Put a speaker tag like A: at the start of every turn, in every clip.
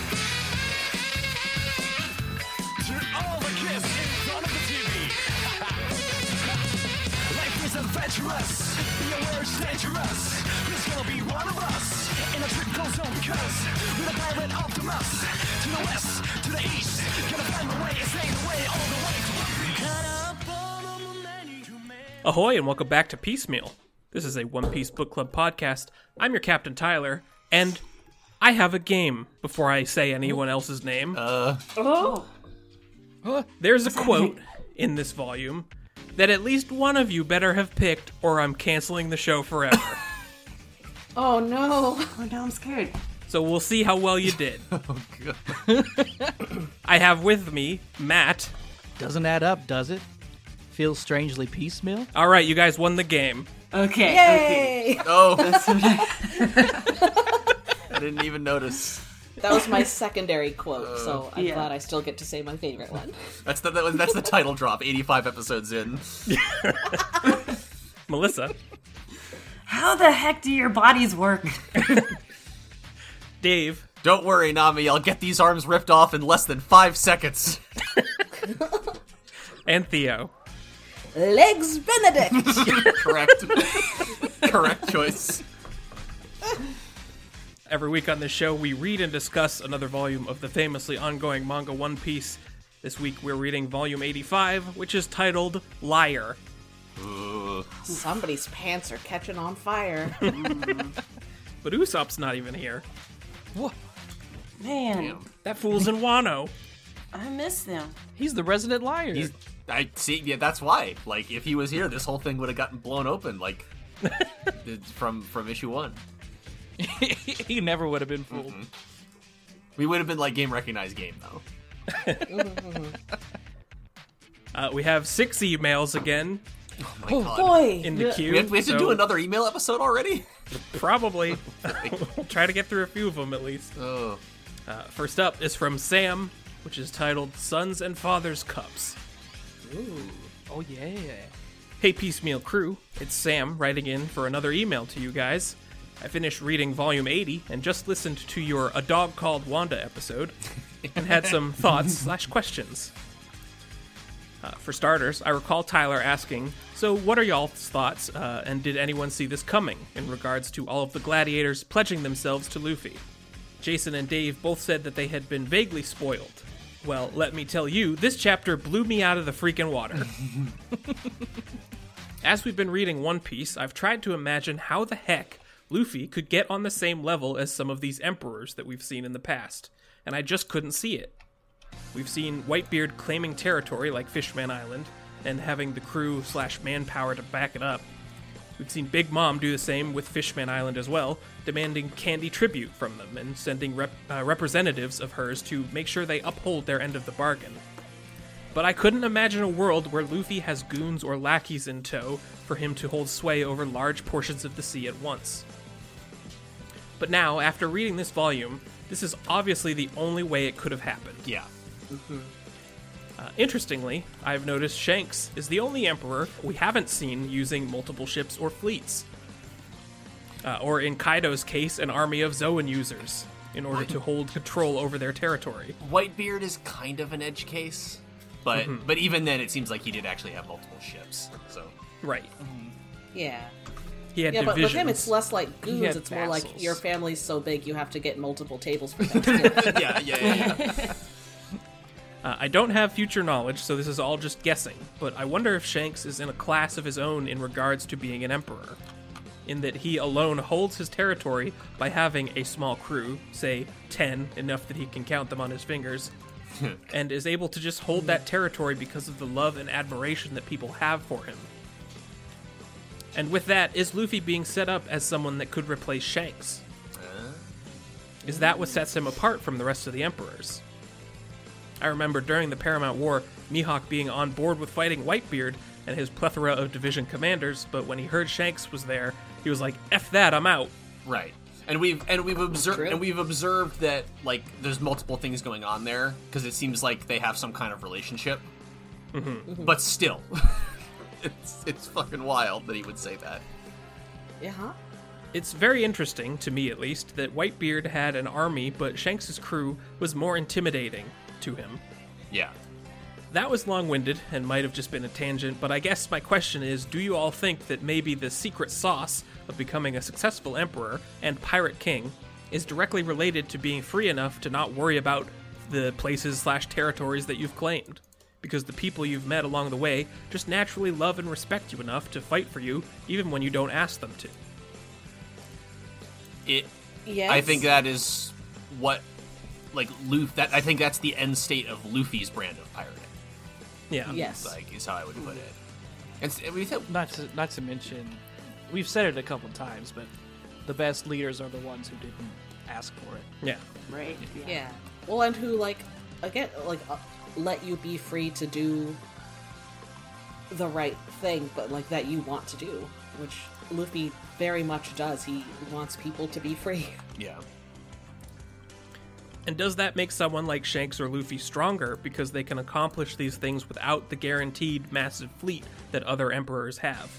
A: dangerous. Your marriage dangerous. There's gonna be one of us in a critical zone because we're the pirate Optimus. To the west, to the east, gonna find the way, it's ain't the way, all the way to one piece.
B: Ahoy, and welcome back to Piecemeal. This is a One Piece Book Club podcast. I'm your captain, Tyler, and I have a game before I say anyone else's name.
C: Oh,
B: There's a quote in this volume that at least one of you better have picked, or I'm canceling the show forever.
C: oh no! Oh, now I'm scared.
B: so we'll see how well you did.
D: God.
B: I have with me Matt.
D: Doesn't add up, does it? Feels strangely piecemeal.
B: All right, you guys won the game.
C: Okay. Okay.
D: Oh,
C: So that
D: I didn't even notice.
E: That was my secondary quote, so
D: Oh.
E: I'm
C: Yeah.
E: glad I still get to say my favorite one.
D: That's the that was, that's the title drop. Eighty-five episodes in.
B: Melissa,
C: How the heck do your bodies work?
B: Dave,
D: Don't worry, Nami. I'll get these arms ripped off in less than five seconds.
B: and Theo.
E: Legs Benedict!
D: Correct. Correct choice.
B: Every week on this show, we read and discuss another volume of the famously ongoing manga One Piece. This week, we're reading volume 85, which is titled Liar.
E: Somebody's pants are catching on fire.
B: But Usopp's not even here.
C: Man,
B: That fool's in Wano.
C: I miss them.
F: He's the resident liar.
D: He's, I see. Yeah, that's why. Like, if he was here, this whole thing would have gotten blown open. Like, it's from from issue one,
F: he never would have been fooled.
D: we would have been like game recognized game though.
B: Uh, we have six emails again
D: My God.
E: Boy!
B: in the queue.
D: We have, we have to
B: so
D: do another email episode already.
B: Probably. we'll try to get through a few of them at least.
D: Oh,
B: Uh, first up is from Sam, which is titled Sons and Fathers Cups.
F: Oh yeah.
B: Hey, Piecemeal Crew. It's Sam writing in for another email to you guys. I finished reading Volume 80 and just listened to your A Dog Called Wanda episode and had some thoughts slash questions. Uh, for starters, I recall Tyler asking, So, what are y'all's thoughts, uh, and did anyone see this coming in regards to all of the gladiators pledging themselves to Luffy? Jason and Dave both said that they had been vaguely spoiled. Well, let me tell you, this chapter blew me out of the freaking water. As we've been reading One Piece, I've tried to imagine how the heck Luffy could get on the same level as some of these emperors that we've seen in the past, and I just couldn't see it. We've seen Whitebeard claiming territory like Fishman Island and having the crew slash manpower to back it up. We've seen Big Mom do the same with Fishman Island as well, demanding candy tribute from them and sending rep- uh, representatives of hers to make sure they uphold their end of the bargain but I couldn't imagine a world where Luffy has goons or lackeys in tow for him to hold sway over large portions of the sea at once. But now, after reading this volume, this is obviously the only way it could have happened.
D: yeah.
B: Uh, interestingly, I've noticed Shanks is the only emperor we haven't seen using multiple ships or fleets. Uh, or in Kaido's case, an army of Zoan users in order to hold control over their territory.
D: Whitebeard is kind of an edge case, but but even then, it seems like he did actually have multiple ships. So
B: Right.
E: Yeah.
B: He had
E: Yeah, but with
B: divisions.
E: him, it's less like
B: had
E: goons, it's more like
B: vassals.
E: your family's so big you have to get multiple tables for Thanksgiving.
D: yeah, yeah, yeah. yeah.
B: Uh, I don't have future knowledge, so this is all just guessing, but I wonder if Shanks is in a class of his own in regards to being an emperor. In that he alone holds his territory by having a small crew, say 10, enough that he can count them on his fingers, and is able to just hold that territory because of the love and admiration that people have for him. And with that, is Luffy being set up as someone that could replace Shanks? Is that what sets him apart from the rest of the emperors? I remember during the Paramount War, Mihawk being on board with fighting Whitebeard and his plethora of division commanders, but when he heard Shanks was there, he was like, F that, I'm out.
D: right. And we've and we've observed
E: True.
D: and we've observed that like there's multiple things going on there because it seems like they have some kind of relationship. But still, it's it's fucking wild that he would say that.
E: yeah, huh?
B: It's very interesting, to me at least, that Whitebeard had an army, but Shanks' crew was more intimidating to him.
D: Yeah.
B: that was long winded and might have just been a tangent, but I guess my question is do you all think that maybe the secret sauce of becoming a successful emperor and pirate king is directly related to being free enough to not worry about the places slash territories that you've claimed? Because the people you've met along the way just naturally love and respect you enough to fight for you even when you don't ask them to.
D: It.
G: Yes.
D: I think that is what, like Luffy. That I think that's the end state of Luffy's brand of pirating.
B: Yeah.
G: Yes.
D: Like is how I would put it. And s- and we said
F: Not to not to mention, we've said it a couple times, but the best leaders are the ones who didn't ask for it.
B: Yeah.
C: Right.
G: Yeah. Well, and who like again like uh, let you be free to do the right thing, but like that you want to do, which Luffy very much does. He wants people to be free.
D: yeah.
B: And does that make someone like Shanks or Luffy stronger because they can accomplish these things without the guaranteed massive fleet that other emperors have?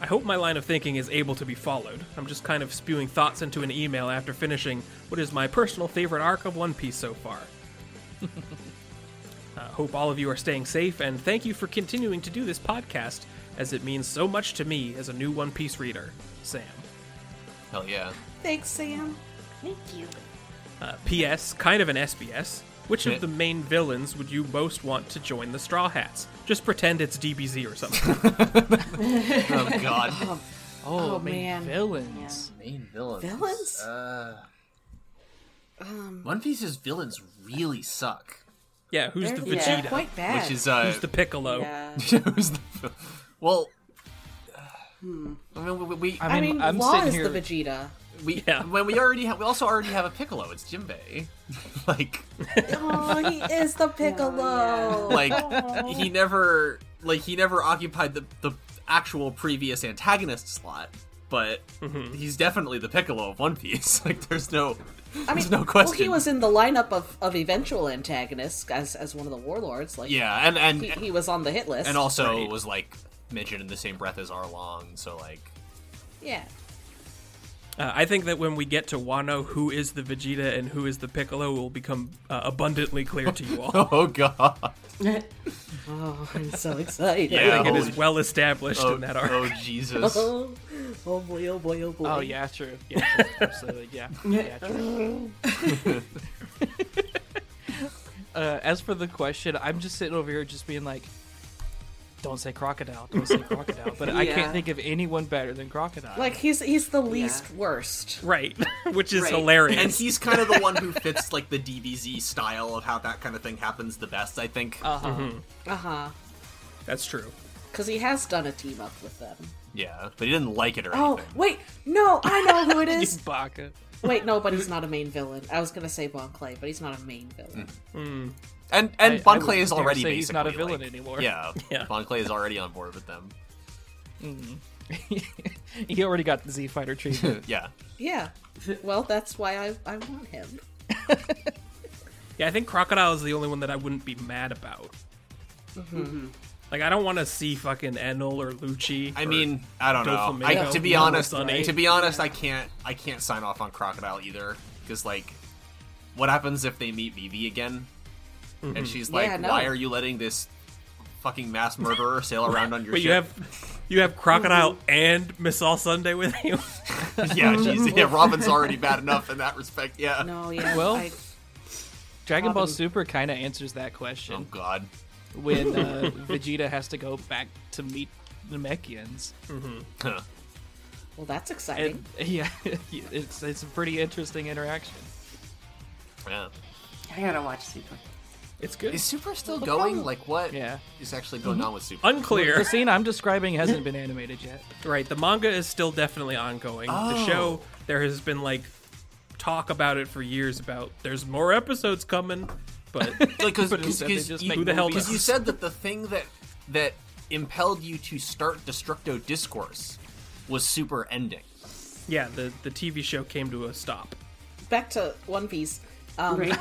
B: I hope my line of thinking is able to be followed. I'm just kind of spewing thoughts into an email after finishing what is my personal favorite arc of One Piece so far. uh, hope all of you are staying safe, and thank you for continuing to do this podcast, as it means so much to me as a new One Piece reader, Sam.
D: Hell yeah.
C: Thanks, Sam.
H: Thank you.
B: Uh, P.S. Kind of an SBS. Which
D: Yeah.
B: of the main villains would you most want to join the Straw Hats? Just pretend it's DBZ or something.
D: Oh god.
F: Oh,
C: Oh,
F: man,
C: man.
F: villains.
D: Main villains.
C: Villains?
D: Uh, One Piece's villains really suck.
B: yeah, who's the
C: They're- they're
B: Vegeta?
C: quite bad.
D: Which is uh,
B: Who's the Piccolo?
C: Yeah.
D: who's the- well. I mean, we we,
F: I
C: I
F: mean,
C: mean,
F: I'm
G: Law
F: sitting
G: is
F: here.
G: the Vegeta.
D: we
B: Yeah.
D: when we already have we also already have a Piccolo. It's Jinbei. like
G: Oh, he is the Piccolo. Oh.
D: like he never like he never occupied the the actual previous antagonist slot, but he's definitely the Piccolo of One Piece. Like there's no
G: I mean,
D: there's no
G: well,
D: question.
G: he was in the lineup of, of eventual antagonists as as one of the warlords. Like,
D: yeah, and and
G: he, he was on the hit list.
D: and also
B: Right.
D: was like mentioned in the same breath as Arlong. So like
G: yeah,
B: Uh, I think that when we get to Wano, who is the Vegeta and who is the Piccolo will become uh, abundantly clear to you all.
D: oh god,
G: oh, I'm so excited.
D: Yeah.
B: it is
D: holy-
B: well established
D: oh,
B: in that arc.
D: oh Jesus.
G: Oh, oh boy! Oh boy! Oh boy!
F: Oh yeah, true. Yeah, absolutely. Yeah, yeah true. uh, as for the question, I'm just sitting over here, just being like, "Don't say crocodile, don't say crocodile." But I
C: Yeah.
F: can't think of anyone better than crocodile.
G: Like he's he's the least worst.
B: Right, which is
C: Right.
B: hilarious.
D: And he's kind of the one who fits like the DBZ style of how that kind of thing happens the best, I think.
F: uh-huh.
G: Uh huh.
B: That's true.
G: Because he has done a team up with them.
D: yeah, but he didn't like it or
G: Oh
D: anything.
G: wait, no, I know who it is.
F: Ibaka.
G: wait, no, but he's not a main villain. I was gonna say Bon Clay, but he's not a main villain.
D: And
F: I-
D: and
F: I
D: Bon
F: would
D: Clay is
F: dare
D: already
F: say
D: basically
F: he's not a villain
D: like-
F: anymore.
D: Yeah,
B: Yeah.
D: Bon Clay is already on board with them.
F: he already got the Z Fighter treatment.
D: Yeah,
G: Yeah. Well, that's why I I want him.
B: Yeah, I think Crocodile is the only one that I wouldn't be mad about.
C: Mm-hmm.
B: Like, I don't want to see fucking Enel or Lucci.
D: Mm-hmm. I
B: or-
D: mean, I don't know. I,
B: Doflamingo,
D: to be
B: Yellow
D: honest,
B: Sunny.
D: to be honest, I can't I can't sign off on Crocodile either because like, what happens if they meet Vivi again? And she's like,
G: Yeah, no.
D: "Why are you letting this fucking mass murderer sail around on your
B: but
D: ship?"
B: you have you have Crocodile and Miss All Sunday with you.
D: yeah, jeez, yeah. Robin's already bad enough in that respect. Yeah.
G: No, yeah.
F: Well-
G: I,
F: Dragon Ball
G: Robin.
F: Super kind of answers that
D: Oh
F: question
D: God.
F: when uh, Vegeta has to go back to meet the Mechians.
D: Huh.
G: well, that's exciting.
F: And yeah, it's it's a pretty interesting interaction.
D: Yeah.
C: I gotta watch Super.
B: It's good.
D: Is Super still going? Like, what is
F: Yeah.
D: actually going
B: Mm-hmm.
D: on with Super?
B: Unclear.
F: The scene I'm describing hasn't been animated yet.
B: right, the manga is still definitely ongoing.
F: Oh.
B: The show there has been like talk about it for years about there's more episodes coming, but
D: Like, because
F: But instead they just make
D: you,
B: who the hell
F: movies.
D: you
B: knows?
D: said that the thing that that impelled you to start Destructo Discourse was Super ending.
B: yeah, the the TV show came to a stop.
G: Back to One Piece. Um,
C: Right.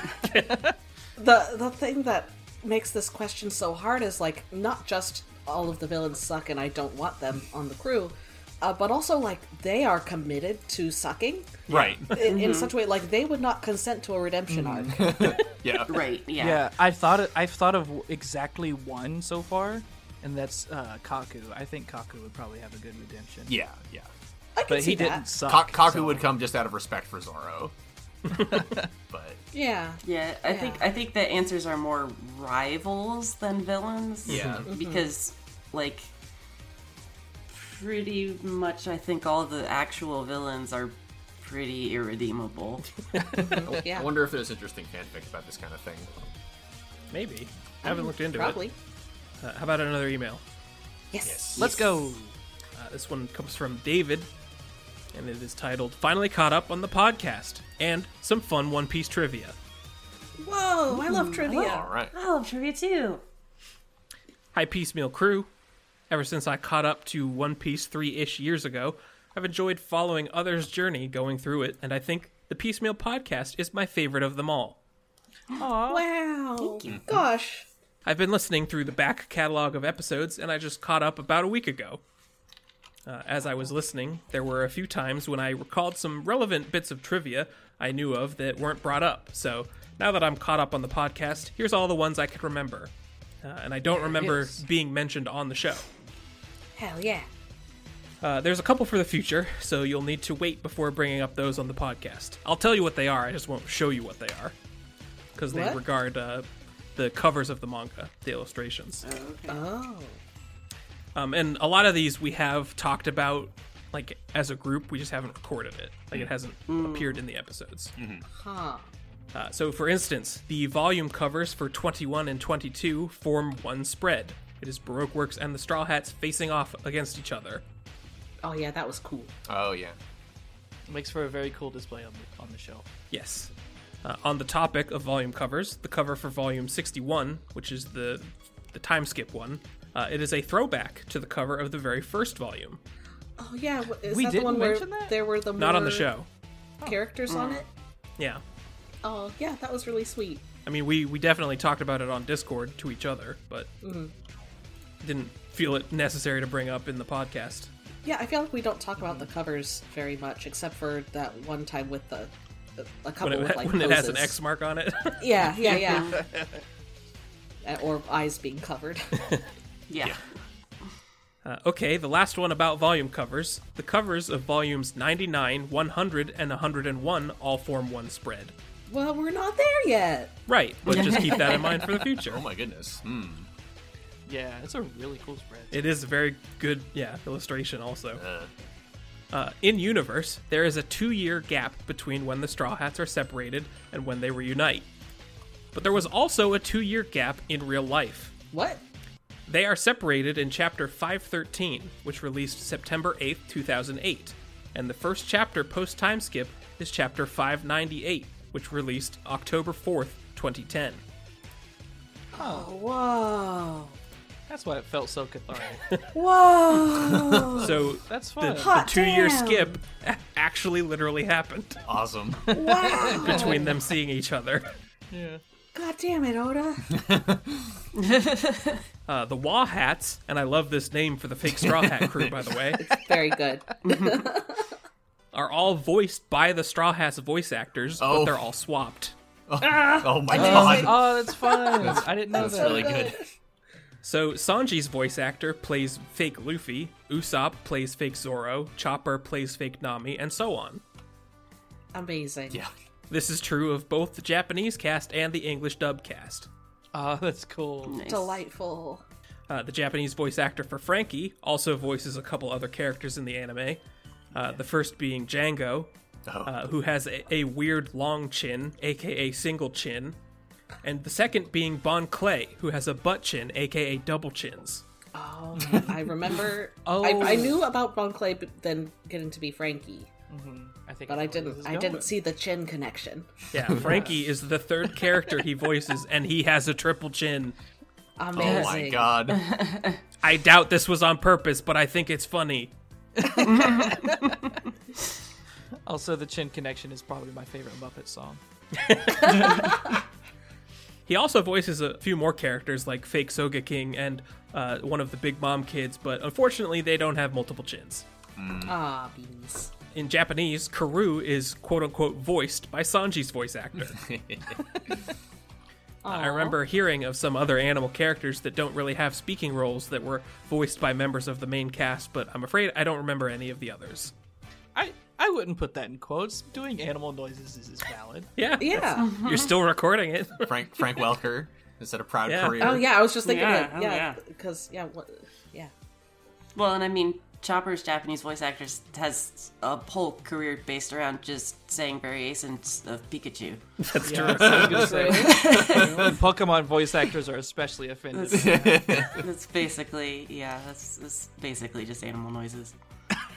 G: the the thing that makes this question so hard is like not just all of the villains suck and I don't want them on the crew,
E: uh, but also like they are committed to sucking
D: Right.
E: i- in, such a way like they would not consent to a redemption arc.
D: Yeah.
C: Right. Yeah.
F: Yeah, I thought it, I've thought of exactly one so far, and that's uh, Kaku. I think Kaku would probably have a good redemption.
D: Yeah. Yeah.
E: I can
F: but
E: see
F: he
E: that.
F: didn't suck.
D: Ka- Kaku
F: so-
D: would come just out of respect for Zoro. but
E: Yeah.
C: Yeah, I think I think the answers are more rivals than villains.
D: Yeah.
C: because like pretty much, I think all the actual villains are pretty irredeemable.
E: Oh, Yeah.
D: I wonder if there's interesting fanfic about this kind of thing.
B: Maybe. I haven't looked into
E: Probably.
B: it. Uh, how about another email?
E: Yes.
F: Let's go.
B: Uh, this one comes from David, and it is titled "Finally Caught Up on the Podcast" and some fun One Piece trivia.
E: Whoa! I love trivia.
D: All right.
C: I love trivia Oh, too.
B: Hi, piecemeal crew. Ever since I caught up to One Piece three ish years ago, I've enjoyed following others' journey going through it, and I think the piecemeal podcast is my favorite of them all.
E: Wow. Gosh.
B: I've been listening through the back catalog of episodes, and I just caught up about a week ago. Uh, as I was listening, there were a few times when I recalled some relevant bits of trivia I knew of that weren't brought up. So now that I'm caught up on the podcast, here's all the ones I could remember. Uh, and I don't remember
F: is.
B: being mentioned on the show.
E: Hell yeah.
B: Uh, there's a couple for the future, so you'll need to wait before bringing up those on the podcast. I'll tell you what they are, I just won't show you what they are. Because they
E: What?
B: regard uh, the covers of the manga, the illustrations.
E: Oh.
B: Um, and a lot of these we have talked about, like as a group. We just haven't recorded it. Like it hasn't appeared in the episodes.
E: Huh.
B: Uh, so, for instance, the volume covers for 21 and 22 form one spread. It is Baroque Works and the Straw Hats facing off against each other.
E: Oh yeah, that was cool.
D: Oh yeah.
F: Makes for a very cool display on the on the shelf.
B: Yes. Uh, on the topic of volume covers, the cover for volume 61, which is the the time skip one, uh, it is a throwback to the cover of the very first volume.
E: Oh yeah, wh- is
F: We
E: that the one
F: didn't
E: where
F: mention that?
E: there were the
B: Not on the
E: more
B: show.
E: characters on it?
B: Yeah.
E: Oh yeah, that was really sweet.
B: I mean, we we definitely talked about it on Discord to each other, but
E: Mm-hmm.
B: didn't feel it necessary to bring up in the podcast.
E: Yeah, I feel like we don't talk about the covers very much, except for that one time with the a couple
B: When it,
E: with Oh, like
B: when it has an
E: poses.
B: X mark on it,
E: Yeah, yeah, yeah. Uh, or eyes being covered.
C: Yeah.
B: Uh, okay, the last one about volume covers. The covers of volumes 99, 100, and 101 all form one spread.
E: well, we're not there yet.
B: Right, but just keep that in mind for the future.
D: Oh my goodness. Hmm.
F: Yeah, it's a really cool spread.
B: It is a very good, yeah, illustration also. Uh, in universe, there is a two year gap between when the Straw Hats are separated and when they reunite. But there was also a two year gap in real life.
E: What?
B: They are separated in chapter 513, which released September 8th, 2008. And the first chapter post time skip is chapter 598, which released October 4th, 2010.
E: Oh, Whoa!
F: That's why it felt so cathartic.
E: Whoa!
B: So
F: That's
B: the,
F: fun.
B: the two year
E: damn.
B: skip a- actually literally happened
D: Oh, Awesome.
E: wow!
B: between them seeing each other.
F: yeah.
E: God damn it, Oda!
B: Uh, the Wah Hats, and I love this name for the fake Straw Hat crew, by the way,
E: Very good.
B: are all voiced by the Straw Hats voice actors, but
D: Oh.
B: they're all swapped.
D: Oh my god.
F: Oh, that's fun. I didn't know
D: That's
F: that.
D: really good.
B: So Sanji's voice actor plays fake Luffy, Usopp plays fake Zoro, Chopper plays fake Nami, and so on.
E: Amazing.
D: Yeah.
B: This is true of both the Japanese cast and the English dub cast.
F: Oh, that's cool.
C: Nice.
E: Delightful.
B: Uh, the Japanese voice actor for Frankie also voices a couple other characters in the anime. Uh, the first being Django,
D: Oh.
B: uh, who has a, a weird long chin, aka single chin, and the second being Bon Clay, who has a butt chin, aka double chins.
E: Oh, I remember.
F: Oh.
E: I, I knew about Bon Clay, but then getting to be Frankie,
F: I think.
E: but I
F: know where this
E: didn't.
F: is
E: I
F: going.
E: didn't see the chin connection.
B: Yeah, Frankie is the third character he voices, and he has a triple chin.
E: Amazing.
D: Oh my god.
B: I doubt this was on purpose, but I think it's funny.
F: Also, the Chin Connection is probably my favorite Muppet song.
B: He also voices a few more characters like fake Soga King and uh, one of the Big Mom kids, but unfortunately, they don't have multiple chins.
E: Ah, beans.
B: In Japanese, Karu is quote unquote voiced by Sanji's voice actor. I remember hearing of some other animal characters that don't really have speaking roles that were voiced by members of the main cast, but I'm afraid I don't remember any of the others.
F: I I wouldn't put that in quotes. Doing animal noises is, is valid.
B: Yeah.
E: Yeah.
B: You're still recording it.
D: Frank Frank Welker is that a proud
B: Yeah.
D: career?
E: oh yeah, I was just thinking
C: Yeah,
E: that.
C: oh,
E: yeah,
C: yeah.
E: because yeah, what, yeah.
C: Well, and I mean, Chopper's Japanese voice actress has a whole career based around just saying variations of Pikachu.
B: That's
F: Yeah,
B: true.
F: I was gonna say, when Pokemon voice actors are especially offended.
C: That's basically, yeah, that's, that's basically just animal noises.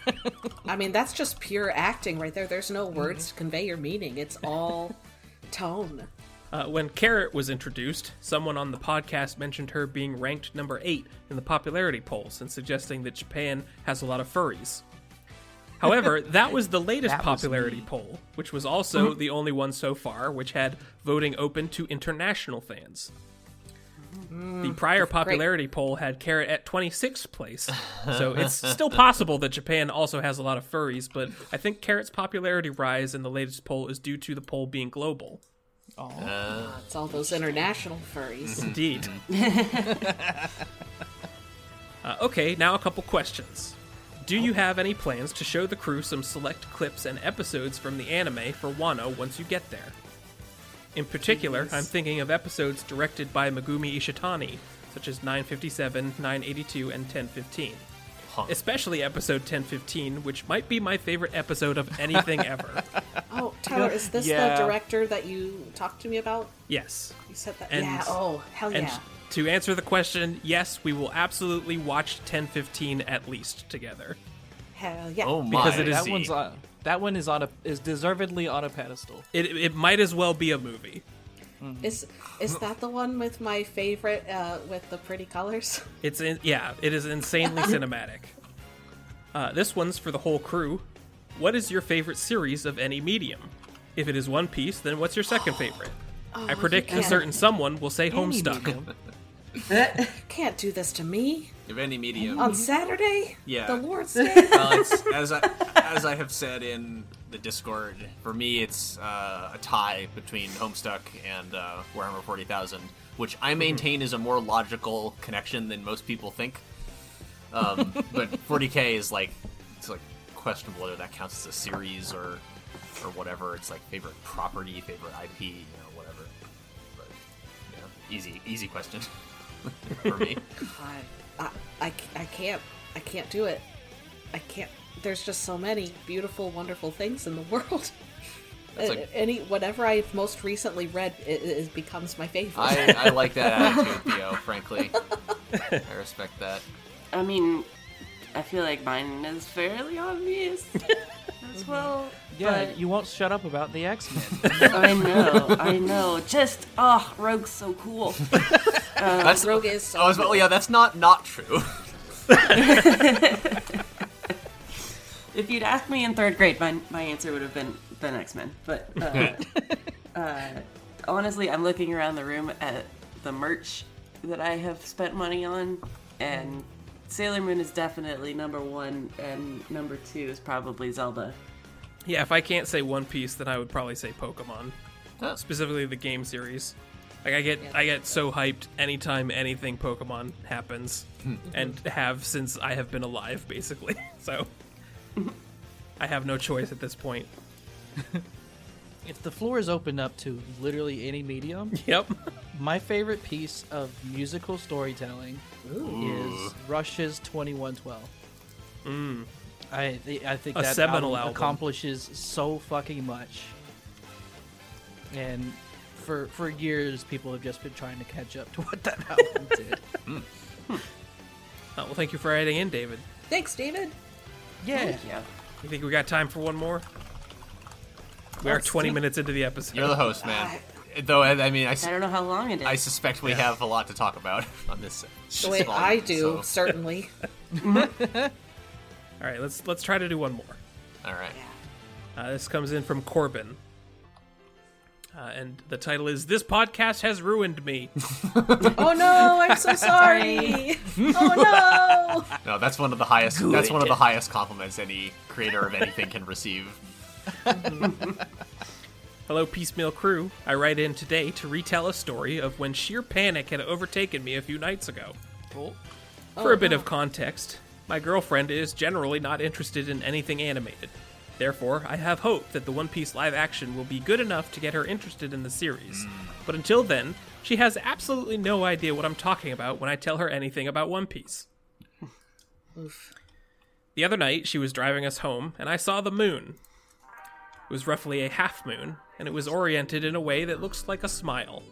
E: I mean, that's just pure acting right there. There's no words to convey your meaning. It's all tone.
B: Uh, when Carrot was introduced, someone on the podcast mentioned her being ranked number eight in the popularity polls and suggesting that Japan has a lot of furries. However, that was the latest
F: That was
B: popularity
F: me. Mm-hmm.
B: poll, which was also the only one so far which had voting open to international fans.
F: Mm-hmm.
B: The prior popularity poll had Carrot at 26th place, so it's still possible that Japan also has a lot of furries, but I think Carrot's popularity rise in the latest poll is due to the poll being global.
E: It's all those international furries.
B: Indeed. Uh, okay, now a couple questions. Do you have any plans to show the crew some select clips and episodes from the anime for Wano once you get there? In particular, I'm thinking of episodes directed by Megumi Ishitani, such as 957, 982, and 1015. Especially episode 1015, which might be my favorite episode of anything ever.
E: Oh, Tyler, is this
F: Yeah.
E: the director that you talked to me about?
B: Yes.
E: You said that.
B: And-
E: yeah. Oh, hell
B: And
E: yeah.
B: to answer the question, yes, we will absolutely watch 1015 at least together.
E: Hell yeah.
D: Oh my!
B: Because it is-
F: that
D: Z.
F: one's on. That one is on a is deservedly on a pedestal.
B: It, it might as well be a movie.
E: Is is that the one with my favorite uh, with the pretty colors?
B: It's in, yeah, it is insanely cinematic. Uh, this one's for the whole crew. What is your favorite series of any medium? If it is One Piece, then what's your second favorite? I predict a
E: yeah.
B: certain someone will say Homestuck.
F: medium.
E: Can't do this to me
D: If any
G: Oh.
D: medium.
E: on Saturday.
D: Mm-hmm. Yeah.
E: The Lord's Day.
D: Well, it's, as I as I have said in the Discord, for me it's uh, a tie between Homestuck and uh, Warhammer Forty Thousand, which I maintain is a more logical connection than most people think. Um, but 40k is like it's like questionable whether that counts as a series or or whatever. It's like favorite property, favorite IP, you know, whatever. But yeah, easy easy question for me.
E: I, I, I, c- I can't. I can't do it. I can't. There's just so many beautiful, wonderful things in the world. Uh,
D: That's like-
E: Any whatever I've most recently read it, it becomes my favorite.
D: I, I like that attitude, Theo. Frankly, I respect that.
C: I mean, I feel like mine is fairly obvious as well.
F: Yeah,
C: but
F: you won't shut up about the X Men.
C: I know, I know. Just, oh, Rogue's so cool.
D: That's
E: Rogue is so
D: I was about, yeah, that's not not true.
C: If you'd asked me in third grade, my, my answer would have been, been X Men. But uh, uh, honestly, I'm looking around the room at the merch that I have spent money on, and Sailor Moon is definitely number one, and number two is probably Zelda.
B: Yeah, if I can't say One Piece, then I would probably say Pokemon,
D: Oh.
B: specifically the game series. Like I get, I get so hyped anytime anything Pokemon happens, and have since I have been alive, basically. So I have no choice at this point.
F: if the floor is opened up to literally any medium,
B: Yep.
F: my favorite piece of musical storytelling is Rush's Twenty One Twelve. I th- I think
B: Mm. A
F: that
B: seminal
F: album
B: album.
F: accomplishes so fucking much, and for for years people have just been trying to catch up to what that album did.
B: Uh, well, thank you for adding in, David.
E: Thanks, David.
F: Yeah,
C: Yeah.
B: You think we got time for one more? We are 20 minutes into the episode.
D: You're the host, man. Though I I mean, I,
C: I
D: s-
C: don't know how long it is.
D: I suspect we have a lot to talk about on this.
E: The way I do, certainly.
B: All right, let's let's try to do one more.
D: all right.
B: Uh, this comes in from Corbin. Uh, and the title is This Podcast Has Ruined Me.
E: Oh no, I'm so sorry. oh no.
D: No, that's one of the highest. That's one of the highest compliments any creator of anything can receive.
B: Hello, piecemeal crew. I write in today to retell a story of when sheer panic had overtaken me a few nights ago. For a bit of context, my girlfriend is generally not interested in anything animated. Therefore, I have hope that the One Piece live action will be good enough to get her interested in the series. But until then, she has absolutely no idea what I'm talking about when I tell her anything about One Piece. The other night, she was driving us home, and I saw the moon. It was roughly a half moon, and it was oriented in a way that looks like a smile.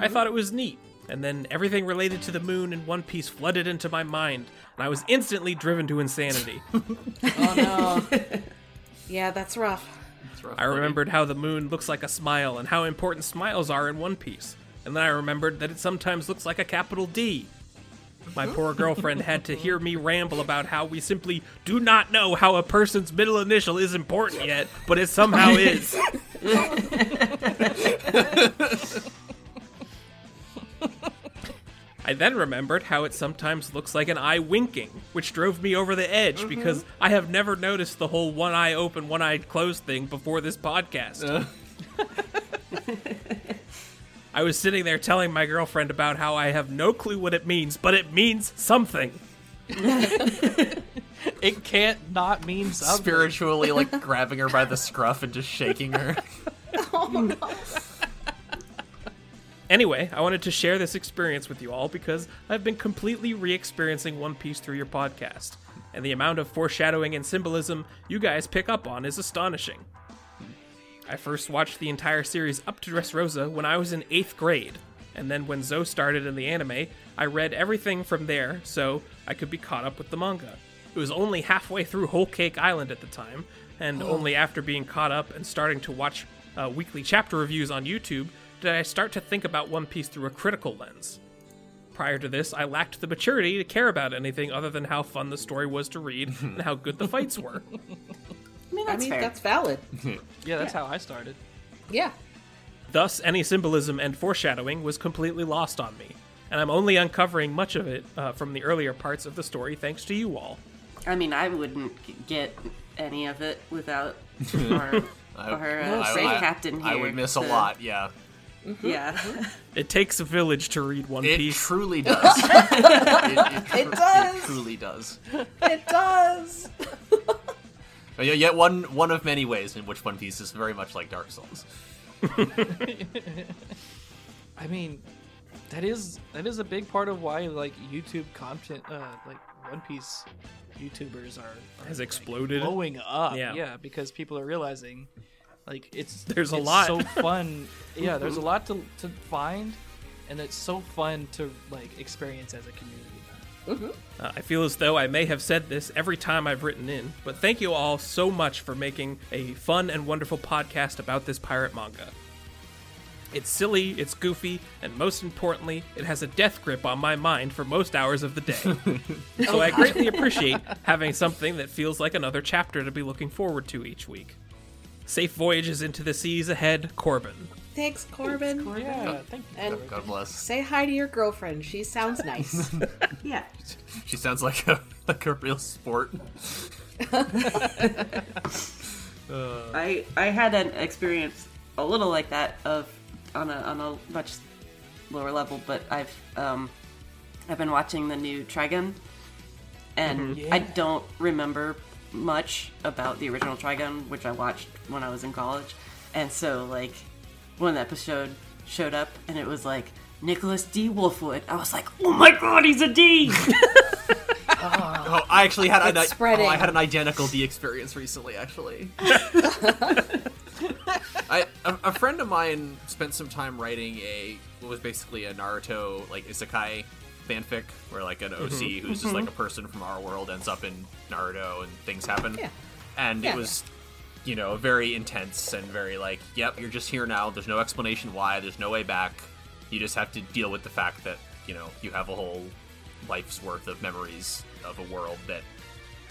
B: I thought it was neat, and then everything related to the moon and One Piece flooded into my mind, and I was instantly driven to insanity.
E: Oh no. Yeah, that's rough.
B: I remembered how the moon looks like a smile and how important smiles are in One Piece, and then I remembered that it sometimes looks like a capital D. My poor girlfriend had to hear me ramble about how we simply do not know how a person's middle initial is important yet, but it somehow is. I then remembered how it sometimes looks like an eye winking, which drove me over the edge because I have never noticed the whole one eye open, one eye closed thing before this podcast. I was sitting there telling my girlfriend about how I have no clue what it means, but it means something.
F: It can't not mean something.
D: Spiritually, like grabbing her by the scruff and just shaking her.
B: Anyway, I wanted to share this experience with you all because I've been completely re experiencing One Piece through your podcast, and the amount of foreshadowing and symbolism you guys pick up on is astonishing. I first watched the entire series up to Dressrosa when I was in 8th grade, and then when Zoe started in the anime, I read everything from there so I could be caught up with the manga. It was only halfway through Whole Cake Island at the time, and only after being caught up and starting to watch uh, weekly chapter reviews on YouTube did I start to think about One Piece through a critical lens. Prior to this, I lacked the maturity to care about anything other than how fun the story was to read and how good the fights were.
C: I mean,
E: I
C: that's
E: mean,
C: fair.
E: that's valid.
F: Yeah, that's how I started.
E: Yeah.
B: Thus, any symbolism and foreshadowing was completely lost on me, and I'm only uncovering much of it uh, from the earlier parts of the story thanks to you all.
C: I mean, I wouldn't g- get any of it without our, our uh,
D: I-
C: great
D: I-
C: captain here.
D: I would miss a
C: to-
D: lot. Yeah,
C: Yeah.
B: It takes a village to read One
D: it
B: Piece.
D: truly does. it, it tru-
E: It does.
D: It truly does.
E: It does.
D: But Uh, yeah, yet one one of many ways in which One Piece is very much like Dark Souls.
F: I mean, that is that is a big part of why like YouTube content, uh, like One Piece YouTubers are, are
B: Has
F: like,
B: exploded.
F: blowing up.
B: Yeah.
F: Yeah. because people are realizing, like, it's
B: There's a
F: it's
B: lot.
F: so fun. yeah, there's a lot to to find, and it's so fun to like experience as a community.
B: Uh, I feel as though I may have said this every time I've written in, but thank you all so much for making a fun and wonderful podcast about this pirate manga. It's silly, it's goofy, and most importantly, it has a death grip on my mind for most hours of the day. so I greatly appreciate having something that feels like another chapter to be looking forward to each week. Safe voyages into the seas ahead, Corbin.
E: Thanks, Corbin.
F: Yeah, thank you.
E: And
D: God bless.
E: say hi to your girlfriend. She sounds nice.
C: Yeah.
D: She sounds like a like a real sport.
C: I I had an experience a little like that of on a on a much lower level, but I've um I've been watching the new Trigun, and I don't remember much about the original Trigun, which I watched when I was in college, and so like when that episode showed up, and it was like. Nicholas D. Wolfwood. I was like, oh my god, he's a D!
D: Oh, I actually had an,
E: It's spreading.
D: oh, I had an identical D experience recently. Actually, I a, a friend of mine spent some time writing a what was basically a Naruto like isekai fanfic, where like an OC who's just like a person from our world ends up in Naruto and things happen.
E: Yeah.
D: And
E: Yeah.
D: it was you know, very intense and very like, yep, you're just here now. There's no explanation why. There's no way back. You just have to deal with the fact that, you know, you have a whole life's worth of memories of a world that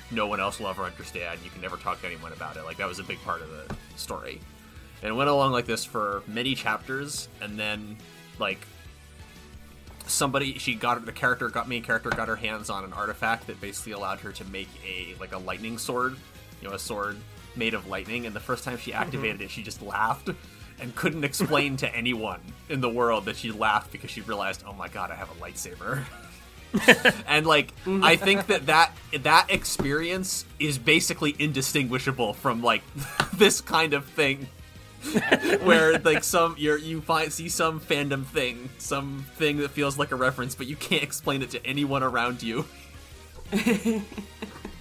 D: no one else will ever understand. You can never talk to anyone about it. Like, that was a big part of the story. And it went along like this for many chapters, and then like somebody she got the character got main character got her hands on an artifact that basically allowed her to make a like a lightning sword, you know, a sword made of lightning. And the first time she activated it, she just laughed and couldn't explain to anyone in the world that she laughed because she realized, oh my god, I have a lightsaber. and like I think that that that experience is basically indistinguishable from like this kind of thing where like some you're, you find see some fandom thing, some thing that feels like a reference, but you can't explain it to anyone around you.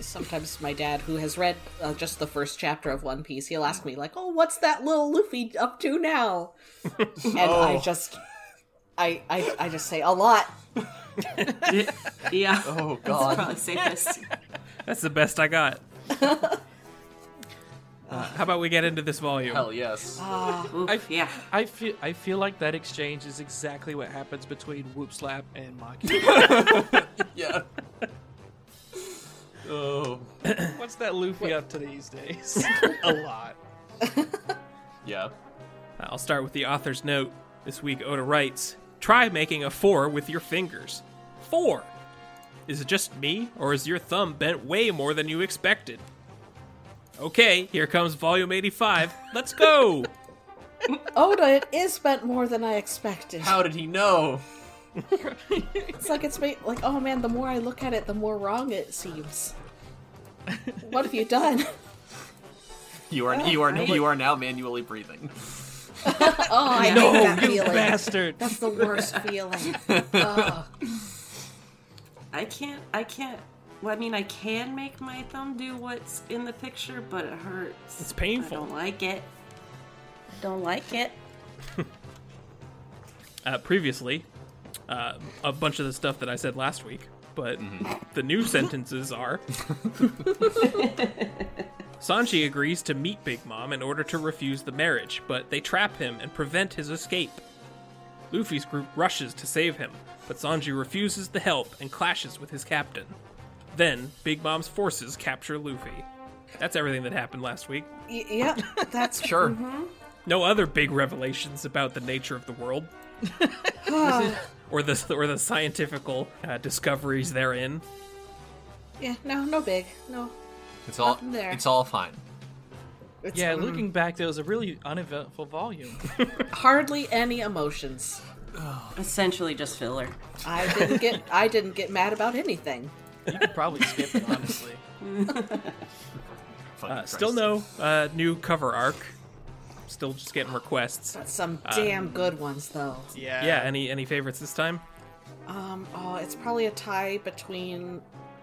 G: Sometimes my dad, who has read uh, just the first chapter of One Piece, he'll ask me like, "Oh, what's that little Luffy up to now?" and I just, I, I, I just say a lot.
C: Yeah.
D: Oh
C: That's
D: god.
C: probably safest.
B: That's the best I got. Uh, how about we get into this volume?
D: Hell yes.
C: Oof,
F: I-
C: yeah.
F: I feel I feel like that exchange is exactly what happens between Whoop Slap and Maki.
D: yeah. Oh.
F: What's that Luffy up to these days? a lot.
D: Yeah.
B: Uh, I'll start with the author's note. This week, Oda writes Try making a four with your fingers. Four! Is it just me, or is your thumb bent way more than you expected? Okay, here comes volume 85. Let's go!
G: Oda, it is spent more than I expected.
D: How did he know?
G: It's like it's made like, oh man, the more I look at it, the more wrong it seems. What have you done?
D: You are you are you are now manually breathing.
G: Oh, I
C: No,
G: hate that
F: you
G: feeling.
F: bastard!
G: That's the worst feeling.
C: I can't. I can't. Well, I mean, I can make my thumb do what's in the picture, but it hurts.
B: It's painful.
C: I don't like it. Don't like it.
B: uh, previously uh, a bunch of the stuff that I said last week, but the new sentences are Sanji agrees to meet Big Mom in order to refuse the marriage, but they trap him and prevent his escape. Luffy's group rushes to save him, but Sanji refuses the help and clashes with his captain. Then, Big Mom's forces capture Luffy. That's everything that happened last week.
G: Y- yep, that's
D: Sure.
G: Mm-hmm.
B: No other big revelations about the nature of the world. or the or the scientifical uh, discoveries therein.
G: yeah. No, no big, no.
D: It's all
G: Nothing there.
D: it's all fine.
B: Uh,
G: It's
F: Yeah,
D: Mm.
F: looking back, that was a really uneventful volume.
G: hardly any emotions.
C: Essentially, just filler.
G: I didn't get I didn't get mad about anything.
F: You could probably skip it, honestly.
D: Fucking
B: Uh,
D: Christ.
B: still no uh, new cover arc. Still just getting requests.
G: Some damn good ones though.
F: Yeah.
B: Yeah, any any favorites this time?
G: Um, oh, it's probably a tie between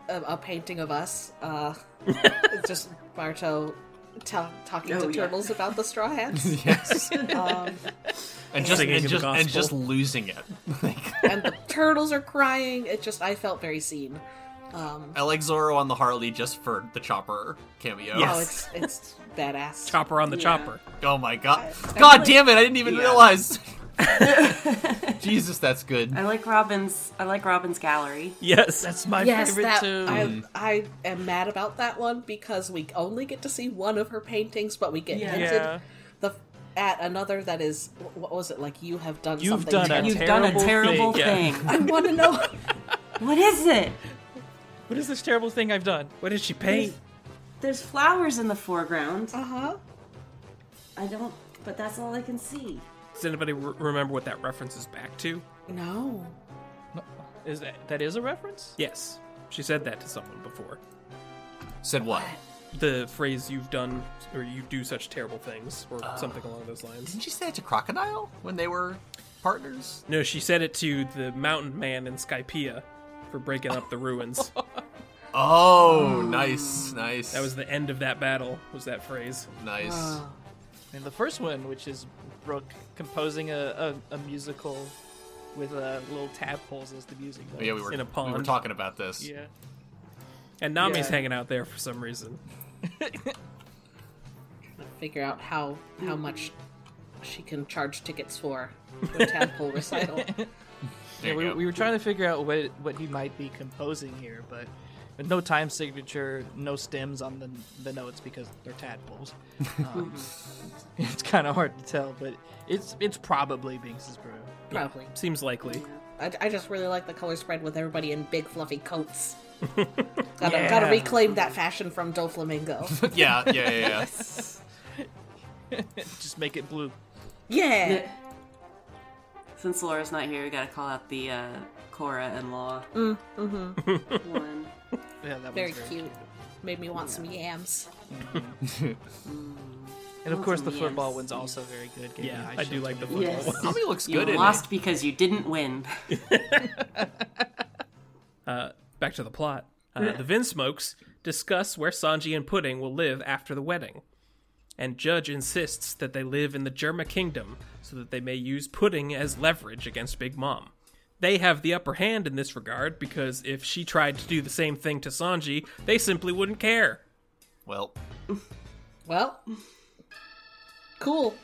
G: a, a painting of us. Uh, it's just Barto ta- talking
C: Oh,
G: to
C: yeah.
G: turtles about the straw hats
D: Yes.
G: um,
D: and just
B: Singing
D: and
B: the
D: just, and
B: gospel.
D: just losing it.
G: and the turtles are crying. It just I felt very seen.
D: I like Zoro on the Harley just for the chopper cameo.
G: Oh,
B: Yes.
G: it's it's badass.
B: Chopper on the chopper.
D: Oh my god. God damn it, I didn't even realize. Jesus, that's good.
C: I like Robin's. I like Robin's gallery.
B: Yes,
F: That's my
G: Yes,
F: favorite
G: that
F: too.
G: I, I am mad about that one because we only get to see one of her paintings, but we get
C: Yeah.
G: hinted
F: yeah.
G: the at another that is wh- what was it like? You have done
F: You've
G: something
F: done a
G: terrible.
C: You've done a terrible
F: Terrible
B: thing,
C: thing.
G: I want to know.
C: what is it?
F: What is this terrible thing I've done?
B: What did she paint?
C: There's flowers in the foreground.
G: Uh huh.
C: I don't. But that's all I can see.
B: Does anybody re- remember what that reference is back to?
G: No.
F: Is that that is a reference?
B: Yes, she said that to someone before.
D: Said what?
B: The phrase "you've done" or "you do such terrible things" or
F: Uh,
B: something along those lines.
D: Didn't she say it to Crocodile when they were partners?
B: No, she said it to the mountain man in Skypea for breaking up the ruins.
D: Oh, nice, nice.
B: That was the end of that battle, was that phrase.
D: nice.
F: And the first one, which is Brooke composing a, a, a musical with uh, little tadpoles as the music.
D: Oh, yeah, we were
B: in a
D: we were
B: pond.
D: talking about this.
F: Yeah.
B: And Nami's
F: Yeah.
B: hanging out there for some reason.
G: Figure out how how much she can charge tickets for the tadpole recital.
D: There
F: Yeah,
D: you
F: we,
D: go.
F: we were trying to figure out what what he might be composing here, but with no time signature, no stems on the, the notes because they're tadpoles. Um, it's kind of hard to tell, but it's it's probably Binks's brew.
G: Probably.
B: Seems likely.
G: I, I just really like the color spread with everybody in big fluffy coats. gotta, gotta reclaim that fashion from Doflamingo.
D: Yeah, yeah, yeah, yeah.
F: Just make it blue.
G: yeah.
C: Since Laura's not here, we gotta call out the uh, Cora and Law one.
F: Yeah, that
G: Very
F: one's very
G: cute. Made me want some yams.
F: And of course,
C: Awesome,
F: the football
C: yes.
F: one's also very good. Gabe.
B: Yeah, I
F: should
B: do like the
F: totally-
B: football.
C: Yes.
B: one.
D: Tommy looks
C: You
D: good in
C: lost
D: it.
C: because you didn't win.
B: Uh, back to the plot. Uh, the Vinsmokes discuss where Sanji and Pudding will live after the wedding, and Judge insists that they live in the Germa Kingdom so that they may use Pudding as leverage against Big Mom. They have the upper hand in this regard because if she tried to do the same thing to Sanji, they simply wouldn't care.
D: Well,
G: Well, cool.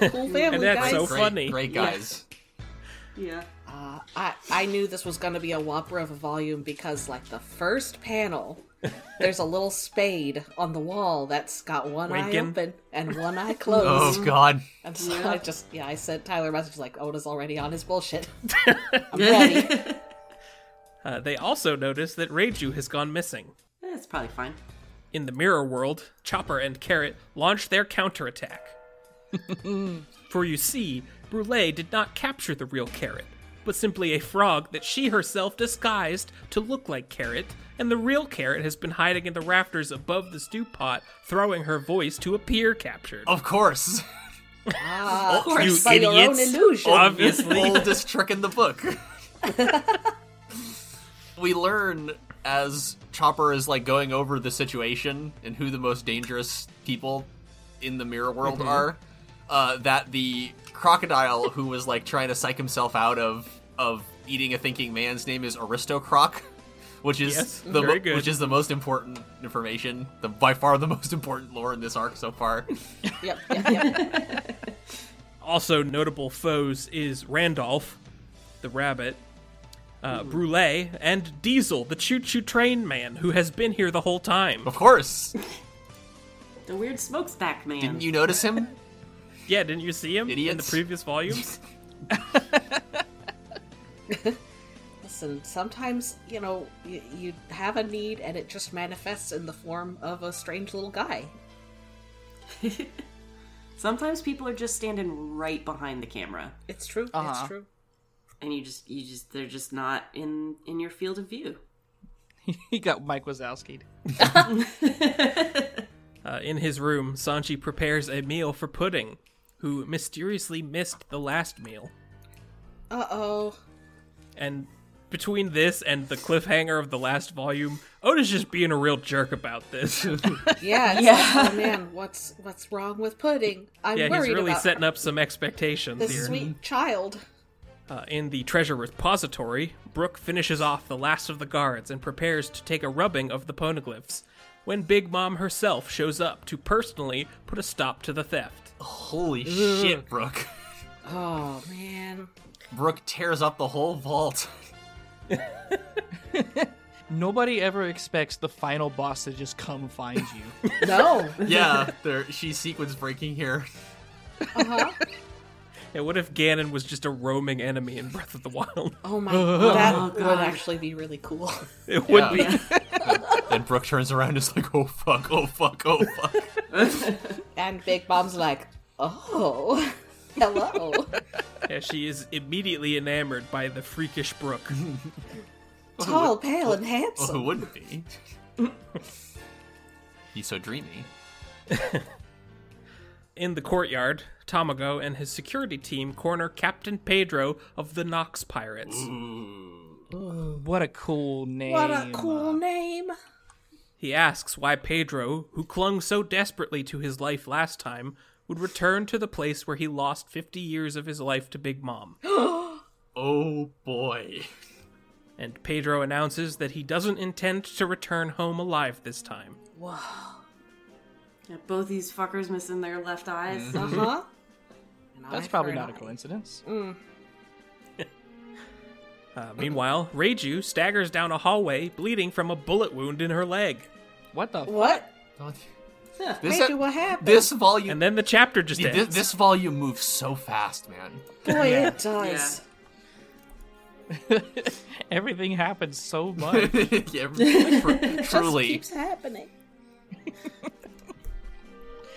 G: Cool family,
B: And that's
G: guys.
B: so
D: great,
B: funny.
D: great guys.
C: Yeah.
G: Uh, I, I knew this was going to be a whopper of a volume because, like, the first panel, there's a little spade on the wall that's got one
B: Winking.
G: eye open and one eye closed.
D: Oh God.
G: And so I just, yeah, I sent Tyler a message like, Oda's already on his bullshit. I'm ready.
B: Uh, they also notice that Reiju has gone missing.
C: It's probably fine.
B: In the mirror world, Chopper and Carrot launch their counterattack. For you see, Brule did not capture the real Carrot, but simply a frog that she herself disguised to look like Carrot, and the real Carrot has been hiding in the rafters above the stew pot, throwing her voice to appear captured.
D: Of course.
G: Ah,
D: course.
G: it's by your own
B: idiots.
G: illusion.
B: Obviously.
D: Oldest trick in the book. we learn as Chopper is like going over the situation and who the most dangerous people in the mirror world
B: Mm-hmm.
D: are, uh, that the crocodile who was like trying to psych himself out of of eating a thinking man's name is Aristocroc. Which is
B: Yes,
D: the
B: very
D: mo-
B: good.
D: which is the most important information, the by far the most important lore in this arc so far.
G: Yep, yep, yep.
B: also notable foes is Randolph, the rabbit, uh, Brule, and Diesel, the choo choo train man who has been here the whole time.
D: Of course,
C: The weird smokestack man.
D: didn't you notice him?
B: Yeah, didn't you see him in the
D: Idiots.
B: previous volumes?
G: Listen, sometimes, you know, you, you have a need and it just manifests in the form of a strange little guy.
C: Sometimes people are just standing right behind the camera,
G: It's true.
F: Uh-huh.
G: It's true.
C: and you just you just they're just not in in your field of view.
F: he got Mike Wazowski.
B: Uh, in his room, Sanji prepares a meal for Pudding, who mysteriously missed the last meal.
G: Uh oh.
B: And between this and the cliffhanger of the last volume, Oda's just being a real jerk about this.
G: Yeah. It's
C: Yeah.
G: Like, oh man, what's what's wrong with pudding? I'm
B: yeah,
G: worried
B: he's really
G: about
B: setting up some expectations
G: this
B: here.
G: sweet child.
B: Uh, in the treasure repository, Brooke finishes off the last of the guards and prepares to take a rubbing of the poneglyphs when Big Mom herself shows up to personally put a stop to the theft.
D: Holy shit, Brooke.
G: Oh man.
D: Brooke tears up the whole vault.
F: Nobody ever expects the final boss to just come find you.
G: No.
D: yeah, there she's sequence breaking here.
G: Uh-huh.
B: And what if Ganon was just a roaming enemy in Breath of the Wild?
G: Oh my. that
C: Oh,
G: would
C: God.
G: actually be really cool.
B: It would be.
D: Yeah. Then Brooke turns around and is like, oh fuck, oh fuck, oh fuck.
G: And Big Mom's like, oh, hello.
B: Yeah, she is immediately enamored by the freakish Brooke.
G: Tall, pale, and
D: well, who
G: handsome.
D: wouldn't be? He's so dreamy.
B: In the courtyard, Tamago and his security team corner Captain Pedro of the Nox Pirates.
F: what a cool Oh, name.
G: What a cool name.
B: He asks why Pedro, who clung so desperately to his life last time, would return to the place where he lost 50 years of his life to Big Mom.
D: Oh boy.
B: And Pedro announces that he doesn't intend to return home alive this time.
G: Uh-huh.
C: Yeah, both these fuckers missing their left eyes.
G: Uh huh. Mm.
F: That's probably not a coincidence.
B: Uh, meanwhile, Reiju staggers down a hallway, bleeding from a bullet wound in her leg.
F: What the? F-
G: What?
D: This,
G: Hey, what happened?
D: This volume.
B: And then the chapter just
D: Yeah, this,
B: ends.
D: this volume moves so fast, man.
G: Boy, it does.
F: everything happens so much.
D: yeah, tr-
G: It
D: truly.
G: keeps happening.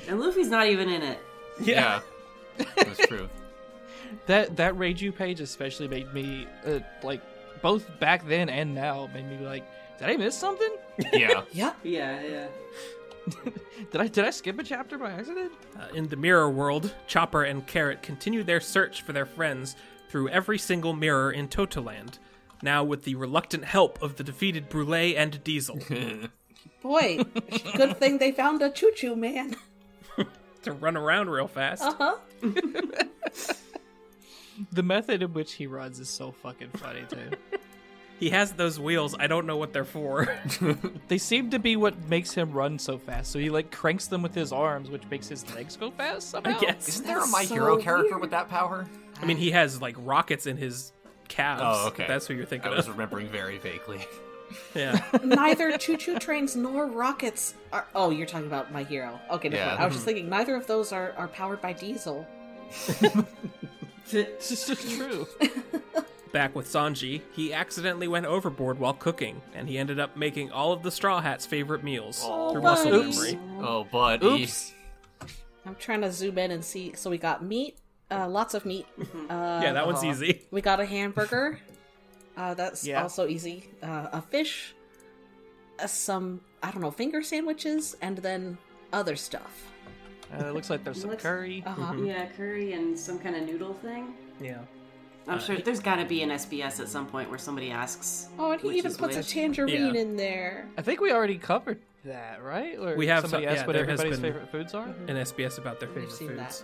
C: And Luffy's not even in it.
D: Yeah. That's true.
F: that that Reiju page especially made me uh, like both back then and now made me be like, did I miss something?
D: Yeah.
G: Yep.
C: Yeah, yeah.
F: Did I did I skip a chapter by accident?
B: Uh, in the mirror world, Chopper and Carrot continue their search for their friends through every single mirror in Totoland, now with the reluctant help of the defeated Brule and Diesel.
G: Boy, good thing they found a choo choo man.
B: to run around real fast.
G: Oh.
F: The method in which he runs is so fucking funny too.
B: He has those wheels. I don't know what they're for.
F: they seem to be what makes him run so fast. So he like cranks them with his arms, which makes his legs go fast somehow.
B: I guess.
D: Isn't there a
G: That's
D: My
G: so
D: Hero character
G: weird.
D: with that power?
B: I mean, he has like rockets in his calves.
D: Oh, okay.
B: That's who you're
D: I
B: thinking
D: was
B: of.
D: remembering very vaguely.
B: Yeah.
G: Neither choo choo trains nor rockets are. Oh, you're talking about my hero. Okay, never
D: Yeah.
G: mind. I was just thinking neither of those are, are powered by diesel.
F: This is true.
B: Back with Sanji, he accidentally went overboard while cooking, and he ended up making all of the Straw Hat's favorite meals
D: Oh,
B: through muscle
G: buddy.
B: memory.
D: Oh, but
F: Oops.
G: I'm trying to zoom in and see. So we got meat, uh, lots of meat. Uh,
B: Yeah, that one's easy.
G: We got a hamburger. Uh, that's
F: Yeah.
G: also easy. Uh, a fish, uh, some I don't know finger sandwiches, and then other stuff.
F: Uh, it looks like there's some
C: Looks-
F: curry.
B: uh,
G: Uh-huh.
B: Mm-hmm.
C: Mm-hmm. Yeah, curry and some kind of noodle thing.
B: Yeah.
C: I'm sure there's got to be an SBS at some point where somebody asks.
G: Oh, and he
C: Which
G: even
C: is
G: puts a
C: which?
G: tangerine
B: Yeah.
G: in there.
F: I think we already covered that, right? Or
B: We have
F: somebody
B: some-
F: asked
B: yeah,
F: what
B: there has
F: everybody's
B: been- Mm-hmm.
F: favorite foods are.
B: An SBS about their favorite
G: I've seen
B: foods.
G: that.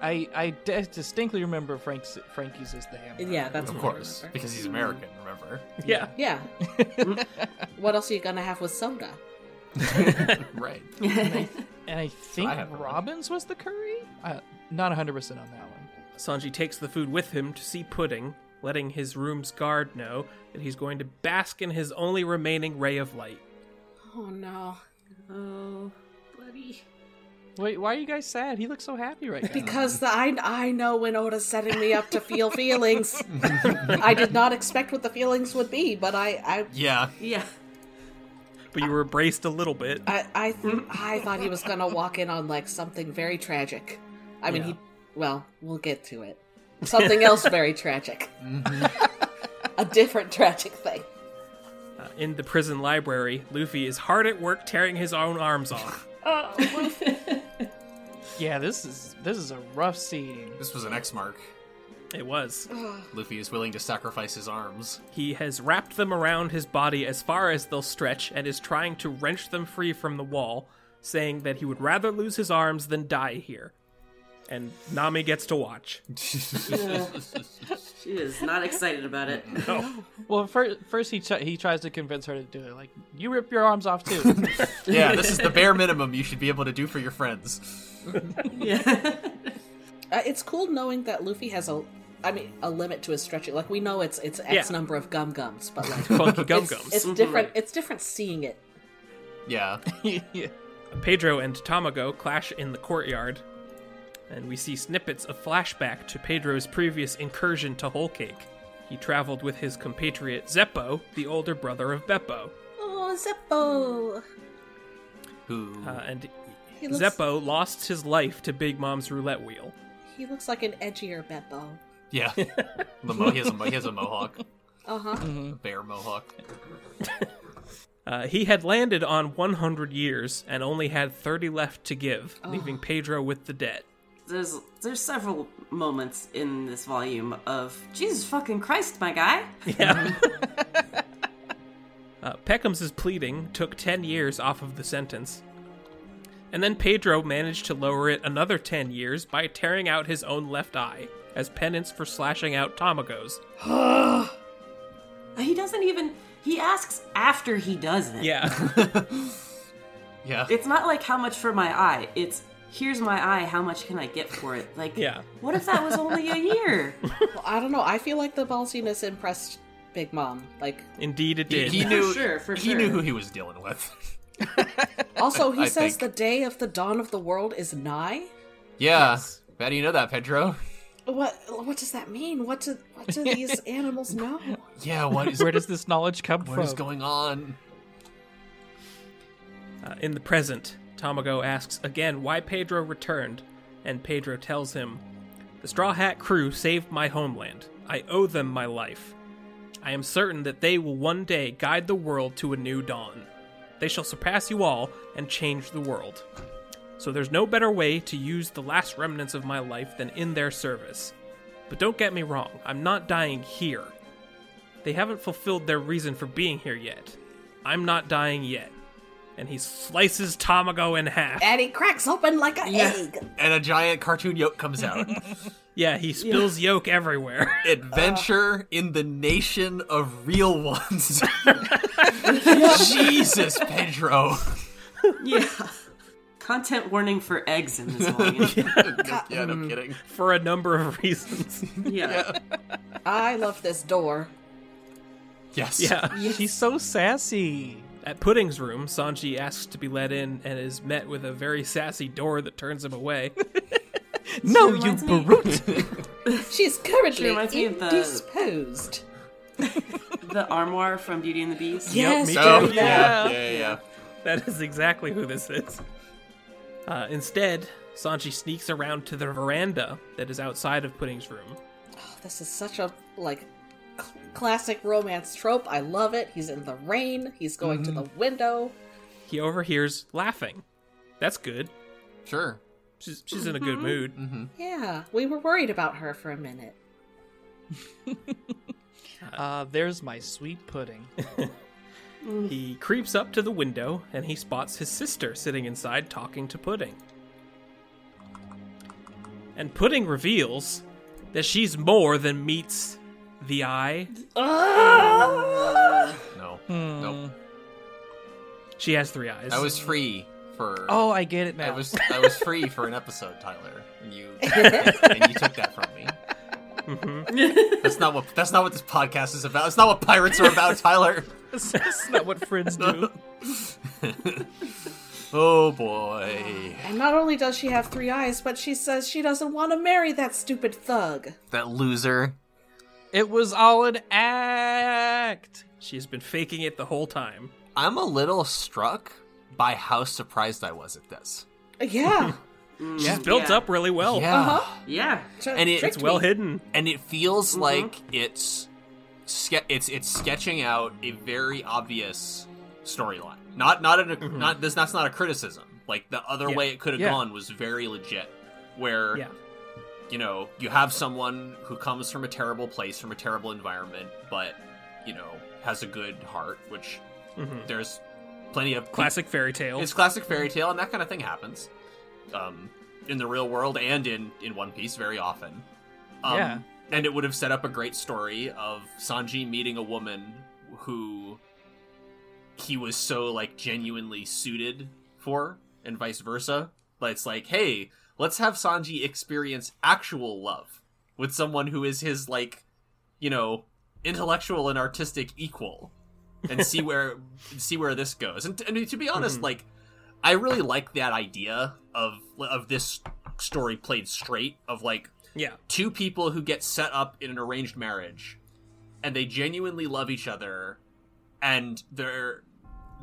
F: I I de- distinctly remember Frank's Frankie's is the Uh,
G: Yeah,
F: hamburger.
G: yeah that's
D: of
G: what I
D: course,
G: remember.
D: because he's American. Remember,
B: Yeah.
G: Yeah. what else are you gonna have with soda?
D: right?
F: And I think
D: I have one.
F: Robbins was the curry. Uh, not 100 percent on that one.
B: Sanji takes the food with him to see Pudding, letting his room's guard know that he's going to bask in his only remaining ray of light.
G: Oh no.
C: Oh, bloody.
F: Wait, why are you guys sad? He looks so happy right now.
G: Because the, I I know when Oda's setting me up to feel feelings. I did not expect what the feelings would be, but I I
D: Yeah,
C: Yeah.
B: But you were braced a little bit.
G: I I, th- I thought he was gonna walk in on like something very tragic. I mean,
B: Yeah.
G: he well, we'll get to it. Something else very tragic.
D: Mm-hmm.
G: a different tragic thing.
B: Uh, in the prison library, Luffy is hard at work tearing his own arms off.
F: yeah, this is this is a rough scene.
D: this was an X mark.
B: It was.
G: Oh.
D: Luffy is willing to sacrifice his arms.
B: He has wrapped them around his body as far as they'll stretch and is trying to wrench them free from the wall, saying that he would rather lose his arms than die here. And Nami gets to watch.
C: She is not excited about it.
F: Well, first, first he ch- he tries to convince her to do it. Like, you rip your arms off too.
D: yeah, this is the bare minimum you should be able to do for your friends.
G: Uh, it's cool knowing that Luffy has a, I mean, a limit to his stretching. Like we know it's it's X
B: Yeah.
G: number of gum gums, but like
B: Funky gum
G: it's,
B: gums.
G: it's different. It's different seeing it.
D: Yeah,
F: yeah.
B: Pedro and Tamago clash in the courtyard, and we see snippets of flashback to Pedro's previous incursion to Whole Cake. He traveled with his compatriot Zeppo, the older brother of Beppo,
G: Oh, Zeppo!
D: who?
B: uh, and
G: He looks,
B: Zeppo lost his life to Big Mom's roulette wheel.
G: He looks like an edgier Beppo.
D: Yeah, the mo- he, has a mo- he has a mohawk,
G: Uh
C: Uh-huh.
G: huh.
D: a bear mohawk.
B: Uh, he had landed on 100 years and only had 30 left to give, leaving Pedro with the debt.
C: There's there's several moments in this volume of Jesus fucking Christ, my guy.
B: Uh, Peckham's pleading took 10 years off of the sentence. And then Pedro managed to lower it another 10 years by tearing out his own left eye as penance for slashing out Tamago's.
C: He doesn't even. He asks after he does it.
B: Yeah.
D: Yeah,
C: It's not like how much for my eye. It's here's my eye, how much can I get for it? Like,
B: Yeah.
C: what if that was only a year?
E: Well, I don't know. I feel like the ballsiness impressed Big Mom. Like,
B: Indeed, it
D: He,
B: did.
D: he knew.
C: sure, for
D: he
C: sure.
D: knew who he was dealing with.
E: also, he
D: I
E: says
D: think-
E: the day of the dawn of the world is nigh.
D: Yeah. How do you know that, Pedro?
E: What? What does that mean? What do? What do these animals know?
D: Yeah. What is?
F: Where does this knowledge come
D: what
F: from?
D: is going on?
B: Uh, in the present, Tamago asks again why Pedro returned, and Pedro tells him, The Straw Hat crew saved my homeland. I owe them my life. I am certain that they will one day guide the world to a new dawn. They shall surpass you all and change the world. So there's no better way to use the last remnants of my life than in their service. But don't get me wrong, I'm not dying here. They haven't fulfilled their reason for being here yet. I'm not dying yet. And he slices Tamago in half.
G: Eh.
E: And he cracks open like an egg.
D: And a giant cartoon yoke comes out.
B: Yeah, he spills yolk everywhere.
D: Adventure in the nation of real ones. Jesus, Pedro.
C: yeah. Content warning for eggs in this volume. yeah.
D: yeah, no kidding.
B: for a number of reasons.
E: I love this door.
D: Yes.
B: yeah.
F: She's so sassy.
B: At Pudding's room, Sanji asks to be let in and is met with a very sassy door that turns him away.
F: No, you
C: reminds me-
F: brute.
E: She's currently
C: reminds me of the-
E: indisposed.
C: The armoire from Beauty and the Beast.
B: Yes, me
E: Yes,
D: Oh,
B: too.
D: yeah. Yeah, yeah, yeah.
B: That is exactly who this is. Uh, instead, Sanji sneaks around to the veranda that is outside of Pudding's room.
E: Oh, This is such a like cl- classic romance trope. I love it. He's in the rain. He's going to the window.
B: He overhears laughing. That's good.
D: Sure.
B: She's, she's in a good mood.
E: Yeah, we were worried about her for a minute.
F: Uh, there's my sweet pudding.
B: He creeps up to the window and he spots his sister sitting inside talking to Pudding. And Pudding reveals that she's more than meets the eye.
D: No. Nope.
B: She has three eyes.
D: I was free for.
F: Oh, I get it now.
D: I was I was free for an episode, Tyler, and you and you took that from me. That's not what that's not what this podcast is about. It's not what pirates are about, Tyler.
F: That's not what friends do.
D: Oh boy,
E: And not only does she have three eyes, but she says she doesn't want to marry that stupid thug.
D: that loser.
F: It was all an act.
B: She's been faking it the whole time.
D: I'm a little struck by how surprised I was at this.
E: Yeah,
B: She's built
C: yeah.
B: up really well.
D: Yeah,
B: uh-huh.
C: Yeah.
D: and it,
B: It's well hidden.
D: and it feels like it's ske- it's it's sketching out a very obvious storyline. Not not an, not this that's not a criticism. Like the other
B: Yeah.
D: way it could have
F: Yeah.
D: gone was very legit, where
B: Yeah.
D: you know you have someone who comes from a terrible place, from a terrible environment, but you know has a good heart, which there's plenty of
B: Classic fairy tale.
D: It's classic fairy tale, and that kind of thing happens um, in the real world and in in One Piece very often. Um,
F: Yeah.
D: and it would have set up a great story of Sanji meeting a woman who he was so like genuinely suited for, and vice versa. But it's like, hey, let's have Sanji experience actual love with someone who is his like, you know, intellectual and artistic equal, and see where see where this goes. And, and to be
B: Mm-hmm.
D: honest, like, I really like that idea of of this story played straight of like
B: yeah.
D: two people who get set up in an arranged marriage and they genuinely love each other and they're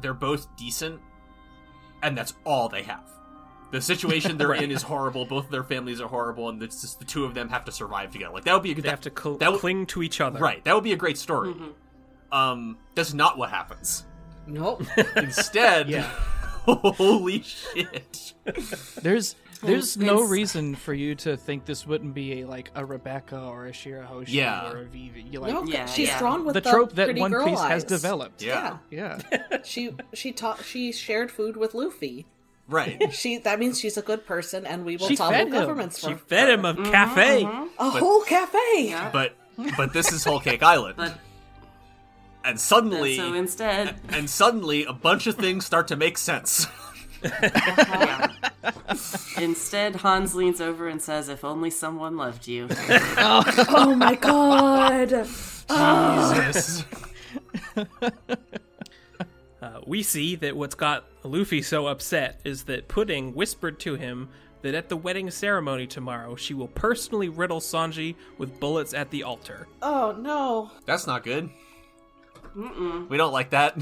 D: they're both decent and that's all they have the situation they're in is horrible both of their families are horrible and it's just the two of them have to survive together like that would be a good
B: They have to cl-
D: that would-
B: cling to each other.
D: right that would be a great story um that's not what happens
E: Nope.
D: instead
B: Yeah.
D: holy shit
F: There's there's no
C: it's-
F: reason for you to think this wouldn't be a like a Rebecca or a Shirahoshi
D: Yeah.
F: or a Vivi. You like
E: No,
C: Yeah,
E: she's
C: yeah.
E: drawn with
F: the
E: the,
F: trope that
E: pretty
F: One
E: girl
F: Piece has
E: eyes.
F: developed.
D: Yeah.
F: Yeah.
E: she she taught she shared food with Luffy.
D: right
E: She that means she's a good person, and we will
F: She
E: topple
F: fed him.
E: governments for
B: She fed him
F: Mm-hmm.
B: a cafe.
E: a whole cafe.
C: Yeah.
D: but but this is whole cake island
C: But-
D: and suddenly
C: So instead,
D: and suddenly a bunch of things start to make sense.
C: yeah. Instead, Hans leans over and says, "If only someone loved you."
G: oh my god!
B: Uh, we see that what's got Luffy so upset is that Pudding whispered to him that at the wedding ceremony tomorrow, she will personally riddle Sanji with bullets at the altar.
G: Oh no.
D: That's not good. We don't like that.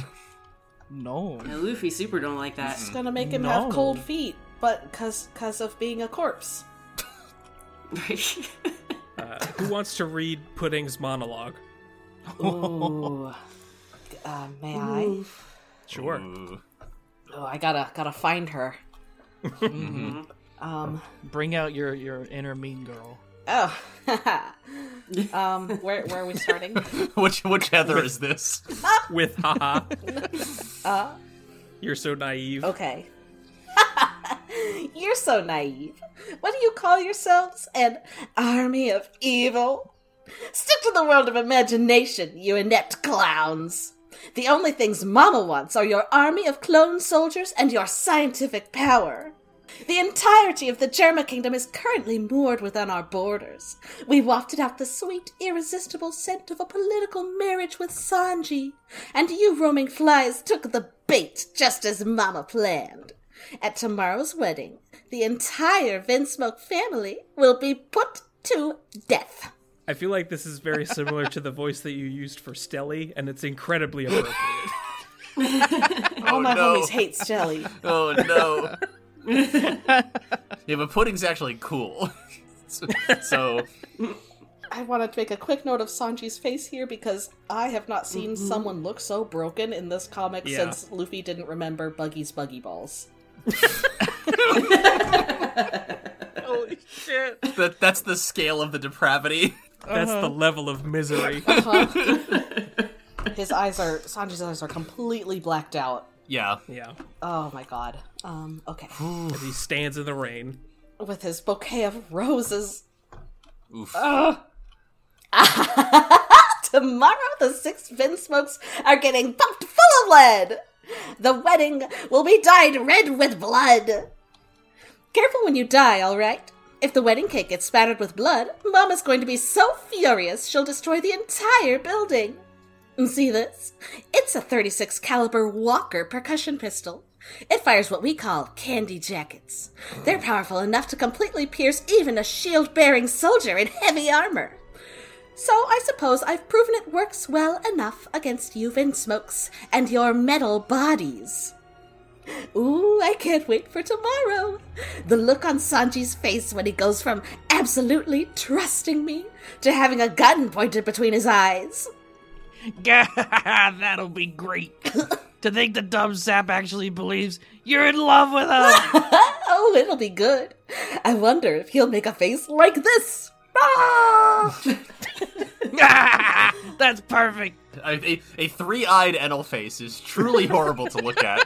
F: No.
C: Now, Luffy super don't like that.
G: It's gonna make him
F: No.
G: have cold feet, but cause, cause of being a corpse.
B: Uh, who wants to read Pudding's monologue?
G: Ooh. Uh, may I?
B: Sure.
D: Ooh.
G: Oh, I gotta gotta find her. Um.
F: Bring out your your inner mean girl.
G: Oh. um. Where where are we starting?
D: Which which Heather is this?
B: With haha.
F: Uh.
B: You're so naive.
G: Okay. You're so naive. What do you call yourselves? An army of evil? Stick to the world of imagination, you inept clowns. The only things Mama wants are your army of clone soldiers and your scientific power. The entirety of the Germa Kingdom is currently moored within our borders. We wafted out the sweet, irresistible scent of a political marriage with Sanji, and you roaming flies took the bait just as Mama planned. At tomorrow's wedding, the entire Vinsmoke family will be put to death.
B: I feel like this is very similar to the voice that you used for Stelly, and it's incredibly appropriate.
G: All
D: Oh, no.
G: my homies hate Shelly.
D: Oh no. yeah, but pudding's actually cool. so, so
G: I wanted to make a quick note of Sanji's face here because I have not seen someone look so broken in this comic
B: Yeah.
G: since Luffy didn't remember Buggy's Buggy Balls.
B: Holy shit.
D: that that's the scale of the depravity.
B: That's the level of misery.
G: His eyes are Sanji's eyes are completely blacked out.
D: Yeah.
B: Yeah.
G: Oh my god. Um, okay.
B: As he stands in the rain.
G: With his bouquet of roses.
D: Oof.
G: Tomorrow the six Vin smokes are getting pumped full of lead! The wedding will be dyed red with blood! Careful when you die, alright? If the wedding cake gets spattered with blood, Mama's going to be so furious she'll destroy the entire building. See this? It's a 36 caliber Walker percussion pistol. It fires what we call candy jackets. They're powerful enough to completely pierce even a shield-bearing soldier in heavy armor. So I suppose I've proven it works well enough against you Vinsmokes and your metal bodies. Ooh, I can't wait for tomorrow. The look on Sanji's face when he goes from absolutely trusting me to having a gun pointed between his eyes.
F: That'll be great. to think the dumb sap actually believes you're in love with us.
G: Oh, it'll be good. I wonder if he'll make a face like this. Ah!
F: That's perfect.
D: A, a, a three-eyed Enel face is truly horrible to look at.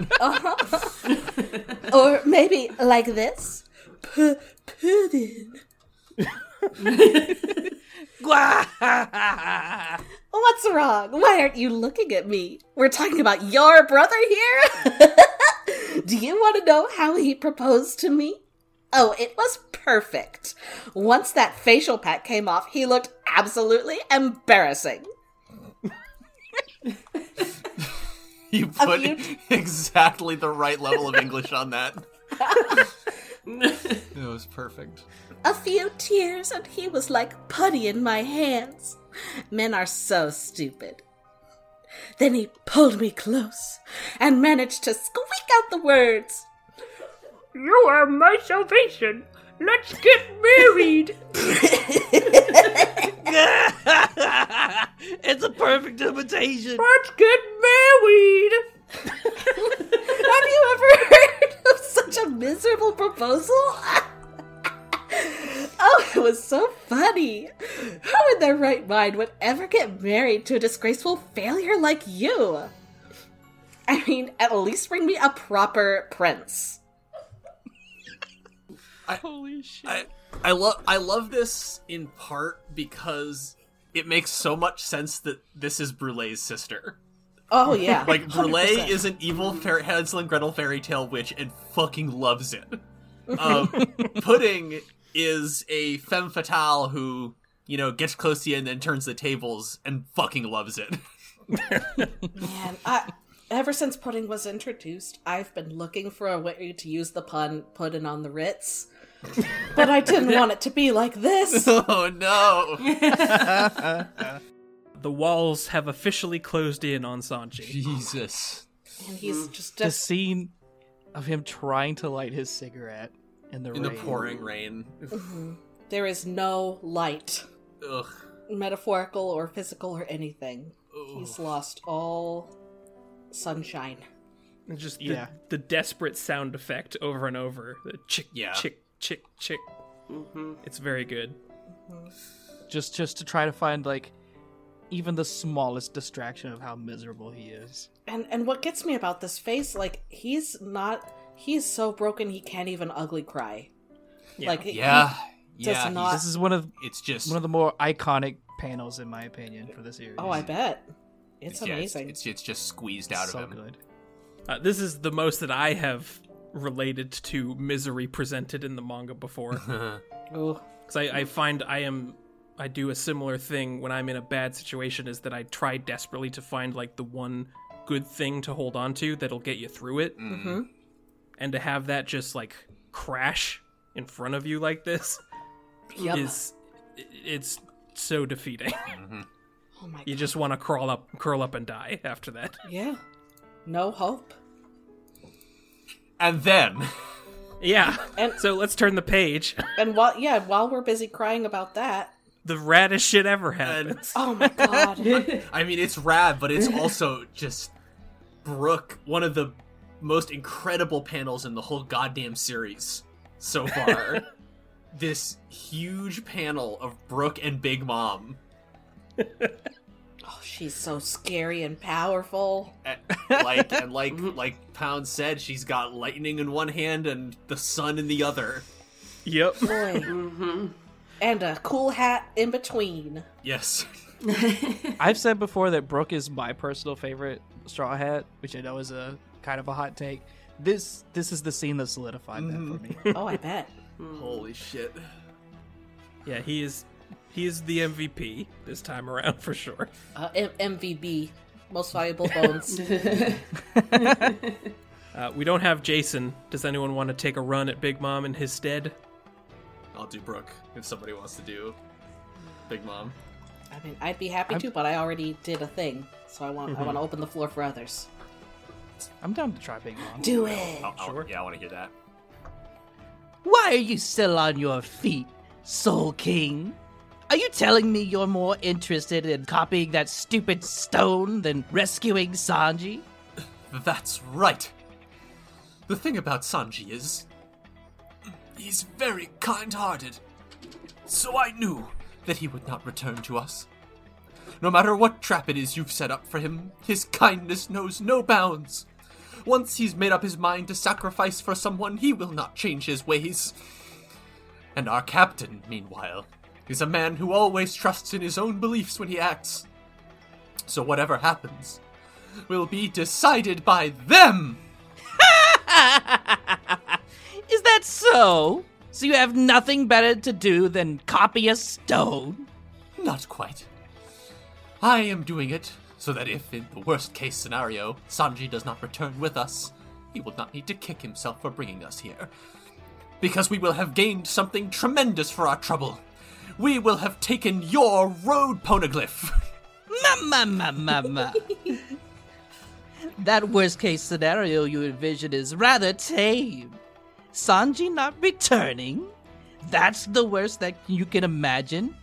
G: or maybe like this. P- pudding. What's wrong? Why aren't you looking at me? We're talking about your brother here? Do you want to know how he proposed to me? Oh, it was perfect. Once that facial pat came off, he looked absolutely embarrassing.
D: You put
G: few-
D: exactly the right level of English on that. it was perfect.
G: A few tears, and he was like putty in my hands. Men are so stupid. Then he pulled me close and managed to squeak out the words.
I: You are my salvation. Let's get married.
F: it's a perfect imitation.
I: Let's get married.
G: Have you ever heard of such a miserable proposal? oh, it was so funny. Who in their right mind would ever get married to a disgraceful failure like you? I mean, at least bring me a proper prince.
F: Holy shit.
D: I, I love I love this in part because it makes so much sense that this is Brulee's sister.
G: Oh, yeah.
D: Like Brule
G: 100%.
D: is an evil fair- Hansel and Gretel fairy tale witch and fucking loves it. Um, Pudding is a femme fatale who, you know, gets close to you and then turns the tables and fucking loves it.
E: Man, I, ever since pudding was introduced, I've been looking for a way to use the pun pudding on the Ritz. but I didn't want it to be like this.
D: oh no!
B: The walls have officially closed in on Sanji.
D: Jesus.
E: And he's just,
F: The
E: just
F: scene of him trying to light his cigarette in the
D: In the
F: rain.
D: pouring rain.
E: there is no light,
D: Ugh.
E: metaphorical or physical or anything. He's lost all sunshine.
B: It's Just the,
F: Yeah.
B: the desperate sound effect over and over. The chick,
D: Yeah.
B: chick, chick, chick. It's very good.
F: Just just to try to find like even the smallest distraction of how miserable he is.
E: And and what gets me about this face, like he's not he's so broken he can't even ugly cry.
B: Yeah.
E: Like he-
D: Yeah.
E: does
D: Yeah.
E: not-
D: he's-
F: This is one of
D: It's just.
F: one of the more iconic panels in my opinion for the series.
E: oh, I bet. It's
D: yeah,
E: amazing.
D: It's, it's just squeezed out
F: so
D: of him.
F: good.
B: Uh, this is the most that I have related to misery presented in the manga before.
E: Ooh.
B: Because I, I find I am, I do a similar thing when I'm in a bad situation is that I try desperately to find like the one good thing to hold on to that'll get you through it.
E: Mm-hmm.
B: And to have that just like crash in front of you like this
E: Yep.
B: is, i- it's so defeating.
E: oh my
B: you just want to crawl up, curl up and die after that.
E: Yeah. No hope.
D: And then.
B: Yeah.
E: And-
B: so let's turn the page.
E: And while yeah, while we're busy crying about that,
B: the raddest shit ever happens.
E: oh my god.
D: I mean, it's rad, but it's also just Brooke, one of the most incredible panels in the whole goddamn series so far. this huge panel of Brooke and Big Mom.
E: oh, she's so scary and powerful.
D: And, like and like like Pound said, she's got lightning in one hand and the sun in the other.
B: Yep.
E: Boy.
D: Mm-hmm.
E: And a cool hat in between.
D: Yes.
F: I've said before that Brooke is my personal favorite Straw Hat, which I know is a kind of a hot take. This this is the scene that solidified that
J: Mm-hmm.
F: for me.
E: Oh, I bet.
D: Holy shit.
B: Yeah, he is he is the MVP this time around for sure.
E: Uh, M- MVB, most valuable bones.
B: Uh, we don't have Jason. Does anyone want to take a run at Big Mom in his stead?
D: I'll do Brooke if somebody wants to do Big Mom.
E: I mean, I'd be happy to, but I already did a thing, so I want I
F: Mm-hmm.
E: want to open the floor for others.
F: I'm down to try Big Mom.
E: Do it.
D: I'll- I'll- Oh, yeah, I want to hear that.
J: Why are you still on your feet, Soul King? Are you telling me you're more interested in copying that stupid stone than rescuing Sanji?
D: That's right. The thing about Sanji is. He's very kind hearted. So I knew that he would not return to us. No matter what trap it is you've set up for him, his kindness knows no bounds. Once he's made up his mind to sacrifice for someone, he will not change his ways. And our captain, meanwhile, is a man who always trusts in his own beliefs when he acts. So whatever happens, will be decided by them.
J: Is that so? So you have nothing better to do than copy a stone?
D: Not quite. I am doing it so that if, in the worst case scenario, Sanji does not return with us, he will not need to kick himself for bringing us here. Because we will have gained something tremendous for our trouble. We will have taken your road, Poneglyph.
J: Ma ma ma ma ma. that worst case scenario you envision is rather tame. Sanji not returning? That's the worst that you can imagine?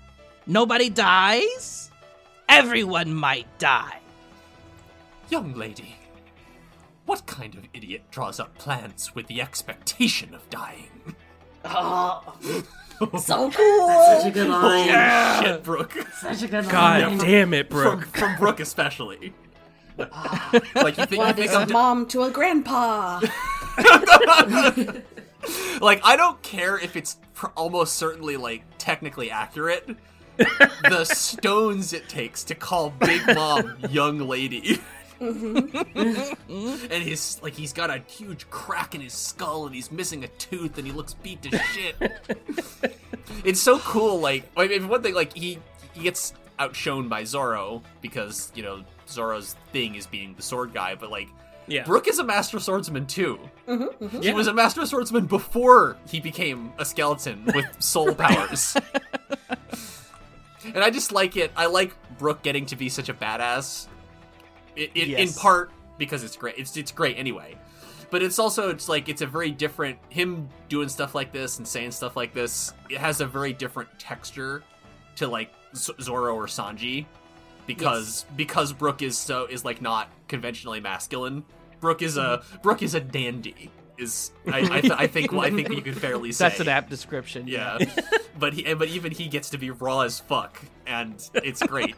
J: Nobody dies? Everyone might die.
D: Young lady, what kind of idiot draws up plans with the expectation of dying?
E: Oh, so cool.
C: Such a good line.
D: Shit, Brooke.
C: Such a good
B: God
C: line.
B: damn it, Brooke.
D: From, from Brooke, especially. like, you think, you
E: What
D: think
E: is
D: I'm
E: a mom to a grandpa?
D: like I don't care if it's pr- almost certainly like technically accurate. the stones it takes to call Big Mom young lady. and he's like he's got a huge crack in his skull and he's missing a tooth and he looks beat to shit. it's so cool. Like I mean, one thing, like he he gets outshone by Zoro because you know Zoro's thing is being the sword guy, but like.
B: Yeah.
D: Brooke is a master swordsman too. He
B: Yeah.
D: was a master swordsman before he became a skeleton with soul powers. and I just like it. I like Brooke getting to be such a badass. It, it, In
F: Yes.
D: part because it's great. It's it's great anyway. But it's also it's like it's a very different him doing stuff like this and saying stuff like this. It has a very different texture to like Z- Zoro or Sanji because because Brooke is so is like not conventionally masculine. Brooke is a
F: Mm-hmm.
D: Brooke is a dandy. Is I I, th- I think well, I think you could fairly say
F: That's an apt description.
D: yeah. but he but even he gets to be raw as fuck, and it's great.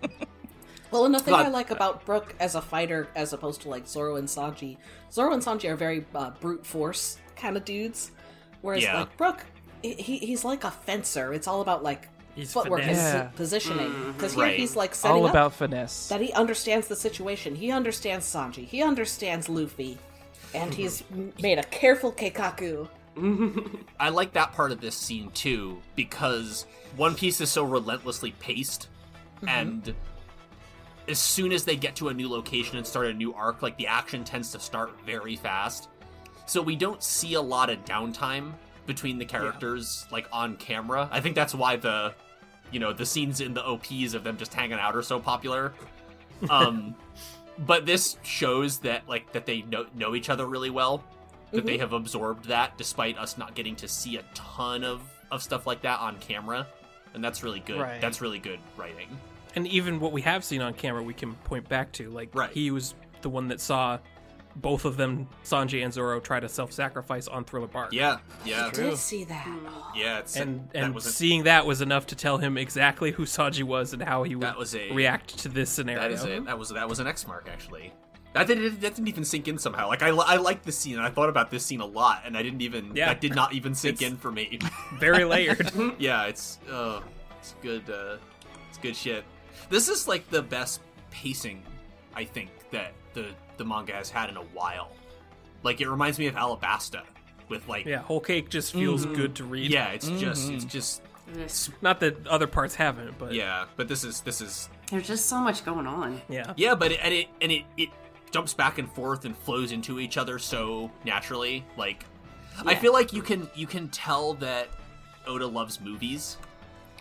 E: Well, and the thing
D: But-
E: I like about Brooke as a fighter, as opposed to like Zoro and Sanji, Zoro and Sanji are very uh, brute force kind of dudes, whereas
D: Yeah.
E: like Brooke, he, he- he's like a fencer. It's all about like
B: He's
E: footwork and
B: finesse.
F: Yeah.
E: posi- positioning. Because here
D: Right.
E: he's like setting
F: Mm-hmm. All
E: up
F: about finesse.
E: that he understands the situation. He understands Sanji. He understands Luffy, and
F: Mm-hmm.
E: he's m- made a careful keikaku.
D: I like that part of this scene too because One Piece is so relentlessly paced, and as soon as they get to a new location and start a new arc, like the action tends to start very fast. So we don't see a lot of downtime between the characters, like on camera. I think that's why the, you know, the scenes in the OPs of them just hanging out are so popular. Um, but this shows that like that they know know each other really well that they have absorbed that despite us not getting to see a ton of of stuff like that on camera and that's really good
F: Right.
D: that's really good writing
B: and even what we have seen on camera we can point back to like
D: Right.
B: he was the one that saw both of them sanji and zoro try to self-sacrifice on thriller bark
D: yeah yeah
E: Did see that?
D: yeah it's
B: and
D: that
B: and
D: was a-
B: seeing that was enough to tell him exactly who sanji was and how he would
D: That was a-
B: react to this scenario
D: that is it that was that was an x mark actually that didn't, that didn't even sink in somehow like i, li- I like this scene and i thought about this scene a lot and i didn't even
B: Yeah.
D: that did not even sink
B: It's-
D: in for me
B: very layered
D: yeah it's uh it's good uh it's good shit this is like the best pacing i think that the the manga has had in a while like it reminds me of alabasta with like
B: yeah whole cake just feels
D: Mm-hmm.
B: good to read
D: Yeah, it's just it's just
B: not that other parts haven't but
D: yeah, but this is this is
C: There's just so much going on.
B: yeah
D: yeah, but it, and it and it it jumps back and forth and flows into each other so naturally. Like I feel like you can you can tell that Oda loves movies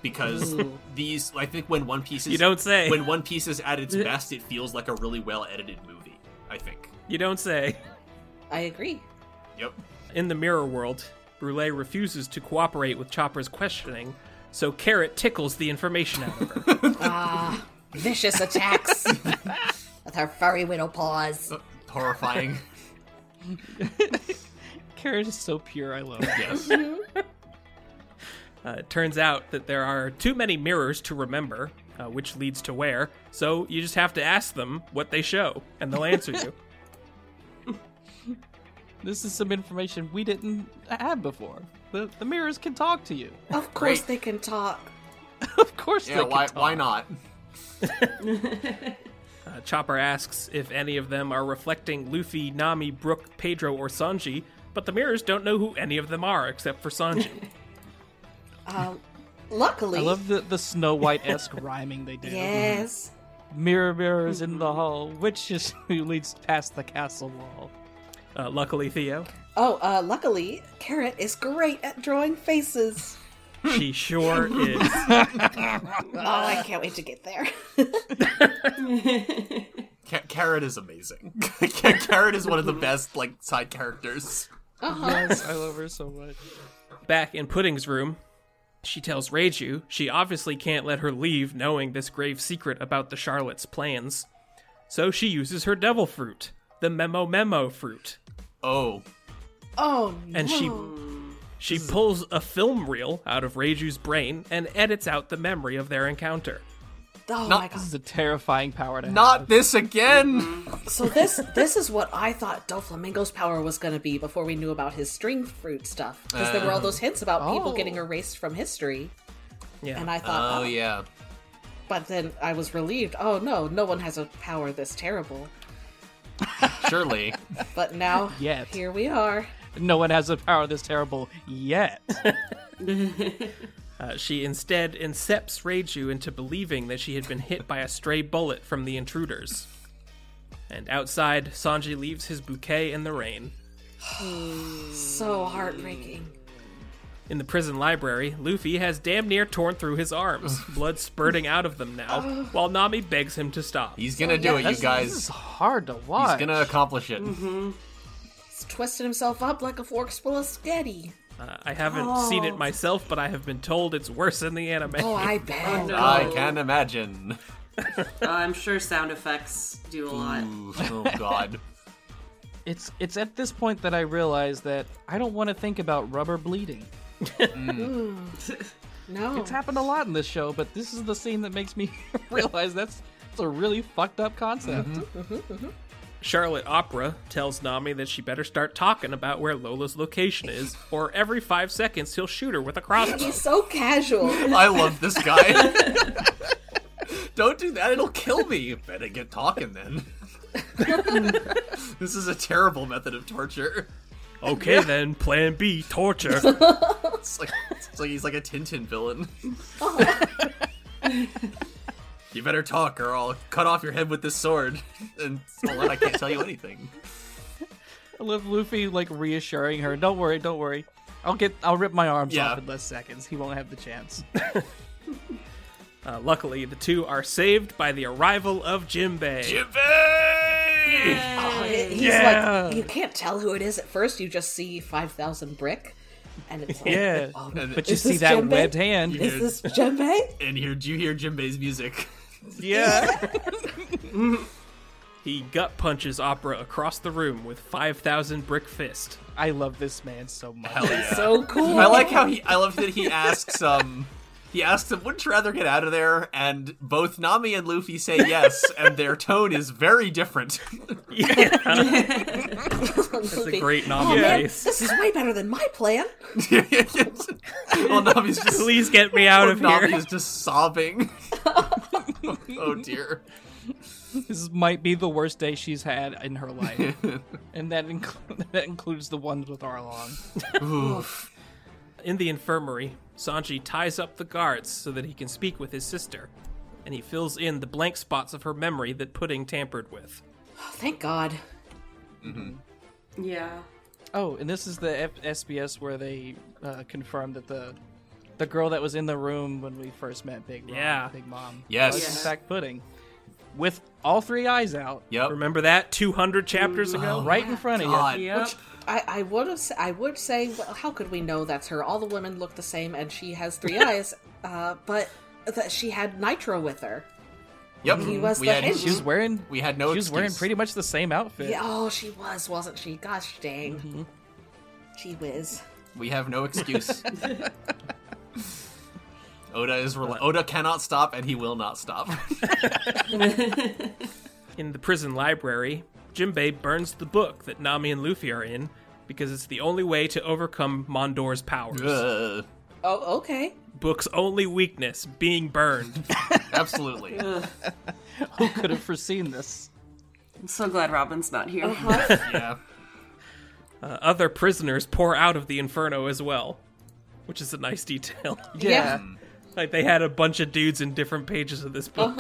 D: because these I think when One Piece is
B: You don't say.
D: when One Piece is at its best, it feels like a really well edited movie. I think.
B: you don't say
E: I agree.
D: Yep.
B: In the mirror world, Brule refuses to cooperate with Chopper's questioning, so Carrot tickles the information out of her.
E: Vicious attacks with her furry widow paws.
D: Uh, Horrifying.
F: Carrot is so pure. I love. it.
D: yes.
B: Uh, it turns out that there are too many mirrors to remember, uh, which leads to where, so you just have to ask them what they show, and they'll answer you.
F: This is some information we didn't have before. The, the mirrors can talk to you.
E: Of course
D: Great.
E: they can talk.
F: of course
D: Yeah.
F: they can
D: Why?
F: talk.
D: Why not?
B: Uh, Chopper asks if any of them are reflecting Luffy, Nami, Brook, Pedro, or Sanji, but the mirrors don't know who any of them are except for Sanji.
E: Luckily,
F: I love the, the Snow White esque rhyming they do. Mm-hmm.
E: yes.
F: Mirror, mirrors in the hall, which is who leads past the castle wall?
B: Uh, luckily, Theo,
E: Oh, uh, luckily, Carrot is great at drawing faces.
B: she sure is.
E: Oh, I can't wait to get there.
D: Ca- Carrot is amazing. Ca- Carrot is one of the best like side characters.
F: Yes, I love her so much.
B: Back in Pudding's room, she tells Reiju she obviously can't let her leave knowing this grave secret about the Charlotte's plans. So she uses her devil fruit, the Memo Memo fruit,
D: Oh,
E: oh,
B: and she she pulls a film reel out of Reiju's brain and edits out the memory of their encounter.
E: oh
D: not-
E: my god.
F: This is a terrifying power to
D: not this again!
E: So this this is what I thought Doflamingo's power was going to be before we knew about his string fruit stuff because there were all those hints about people
F: Oh.
E: getting erased from history.
B: Yeah.
E: And I thought, oh,
D: yeah.
E: but then I was relieved. Oh no, no one has a power this terrible.
D: Surely.
E: But now,
F: Yet.
E: here we are.
F: No one has the power this terrible yet.
B: Uh, she instead incepts Reiju into believing that she had been hit by a stray bullet from the intruders. And outside, Sanji leaves his bouquet in the rain.
E: So heartbreaking.
B: In the prison library, Luffy has damn near torn through his arms, blood spurting out of them now, while Nami begs him to stop.
D: He's gonna do it, you
F: This is
D: guys.
F: hard to watch.
D: He's gonna accomplish it.
E: He's twisted himself up like a fork full of spaghetti.
B: Uh, I haven't seen it myself, but I have been told it's worse in the anime.
E: Oh, I bet.
D: I can imagine.
C: I'm sure sound effects do a lot.
D: Ooh, oh god.
F: It's it's at this point that I realize that I don't want to think about rubber bleeding.
E: No.
F: It's happened a lot in this show, but this is the scene that makes me realize that's, that's a really fucked up concept.
D: Mm-hmm.
B: Charlotte Opera tells Nami that she better start talking about where Lola's location is, or every five seconds he'll shoot her with a crossbow.
E: He's so casual.
D: I love this guy. Don't do that, it'll kill me. Better get talking then. this is a terrible method of torture.
B: Okay then, plan B, torture.
D: It's like, it's like he's like a Tintin villain. you better talk, or I'll cut off your head with this sword, and well, then I can't tell you anything.
F: I love Luffy like reassuring her, "Don't worry, don't worry. I'll get I'll rip my arms
D: Yeah.
F: off in less seconds. He won't have the chance."
B: Uh, luckily, the two are saved by the arrival of Jinbei.
E: Oh, he- He's
F: Yeah.
E: like, you can't tell who it is at first. You just see 5,000 brick. And it's like,
F: yeah.
E: oh,
D: And,
F: But you
E: Is
F: see
E: this
F: that
E: Jinbei?
F: webbed hand.
E: is this Jembe?
D: and here, do you hear Jimbei's music?
F: Yeah.
B: He gut punches Opera across the room with 5,000 brick fist.
F: I love this man so much.
D: Hell yeah.
E: So cool.
D: I like how he. I love that he asks. Um, he asks them, "Wouldn't you rather get out of there?" And both Nami and Luffy say yes, and their tone is very different.
B: That's a great Nami
E: Oh, man,
B: face.
E: this is way better than my plan.
D: well, Nami's just oh,
B: Please get me out of
D: Nami
B: here.
D: is just sobbing. oh dear.
F: This might be the worst day she's had in her life. and that inclu- that includes the ones with Arlong.
B: In the infirmary, Sanji ties up the guards so that he can speak with his sister, and he fills in the blank spots of her memory that Pudding tampered with.
E: Oh, thank God.
C: Yeah.
F: Oh, and this is the F- SBS where they uh, confirmed that the the girl that was in the room when we first met Big Mom,
B: Yeah.
F: Big Mom
D: Yes.
F: was in fact pudding with all three eyes out
D: Yep.
B: Remember that 200 chapters ago?
F: right in front of
D: God.
C: Yep.
E: I, I would have. I would say, well, how could we know that's her? All the women look the same, and she has three eyes. Uh, but that she had Nitro with her.
D: Yep.
E: He was
D: we
E: the
D: had,
E: hench.
F: you. She was wearing
D: We had no
F: she was wearing
D: excuse.
F: pretty much the same outfit.
E: Yeah, oh, she was, wasn't she? Gosh dang. She whiz.
D: We have no excuse. Oda is rel- Oda cannot stop, and he will not stop.
B: In the prison library, Jinbei burns the book that Nami and Luffy are in because it's the only way to overcome Mondor's powers.
D: Uh,
E: Oh, okay.
B: Book's only weakness being burned.
D: absolutely.
F: Who could have foreseen this?
C: I'm so glad Robin's not here.
D: Yeah.
B: Uh, other prisoners pour out of the inferno as well, which is a nice detail.
E: Yeah.
F: Mm.
B: like they had a bunch of dudes in different pages of this book.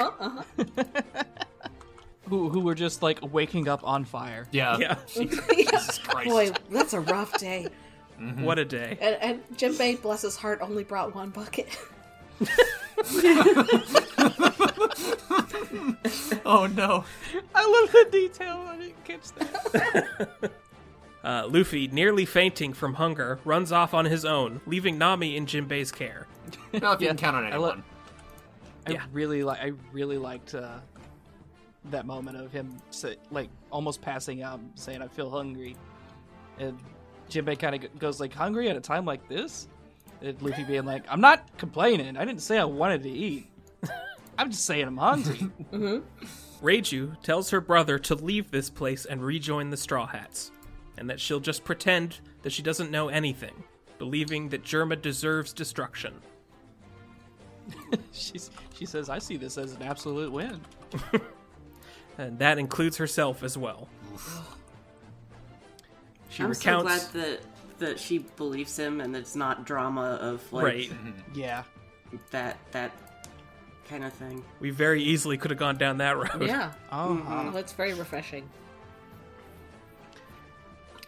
F: Who who were just like waking up on fire.
D: Yeah.
B: Yeah,
D: Jesus Christ.
E: Boy, that's a rough day.
B: what a day.
E: And, and Jinbei, bless his heart, only brought one bucket.
D: Oh no.
F: I love the detail. I didn't catch that.
B: Uh, Luffy, nearly fainting from hunger, runs off on his own, leaving Nami in Jinbei's care.
D: Not if you can count on anyone.
F: love-
B: Yeah.
F: I really like. I really liked uh, that moment of him say, like almost passing out, and saying, "I feel hungry," and Jinbei kind of goes like, "Hungry at a time like this?" And Luffy being like, "I'm not complaining. I didn't say I wanted to eat. I'm just saying I'm hungry."
B: Reiju tells her brother to leave this place and rejoin the Straw Hats, and that she'll just pretend that she doesn't know anything, believing that Germa deserves destruction.
F: She's, she says, "I see this as an absolute win."
B: And that includes herself as well. She
C: I'm
B: recounts.
C: so glad that that she believes him and it's not drama of like
B: right.
F: Yeah.
C: that that kind of thing.
B: We very easily could have gone down that road.
E: Yeah.
F: Oh,
E: Oh, that's very refreshing.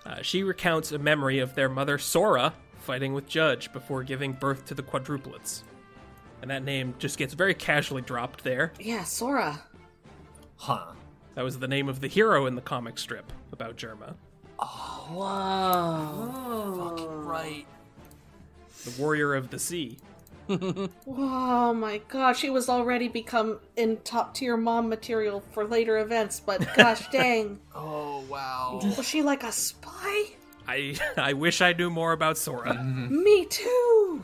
B: Uh, she recounts a memory of their mother Sora fighting with Judge before giving birth to the quadruplets. And that name just gets very casually dropped there.
E: Yeah, Sora.
D: Huh.
B: That was the name of the hero in the comic strip about Germa.
E: Whoa.
D: Fucking right.
B: the warrior of the sea.
E: Whoa, Oh my gosh. She was already become in top tier mom material for later events, but gosh dang.
D: Oh wow.
E: Was she like a spy?
B: I I wish I knew more about Sora.
E: Me too.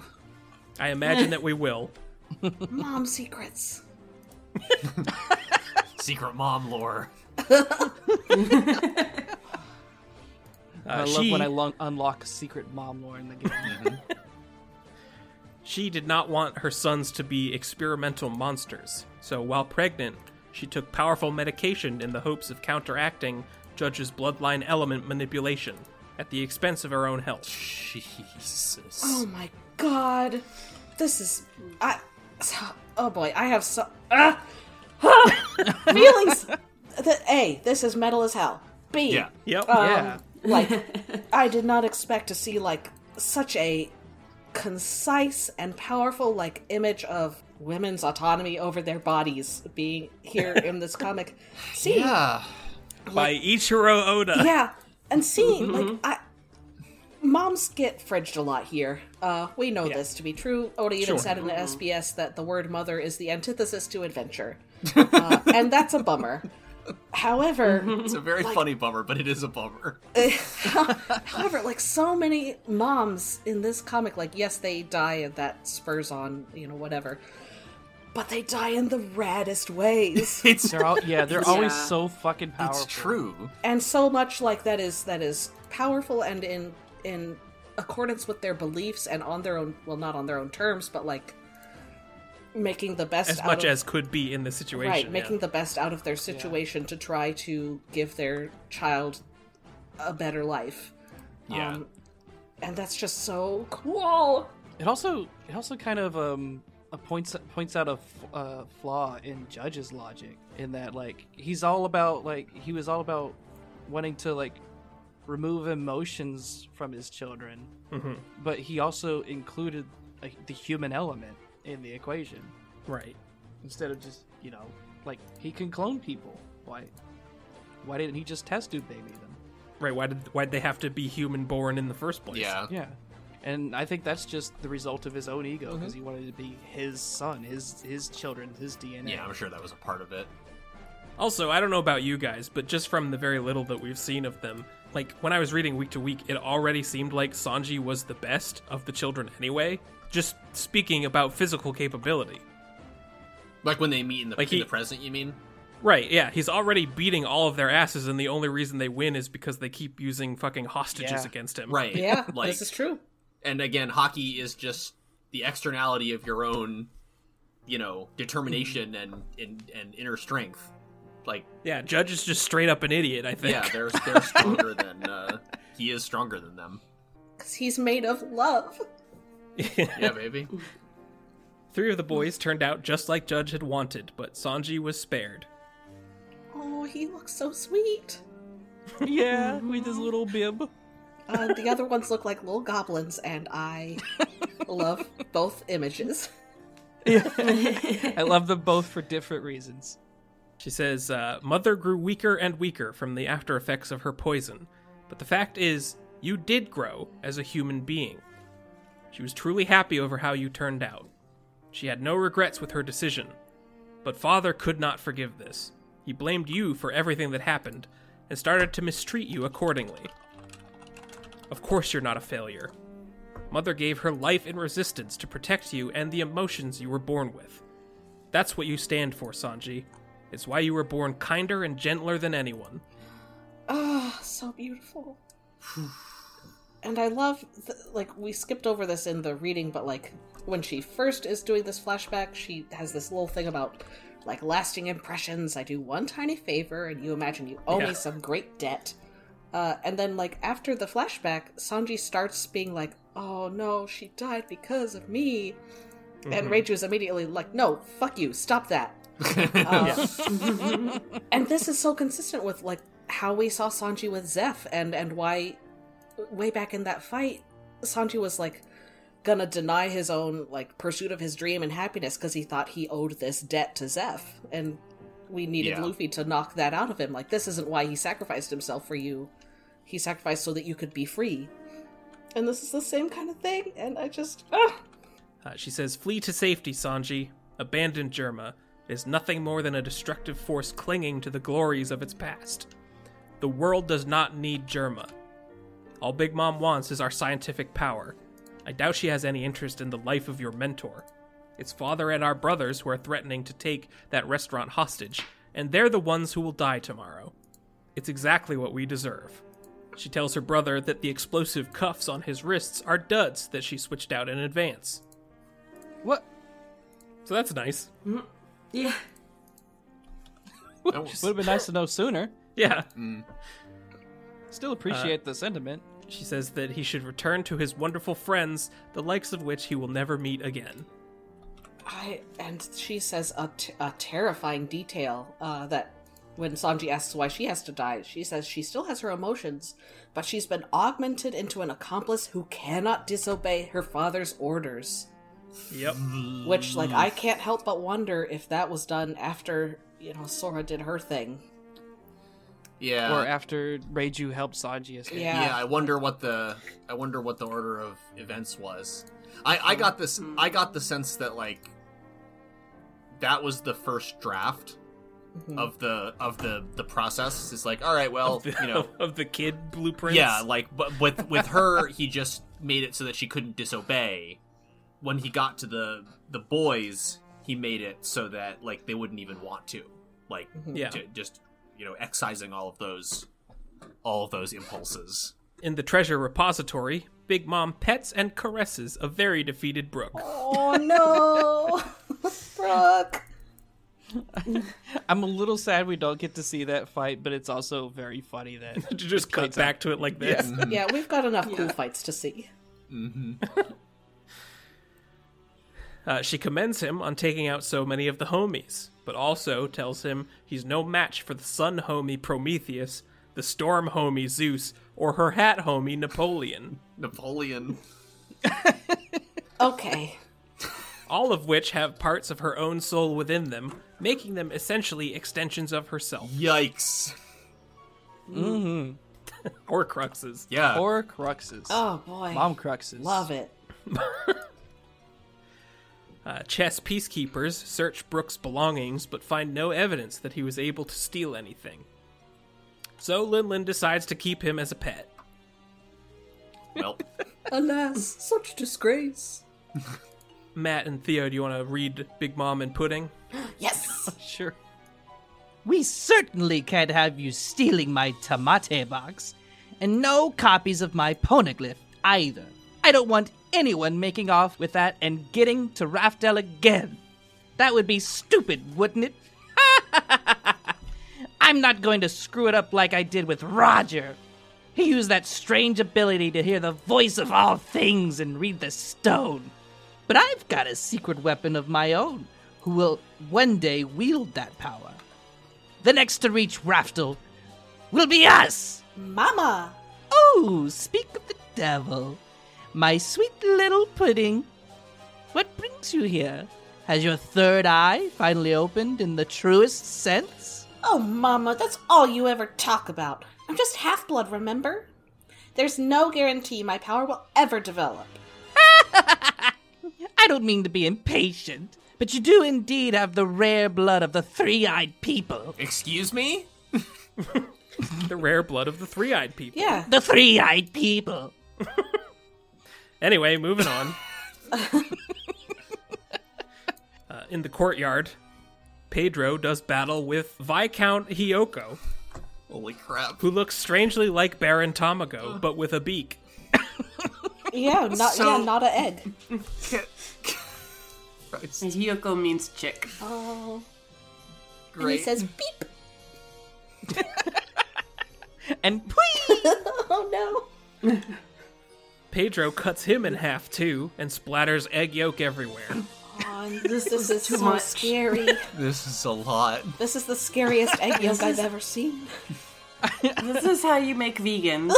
B: I imagine that we will.
E: Mom secrets.
D: Secret mom lore.
B: Uh,
F: I love
B: she,
F: when I lo- unlock secret mom lore in the game.
B: she did not want her sons to be experimental monsters, so while pregnant, she took powerful medication in the hopes of counteracting Judge's bloodline element manipulation at the expense of her own health.
D: Jesus.
E: Oh my god. This is I Oh boy, I have so ah, Ah! feelings. Th- A, this is metal as hell. B, um,
D: Yeah.
B: Yep.
E: Oh,
F: yeah.
E: like I did not expect to see like such a concise and powerful like image of women's autonomy over their bodies being here in this comic. See,
D: Yeah.
B: By Ichiro Oda.
E: yeah and seeing like i moms get fridged a lot here uh we know this to be true oda even
B: Sure.
E: said in the sbs that the word mother is the antithesis to adventure uh, and that's a bummer however
D: It's a very funny bummer, but it is a bummer.
E: however like so many moms in this comic like yes they die and that spurs on you know whatever but they die in the raddest ways
D: It's
F: They're all, yeah, they're always
C: Yeah.
F: so fucking powerful.
D: it's true.
E: and so much like that is that is powerful and in in accordance with their beliefs and on their own well not on their own terms but like making the best
B: As
E: out
B: much
E: of,
B: as could be in this situation.
E: right
B: yeah.
E: making the best out of their situation to try to give their child a better life Um,
D: Yeah.
E: and that's just so cool
F: It also it also kind of um uh, points points out a f- uh, flaw in Judge's logic in that like he's all about like he was all about wanting to like remove emotions from his children,
B: Mhm.
F: but he also included like, the human element in the equation
B: Right.
F: instead of just you know like he can clone people. Why why didn't he just test tube baby them?
B: Right. Why did why'd they have to be human born in the first place?
D: Yeah.
F: Yeah. And I think that's just the result of his own ego because
E: Mm-hmm.
F: he wanted to be his son, his his children, his DNA.
D: Yeah, I'm sure that was a part of it.
B: Also, I don't know about you guys, but just from the very little that we've seen of them, like when I was reading week to week, it already seemed like Sanji was the best of the children anyway, just speaking about physical capability.
D: Like when they meet in the,
B: Like
D: in
B: he-
D: the present, you mean?
B: Right, yeah, he's already beating all of their asses, and the only reason they win is because they keep using fucking hostages
F: Yeah.
B: against him.
D: Right.
E: yeah
D: Like,
E: this is true
D: and again, hockey is just the externality of your own, you know, determination and, and and inner strength. Like,
B: Yeah, Judge is just straight up an idiot, I think.
D: yeah, they're they're stronger than uh, he is stronger than them.
E: because he's made of love
D: Yeah, baby.
B: Three of the boys turned out just like Judge had wanted, but Sanji was spared.
E: oh he looks so sweet
F: yeah, with his little bib.
E: uh, the other ones look like little goblins and i love both images
F: I love them both for different reasons.
B: She says, uh, Mother grew weaker and weaker from the after effects of her poison, but the fact is, you did grow as a human being. She was truly happy over how you turned out. She had no regrets with her decision. But Father could not forgive this. He blamed you for everything that happened and started to mistreat you accordingly. Of course, you're not a failure. Mother gave her life in resistance to protect you and the emotions you were born with. That's what you stand for, Sanji. It's why you were born kinder and gentler than anyone.
E: Ah, so beautiful. and I love, th- like, we skipped over this in the reading, but, like, when she first is doing this flashback, she has this little thing about like lasting impressions. I do one tiny favor, and you imagine you owe
B: Yeah.
E: me some great debt. Uh, and then, like after the flashback, Sanji starts being like, "Oh no, she died because of me," and Reiju is immediately like, "No, fuck you, stop that."
D: Oh.
E: Uh, and this is so consistent with like how we saw Sanji with Zeph, and and why way back in that fight, Sanji was like gonna deny his own like pursuit of his dream and happiness because he thought he owed this debt to Zeph, and we needed
D: Yeah.
E: Luffy to knock that out of him. Like this isn't why he sacrificed himself for you. He sacrificed so that you could be free. And this is the same kind of thing, and I just ah.
B: Uh, she says, Flee to safety, Sanji. Abandon Germa. It is nothing more than a destructive force clinging to the glories of its past. The world does not need Germa. All Big Mom wants is our scientific power. I doubt she has any interest in the life of your mentor. It's father and our brothers who are threatening to take that restaurant hostage, and they're the ones who will die tomorrow. It's exactly what we deserve. She tells her brother that the explosive cuffs on his wrists are duds that she switched out in advance.
F: What?
B: So that's nice.
C: Yeah.
F: Would have been nice to know sooner.
B: Yeah.
F: Still appreciate the sentiment.
B: She says that he should return to his wonderful friends, the likes of which he will never meet again.
E: I and she says a, t- a terrifying detail uh, that when Sanji asks why she has to die, she says she still has her emotions, but she's been augmented into an accomplice who cannot disobey her father's orders.
B: Yep.
D: Mm-hmm.
E: Which, like, I can't help but wonder if that was done after you know Sora did her thing.
D: yeah.
F: or after Reiju helped Sanji escape.
E: Yeah,
D: yeah. I wonder what the I wonder what the order of events was. I I got this I got the sense that like that was the first draft of the of the the process. It's like all right, well, you know,
B: of the kid blueprints.
D: yeah, like but with with her, he just made it so that she couldn't disobey. When he got to the the boys, he made it so that like they wouldn't even want to, like
B: yeah.
D: to, just you know excising all of those all of those impulses.
B: In the treasure repository, Big Mom pets and caresses a very defeated Brooke.
E: Oh no, Brooke!
F: I'm a little sad we don't get to see that fight, but it's also very funny that
B: To just cut back to it like this.
E: Yeah, we've got enough cool fights to see.
B: Uh, she commends him on taking out so many of the homies, but also tells him he's no match for the sun homie Prometheus, the storm homie Zeus, or her hat homie Napoleon.
D: Napoleon.
E: Okay.
B: all of which have parts of her own soul within them, making them essentially extensions of herself,
D: Yikes.
B: or cruxes.
D: Yeah.
F: or Cruxes.
E: Oh boy,
F: Mom Cruxes.
E: love it.
B: Uh, chess peacekeepers search Brooks' belongings but find no evidence that he was able to steal anything. So Lin Lin decides to keep him as a pet.
D: well,
E: Alas, such disgrace.
B: Matt and Theo, do you want to read Big Mom and Pudding?
E: Yes.
F: Sure.
J: We certainly can't have you stealing my tomate box, and no copies of my poneglyph either. I don't want anyone making off with that and getting to Raftel again. That would be stupid, wouldn't it? I'm not going to screw it up like I did with Roger. He used that strange ability to hear the voice of all things and read the stone. But I've got a secret weapon of my own who will one day wield that power. The next to reach Raftel will be us!
E: Mama!
J: Oh, speak of the devil. My sweet little pudding. What brings you here? Has your third eye finally opened in the truest sense?
E: Oh, Mama, that's all you ever talk about. I'm just half blood, remember? There's no guarantee my power will ever develop.
J: I don't mean to be impatient, but you do indeed have the rare blood of the three eyed people.
D: excuse me?
B: The rare blood of the three eyed people.
E: Yeah.
J: The three eyed people.
B: Anyway, moving on. uh, in the courtyard, Pedro does battle with Viscount Hyoko.
D: Holy crap.
B: who looks strangely like Baron Tamago, but with a beak.
E: Yeah, not
D: So-
E: yeah, not a egg.
D: Christ.
C: And Hyoko means chick.
E: Oh. And he
D: Great.
E: says, beep!
F: And pwee!
E: Oh no!
B: Pedro cuts him in half too and splatters egg yolk everywhere.
E: this, is
C: too
E: so
C: much.
E: scary.
D: This is a lot.
E: This is the scariest egg yolk I've ever seen.
C: This is how you make vegans.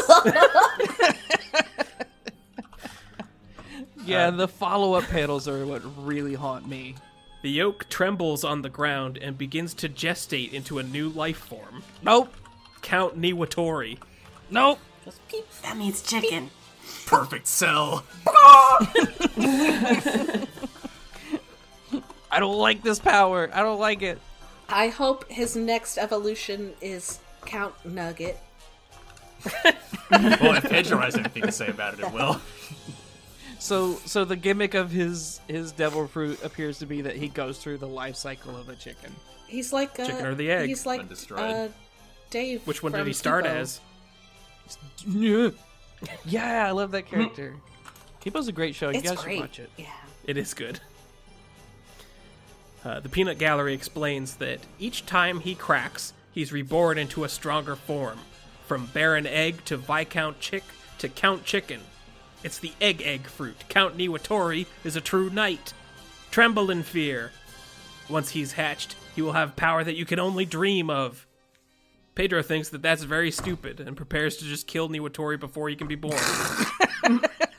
F: Yeah, the follow up panels are what really haunt me.
B: The yolk trembles on the ground and begins to gestate into a new life form.
F: Nope.
B: Count Niwatori.
F: Nope.
E: Just beep.
C: that means chicken.
D: Perfect cell.
F: I don't like this power. I don't like it.
E: I hope his next evolution is Count Nugget.
D: Well, if Pedro has anything to say about it, it will.
F: So so the gimmick of his his devil fruit appears to be that he goes through the life cycle of a chicken.
E: He's like uh,
B: Chicken or the egg?
E: He's like
D: When destroyed.
E: uh, Dave.
B: Which one did
E: from
B: he start
E: Kipo.
B: as?
F: yeah, I love that character. Kipo's a great show. You
E: It's
F: guys
E: great.
F: should watch it.
E: Yeah.
B: It is good. Uh, the Peanut Gallery explains that each time he cracks, he's reborn into a stronger form. From Baron Egg to Viscount Chick to Count Chicken. It's the Egg Egg fruit. Count Niwatori is a true knight. Tremble in fear. Once he's hatched, he will have power that you can only dream of. Pedro thinks that that's very stupid and prepares to just kill Niwatori before he can be born.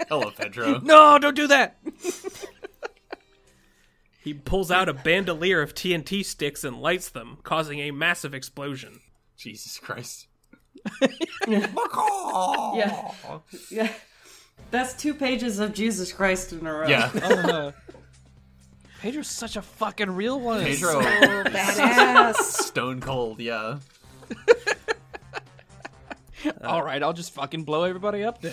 D: Hello, Pedro.
F: No, don't do that.
B: He pulls out a bandolier of TNT sticks and lights them, causing a massive explosion.
D: Jesus Christ.
C: Yeah. Yeah. That's two pages of Jesus Christ in a row.
D: Yeah,
F: Oh, Pedro's such a fucking real one.
D: Pedro,
E: Badass.
D: stone cold. Yeah.
F: All right, I'll just fucking blow everybody up then.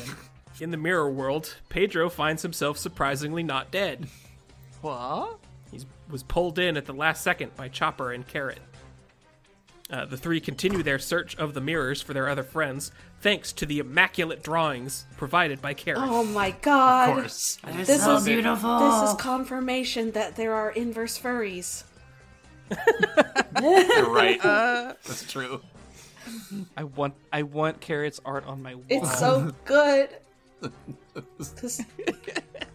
B: In the mirror world, Pedro finds himself surprisingly not dead.
F: What?
B: He was pulled in at the last second by Chopper and Carrot. Uh, the three continue their search of the mirrors for their other friends, thanks to the immaculate drawings provided by Carrot.
E: oh my god.
D: Of course.
C: They're
E: This
C: so
E: is-
C: beautiful.
E: This is confirmation that there are inverse furries.
D: You're right. That's true.
F: I want I want carrots art on my wall.
E: It's so good. This-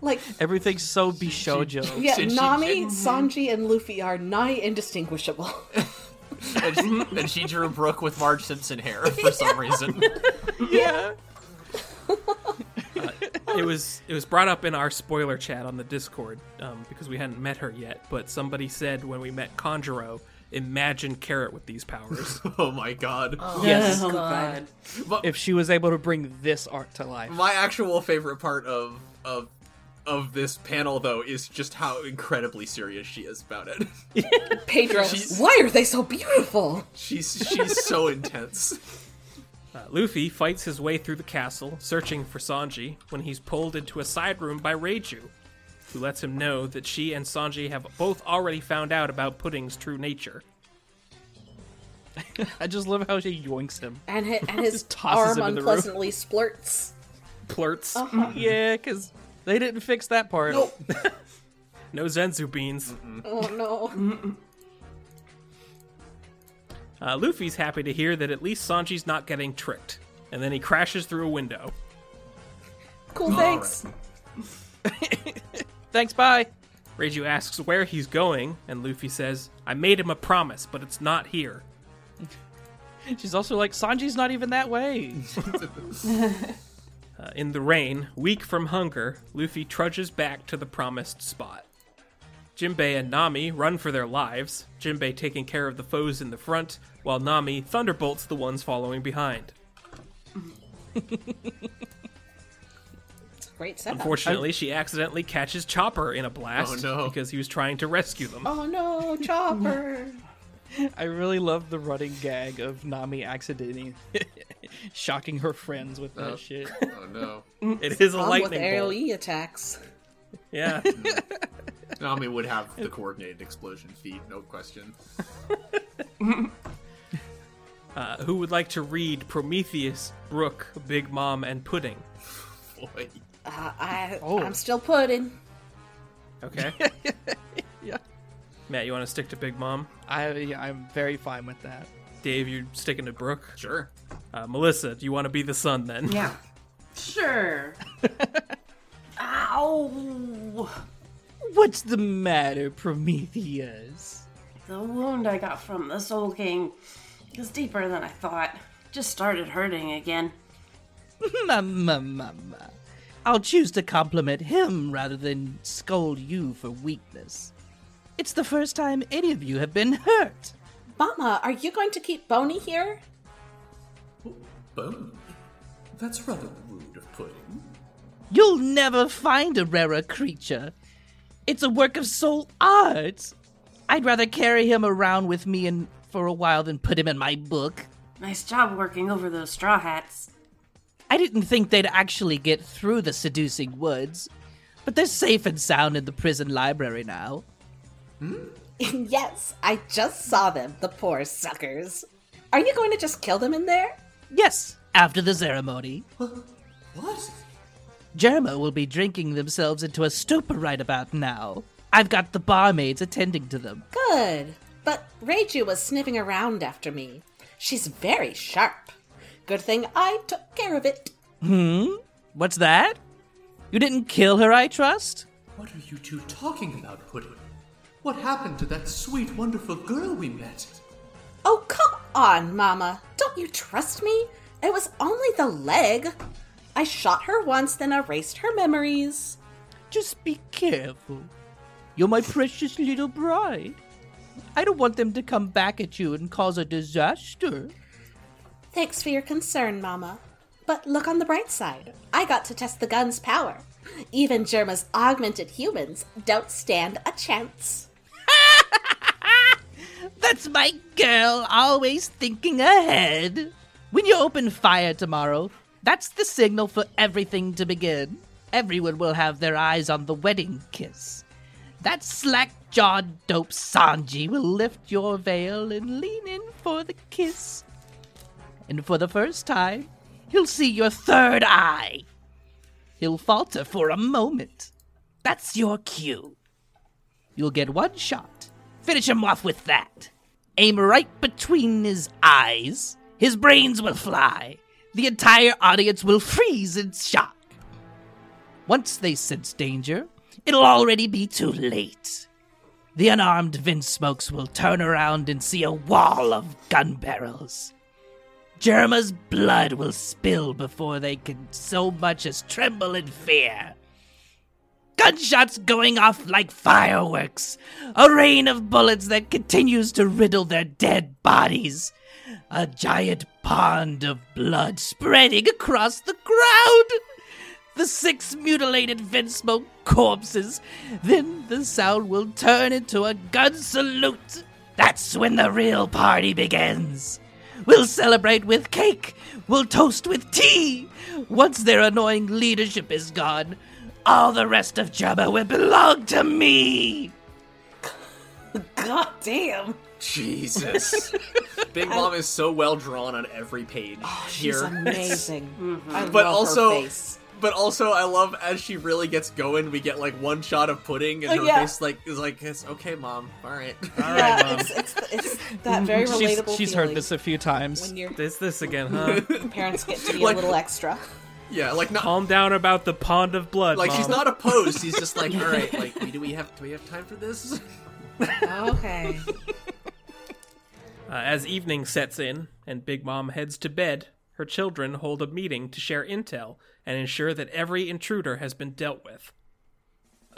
E: like
F: Everything's so bishojo.
E: yeah,
D: Shin- shin-
E: Nami,
D: shin.
E: Sanji, and Luffy are nigh indistinguishable.
D: And she, and she drew Brooke with Marge Simpson hair for some reason.
F: yeah.
B: it was it was brought up in our spoiler chat on the Discord um, because we hadn't met her yet, but somebody said when we met Conjuro, imagine Carrot with these powers.
D: Oh my god.
C: yes. Oh, God.
F: If she was able to bring this art to life.
D: My actual favorite part of of of this panel though is just how incredibly serious she is about it.
E: Pedro,
D: She's-
E: why are they so beautiful?
D: She's she's so intense.
B: Uh, Luffy fights his way through the castle, searching for Sanji, when he's pulled into a side room by Reiju, who lets him know that she and Sanji have both already found out about Pudding's true nature.
F: I just love how she yoinks him.
E: And his, and his
F: tosses
E: arm
F: him in the room.
E: unpleasantly splurts.
B: Plurts.
F: Uh-huh. Yeah, because they didn't fix that part.
E: Nope.
B: No Zenzu beans.
E: Oh no.
B: Uh, Luffy's happy to hear that at least Sanji's not getting tricked, and then he crashes through a window.
E: Cool, thanks.
F: Thanks, bye.
B: Reiju asks where he's going, and Luffy says, I made him a promise, but it's not here.
F: She's also like, Sanji's not even that way.
B: Uh, in the rain, weak from hunger, Luffy trudges back to the promised spot. Jinbei and Nami run for their lives, Jinbei taking care of the foes in the front, while Nami thunderbolts the ones following behind.
E: It's a great setup.
B: Fortunately, she accidentally catches Chopper in a blast
D: Oh, no.
B: because he was trying to rescue them.
E: oh no, Chopper.
F: I really love the running gag of Nami accidentally shocking her friends with that shit.
D: Oh no.
B: it is a
E: Problem with
B: lightning bolt.
E: AoE attacks.
B: Yeah.
D: Nami would have the coordinated explosion feat, no question.
B: Uh, who would like to read Prometheus, Brook, Big Mom, and Pudding?
D: Boy.
E: Uh,
G: Oh.
E: I, I'm still pudding.
B: Okay.
F: Yeah.
B: Matt, you want to stick to Big Mom?
E: I yeah, I'm very fine with that.
B: Dave, you sticking to Brooke?
D: Sure.
B: Uh, Melissa, do you want to be the son then?
C: Yeah. Sure. Ow!
F: What's the matter, Prometheus?
C: The wound I got from the Soul King is deeper than I thought. Just started hurting again.
F: Mama, mama. I'll choose to compliment him rather than scold you for weakness. It's the first time any of you have been hurt.
G: Mama, are you going to keep Boney here?
J: Bone? That's rather rude of pudding.
F: You'll never find a rarer creature. It's a work of soul art. I'd rather carry him around with me and for a while than put him in my book.
C: Nice job working over those straw hats.
F: I didn't think they'd actually get through the seducing woods, but they're safe and sound in the prison library now.
G: yes, I just saw them, the poor suckers. Are you going to just kill them in there?
F: Yes, after the ceremony,
J: What?
F: Jerma will be drinking themselves into a stupor right about now. I've got the barmaids attending to them.
G: Good. But Reiju was sniffing around after me. She's very sharp. Good thing I took care of it.
F: What's that? You didn't kill her, I trust?
J: What are you two talking about, pudding? What happened to that sweet, wonderful girl we met?
G: Oh, come on, Mama. Don't you trust me? It was only the leg. I shot her once, then erased her memories.
F: Just be careful. You're my precious little bride. I don't want them to come back at you and cause a disaster.
G: Thanks for your concern, Mama. But look on the bright side. I got to test the gun's power. Even Germa's augmented humans don't stand a chance.
F: That's my girl, always thinking ahead. When you open fire tomorrow, that's the signal for everything to begin. Everyone will have their eyes on the wedding kiss. That slack jawed dope Sanji will lift your veil and lean in for the kiss. And for the first time, he'll see your third eye. He'll falter for a moment. That's your cue. You'll get one shot. Finish him off with that. Aim right between his eyes. His brains will fly. The entire audience will freeze in shock. Once they sense danger, it'll already be too late. The unarmed Vinsmokes will turn around and see a wall of gun barrels. Germa's blood will spill before they can so much as tremble in fear gunshots going off like fireworks, a rain of bullets that continues to riddle their dead bodies, a giant pond of blood spreading across the crowd. The six mutilated Vinsmoke corpses. Then the sound will turn into a gun salute. That's when the real party begins. We'll celebrate with cake. We'll toast with tea. Once their annoying leadership is gone, all the rest of Jabba will belong to me.
G: God damn.
D: Jesus. Big Mom is so well drawn on every page
G: Oh, She's
D: here.
G: amazing. I love
D: But
G: her
D: also
G: face.
D: but also I love as she really gets going, we get like one shot of pudding and
G: Oh,
D: her
G: yeah.
D: face like is like it's okay mom. Alright.
G: yeah,
B: Um,
G: it's, it's, it's that very relatable.
E: She's, she's heard
G: feeling
E: this a few times.
G: when your
B: It's this again, huh?
G: parents get to be
D: Like-
G: a little extra.
D: yeah, like not
B: Calm down about the pond of blood.
D: like she's
B: Mom.
D: not opposed. She's just like, all right, like do we have do we have time for this?
E: Oh,
G: Okay.
B: Uh, as evening sets in and Big Mom heads to bed, her children hold a meeting to share intel and ensure that every intruder has been dealt with.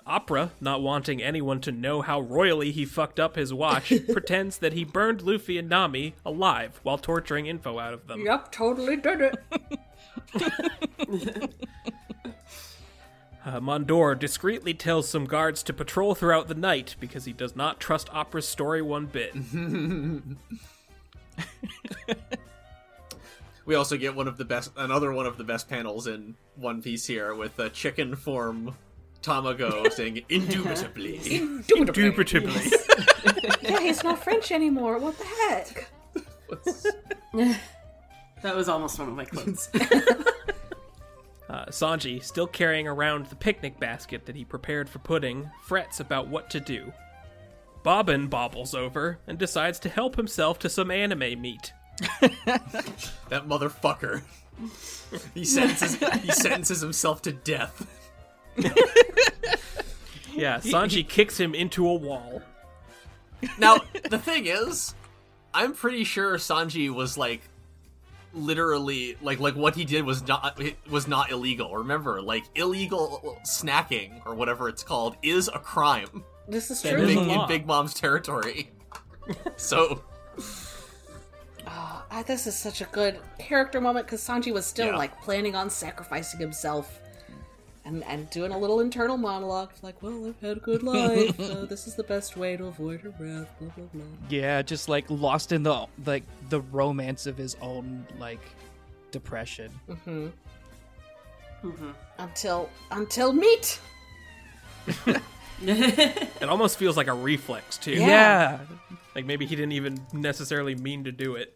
B: Opera, not wanting anyone to know how royally he fucked up his watch, pretends that he burned Luffy and Nami alive while torturing info out of them.
I: Yup, totally did it.
B: Uh, Mondor discreetly tells some guards to patrol throughout the night because he does not trust Opera's story one bit.
D: We also get one of the best, another one of the best panels in One Piece here with a chicken form Tamago saying indubitably.
B: Indubitably.
G: yeah, he's not French anymore. What the heck?
C: That was almost one of my quotes.
B: Uh, Sanji, still carrying around the picnic basket that he prepared for pudding, frets about what to do. Bobbin bobbles over and decides to help himself to some anime meat.
J: That motherfucker. He sentences he sentences himself to death.
B: Yeah, Sanji kicks him into a wall.
J: Now, the thing is, I'm pretty sure Sanji was like literally like like what he did was not it was not illegal. Remember, like illegal snacking or whatever it's called is a crime
E: This is
B: That
E: true.
B: is
J: big,
D: Mm-hmm.
B: a law.
J: in Big Mom's territory. So
E: Ah, this is such a good character moment because Sanji was still
J: Yeah.
E: like planning on sacrificing himself and, and doing a little internal monologue like, "Well, I've had a good life. uh, this is the best way to avoid her wrath." Blah blah blah.
F: Yeah, just like lost in the like the romance of his own like depression.
E: Until until meat.
B: It almost feels like a reflex, too.
E: Yeah.
F: Yeah.
B: Like maybe he didn't even necessarily mean to do it.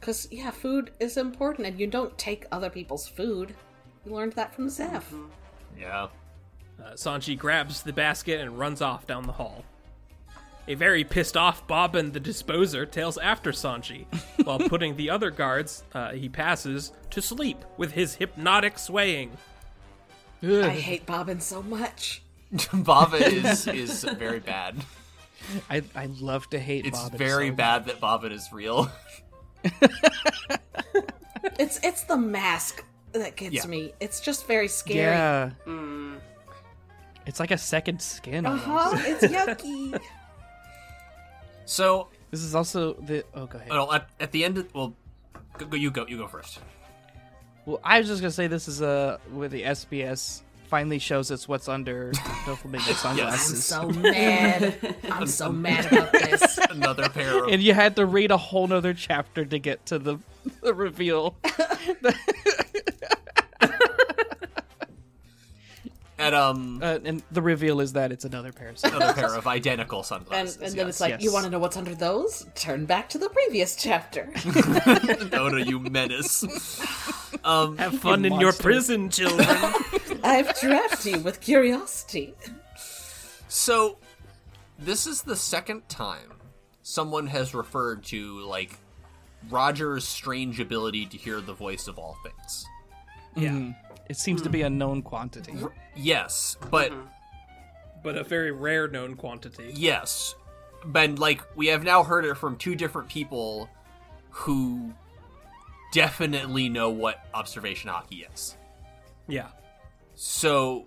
E: Because yeah, food is important, and you don't take other people's food. You learned that from Zeph.
J: yeah.
B: Uh, Sanji grabs the basket and runs off down the hall. A very pissed off Bobbin the Disposer tails after Sanji, while putting the other guards uh, he passes to sleep with his hypnotic swaying.
E: I hate Bobbin so much.
J: Baba is is very bad.
F: I I love to hate
J: It's
F: Bobbin
J: very
F: so
J: bad that Bobbin is real.
E: It's it's the mask that gets
J: Yeah.
E: me. It's just very scary. Mm.
F: Yeah. It's like a second skin.
E: Uh
F: almost.
E: huh. It's yucky.
J: So
F: This is also the oh go ahead.
J: well, at, at the end of well go, go, you go you go first.
F: Well, I was just gonna say this is uh, where the SBS finally shows us what's under Doflamingo
E: I'm
F: sunglasses,
E: so mad. I'm so mad about this.
J: Another pair of
F: and you had to read a whole nother chapter to get to the, the reveal.
J: at um
F: Uh, and the reveal is that it's another pair of sunglasses.
J: another pair of identical
E: And,
J: sunglasses.
E: and then it's like,
F: yes.
E: you want to know what's under those? Turn back to the previous chapter.
J: like, Oda, you menace.
B: Have fun in your
F: monster.
B: prison, children.
E: I've trapped you with curiosity.
J: So, this is the second time someone has referred to like Roger's strange ability to hear the voice of all things.
F: It seems to be a known quantity.
J: Yes, but
B: but a very rare known quantity.
J: yes, but like we have now heard it from two different people who definitely know what observation hockey is.
B: Yeah.
J: So,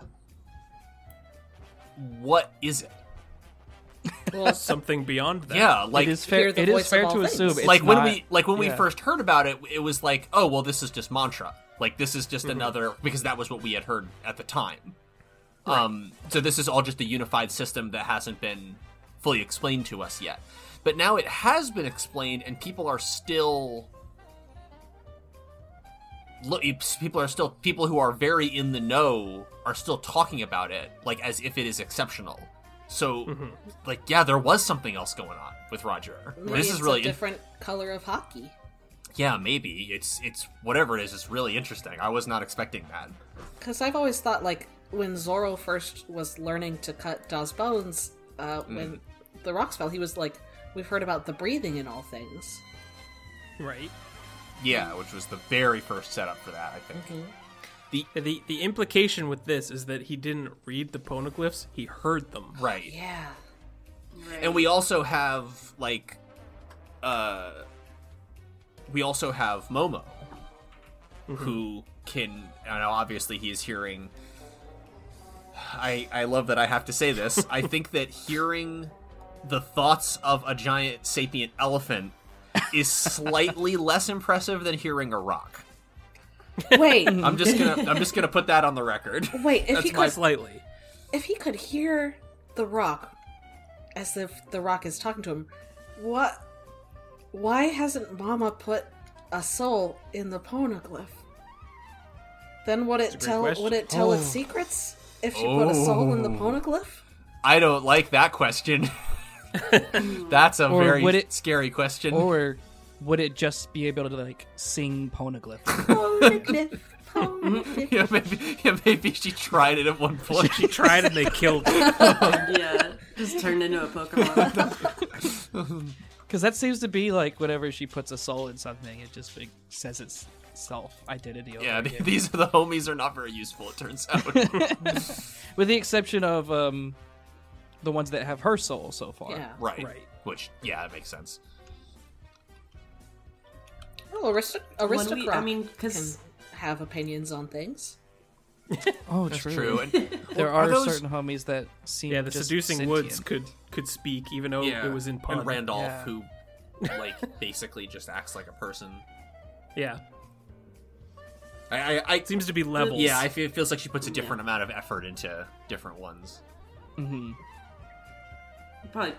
J: what is it?
B: Something beyond that.
J: yeah, like
F: it is fair.
E: hear the
F: It is
E: voice of
F: fair
E: all
F: to
E: things.
F: assume. It's
J: like when
F: not-
J: we like when we
F: yeah.
J: first heard about it it was like oh well this is just mantra like this is
F: Mm-hmm.
J: just another because that was what we had heard at the time um so this is all just a unified system that hasn't been fully explained to us yet but now it has been explained and people are still look people are still people who are very in the know are still talking about it like as if it is exceptional so
F: Mm-hmm.
J: like yeah there was something else going on with roger
E: Maybe
J: this is
E: it's
J: really
E: a
J: in-
E: different color of hockey.
J: yeah, maybe. It's it's whatever it is, it's really interesting. I was not expecting that.
E: Because I've always thought, like, when Zoro first was learning to cut Daw's bones, uh, when the rocks fell, he was like, we've heard about the breathing in all things.
B: Right.
J: Yeah, which was the very first setup for that, I think.
B: The the implication with this is that he didn't read the poneglyphs, he heard them.
J: Right.
E: Yeah.
J: And we also have like uh we also have Momo who can and obviously he is hearing I I love that I have to say this. I think that hearing the thoughts of a giant sapient elephant is slightly less impressive than hearing a rock.
E: Wait,
J: I'm just gonna I'm just gonna put that on the record.
E: wait. If he
J: my
E: could,
B: Slightly.
E: if he could hear the rock, as if the rock is talking to him, what? Why hasn't Mama put a soul in the poneglyph? Then would it
B: great
E: tell? Would
B: question.
E: it tell its secrets if she put a soul in the poneglyph?
J: I don't like that question. That's a
F: Or
J: very
F: would it-
J: scary question.
F: or would it just be able to like sing poneglyph?
E: Poneglyph, poneglyph.
J: yeah, maybe, yeah, maybe she tried it at one point.
B: She tried and they killed her.
C: Yeah. Just turned into a Pokemon.
F: Because that seems to be like whenever she puts a soul in something, it just like, says its self identity. Over
J: Yeah,
F: again.
J: these are the homies are not very useful. It turns out.
F: with the exception of um, the ones that have her soul so far.
E: Yeah.
J: right.
B: Right.
J: Which yeah, that makes sense.
E: Oh, aristo-
C: When
E: aristocrat.
C: we, I mean, because
E: can have opinions on things.
F: Oh,
J: That's true. And
F: There
J: Are
F: are,
J: those-
F: certain homies that seem
B: Yeah, the
F: just
B: seducing
F: sentient.
B: woods could could speak, even though
J: yeah,
B: Oh, it was in
J: and
B: pun.
J: Randolph,
F: Yeah.
J: who like basically just acts like a person.
B: Yeah,
J: I, I, I
B: seems to be levels.
J: yeah, I feel, it feels like she puts a different amount of effort into different ones.
C: it probably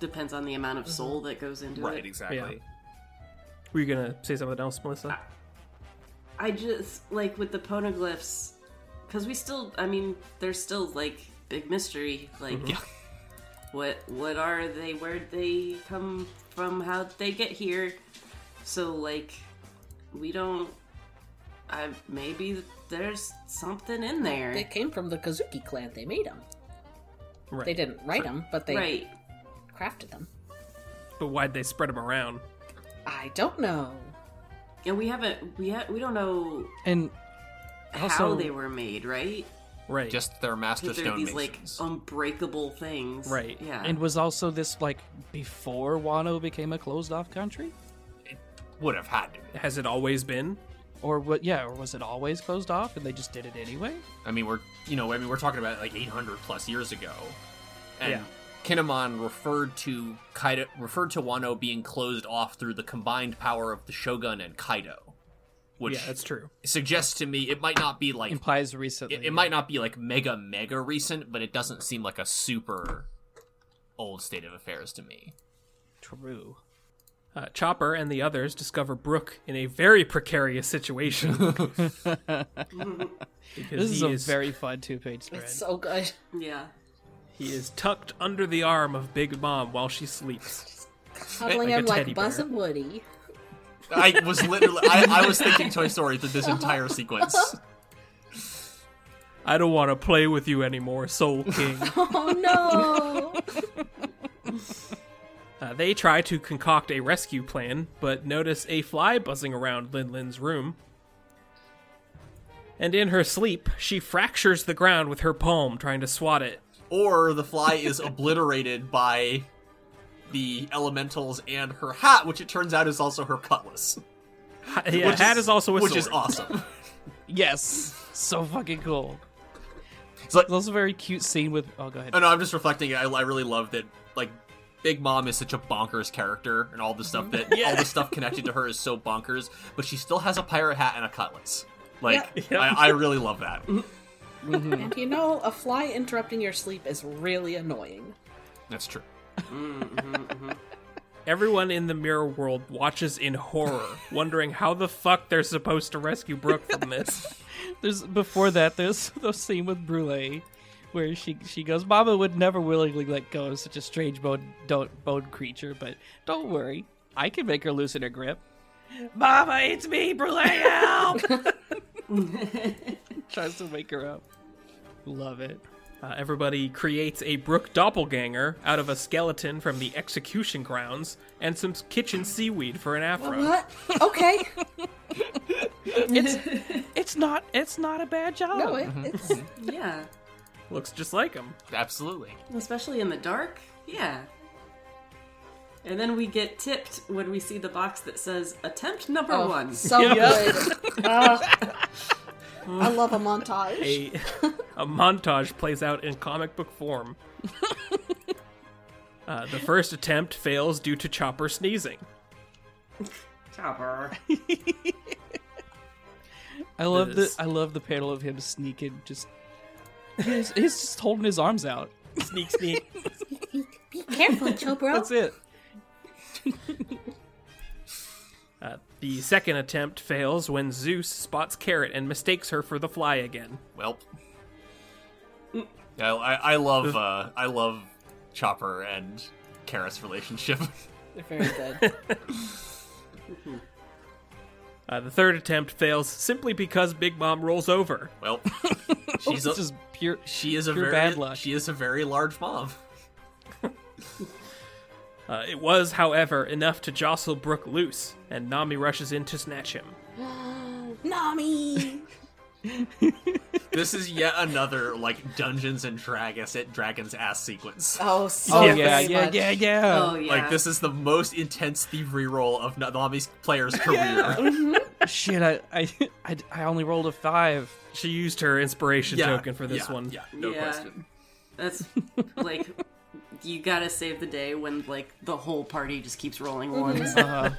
C: depends on the amount of
E: Mhm.
C: soul that goes into
J: Right,
C: it.
J: exactly.
B: were you gonna say something else, Melissa?
C: I just like with the poneglyphs, because we still. I mean, there's still like big mystery. Like,
E: Mhm.
J: Yeah.
C: what what are they? Where they come from? How would they get here? So like, we don't. I maybe there's something in there.
E: They came from the Kazuki clan. They made them.
B: right.
E: They didn't write them, but they
C: right.
E: crafted them.
B: But why'd they spread them around?
E: I don't know.
C: And we haven't. We ha- we don't know
F: And
C: how
F: Also-
C: they were made. Right.
B: Right.
J: Just their master
C: That they're
J: stone
C: these
J: masons.
C: like unbreakable things.
B: Right.
C: Yeah.
F: and was also this like before Wano became a closed off country,
J: Would have had to. Be.
B: has it always been?
F: or what? Yeah, or was it always closed off and they just did it anyway?
J: I mean, we're you know, I mean, we're talking about like 800 plus years ago, and
B: Yeah.
J: Kinemon referred to Kaido referred to Wano being closed off through the combined power of the Shogun and Kaido, which
B: yeah, that's true.
J: suggests to me it might not be like it,
F: Implies recently.
J: it might not be like mega mega recent, but it doesn't seem like a super old state of affairs to me.
F: true.
B: Uh, Chopper and the others discover Brook in a very precarious situation. because
F: This is
B: he
F: a
B: is
F: very fun two page spread.
E: It's so good.
C: yeah.
B: he is tucked under the arm of Big Mom while she sleeps.
E: Cuddling
B: Like a
E: him like
B: teddy
E: Buzz
B: bear.
E: and Woody.
J: I was literally I, I was thinking Toy Story through this entire sequence.
B: I don't want to play with you anymore, Soul King.
E: Oh no!
B: Uh, they try to concoct a rescue plan, but notice a fly buzzing around Lin Lin's room. And in her sleep, she fractures the ground with her palm trying to swat it.
J: or the fly is obliterated by the elementals and her hat, which it turns out is also her cutlass.
B: Ha- Uh, yeah, hat is, also a
J: which
B: sword.
J: is awesome.
F: Yes, so fucking cool.
J: It's like,
F: There's also a very cute scene with. Oh, go ahead.
J: oh no, I'm just reflecting. I, I really love that. Like, Big Mom is such a bonkers character, and all the stuff that all the stuff connected to her is so bonkers. But she still has a pirate hat and a cutlass. Like, I, I really love that.
F: Hmm.
E: and you know, a fly interrupting your sleep is really annoying.
J: That's true.
B: Everyone in the mirror world watches in horror, wondering how the fuck they're supposed to rescue Brooke from this.
F: There's before that. There's the scene with Brulee, where she she goes, "Mama would never willingly let go of such a strange bone don't bone creature, but don't worry, I can make her loosen her grip." Mama, it's me, Brulee. Help! Tries to wake her up. Love it.
B: Uh, everybody creates a Brooke doppelganger out of a skeleton from the execution grounds and some kitchen seaweed for an afro.
E: What? Okay.
F: It's not. It's not a bad job.
E: No, it, it's
C: Yeah.
B: Looks just like him.
J: Absolutely.
C: Especially in the dark? Yeah. And then we get tipped when we see the box that says attempt number
E: oh,
C: one.
E: so good. Ah. I love a montage.
B: a, a montage plays out in comic book form. Uh, the first attempt fails due to Chopper sneezing.
C: Chopper.
F: I love the
B: is.
F: I love the panel of him sneaking, just he's, he's just holding his arms out.
B: Sneak, sneak.
E: Be careful, Chopra.
F: That's it.
B: Uh, the second attempt fails when Zeus spots Carrot and mistakes her for the fly again.
J: Welp. I, I, I love uh, I love Chopper and Kara's relationship.
E: Very good.
B: Uh, the third attempt fails simply because Big Mom rolls over.
J: Well, She's a,
F: This is pure.
J: she is a
F: pure
J: very
F: bad luck.
J: she is a very large mom.
B: Uh, it was, however, enough to jostle Brook loose, and Nami rushes in to snatch him.
E: Nami!
J: This is yet another like Dungeons and Dragons at Dragons ass sequence.
E: oh, so
F: Oh
E: very
F: yeah, yeah,
E: much.
F: yeah, yeah.
C: Oh yeah.
J: Like this is the most intense thievery role of Nami's player's career.
F: Shit, I, I, I, I only rolled a five.
B: She used her inspiration
J: Yeah,
B: token for this
J: yeah,
B: one.
J: Yeah, no
C: Yeah.
J: question.
C: That's like you gotta save the day when like the whole party just keeps rolling ones.
F: Uh-huh.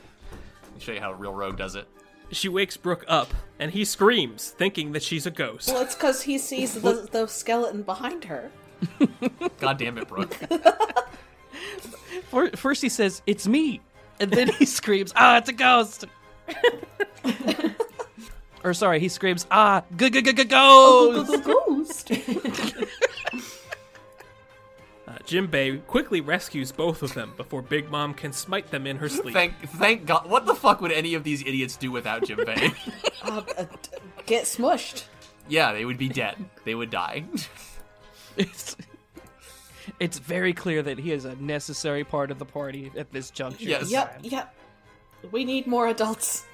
J: I'll show you how a real rogue does it.
B: She wakes Brook up, and he screams, thinking that she's a ghost.
E: Well, it's because he sees the, the skeleton behind her.
J: God damn it, Brooke.
F: Fir- First he says it's me, and then he screams, "Ah, it's a ghost!" or sorry, he screams, "Ah, g g g g ghost!"
E: Ghost!
B: Uh, Jinbei quickly rescues both of them before Big Mom can smite them in her sleep.
J: Thank thank God what the fuck would any of these idiots do without Jinbei?
E: uh, uh, d- get smushed.
J: yeah, they would be dead. They would die.
F: It's, it's very clear that he is a necessary part of the party at this juncture.
J: Yes.
E: Yep, yep. We need more adults.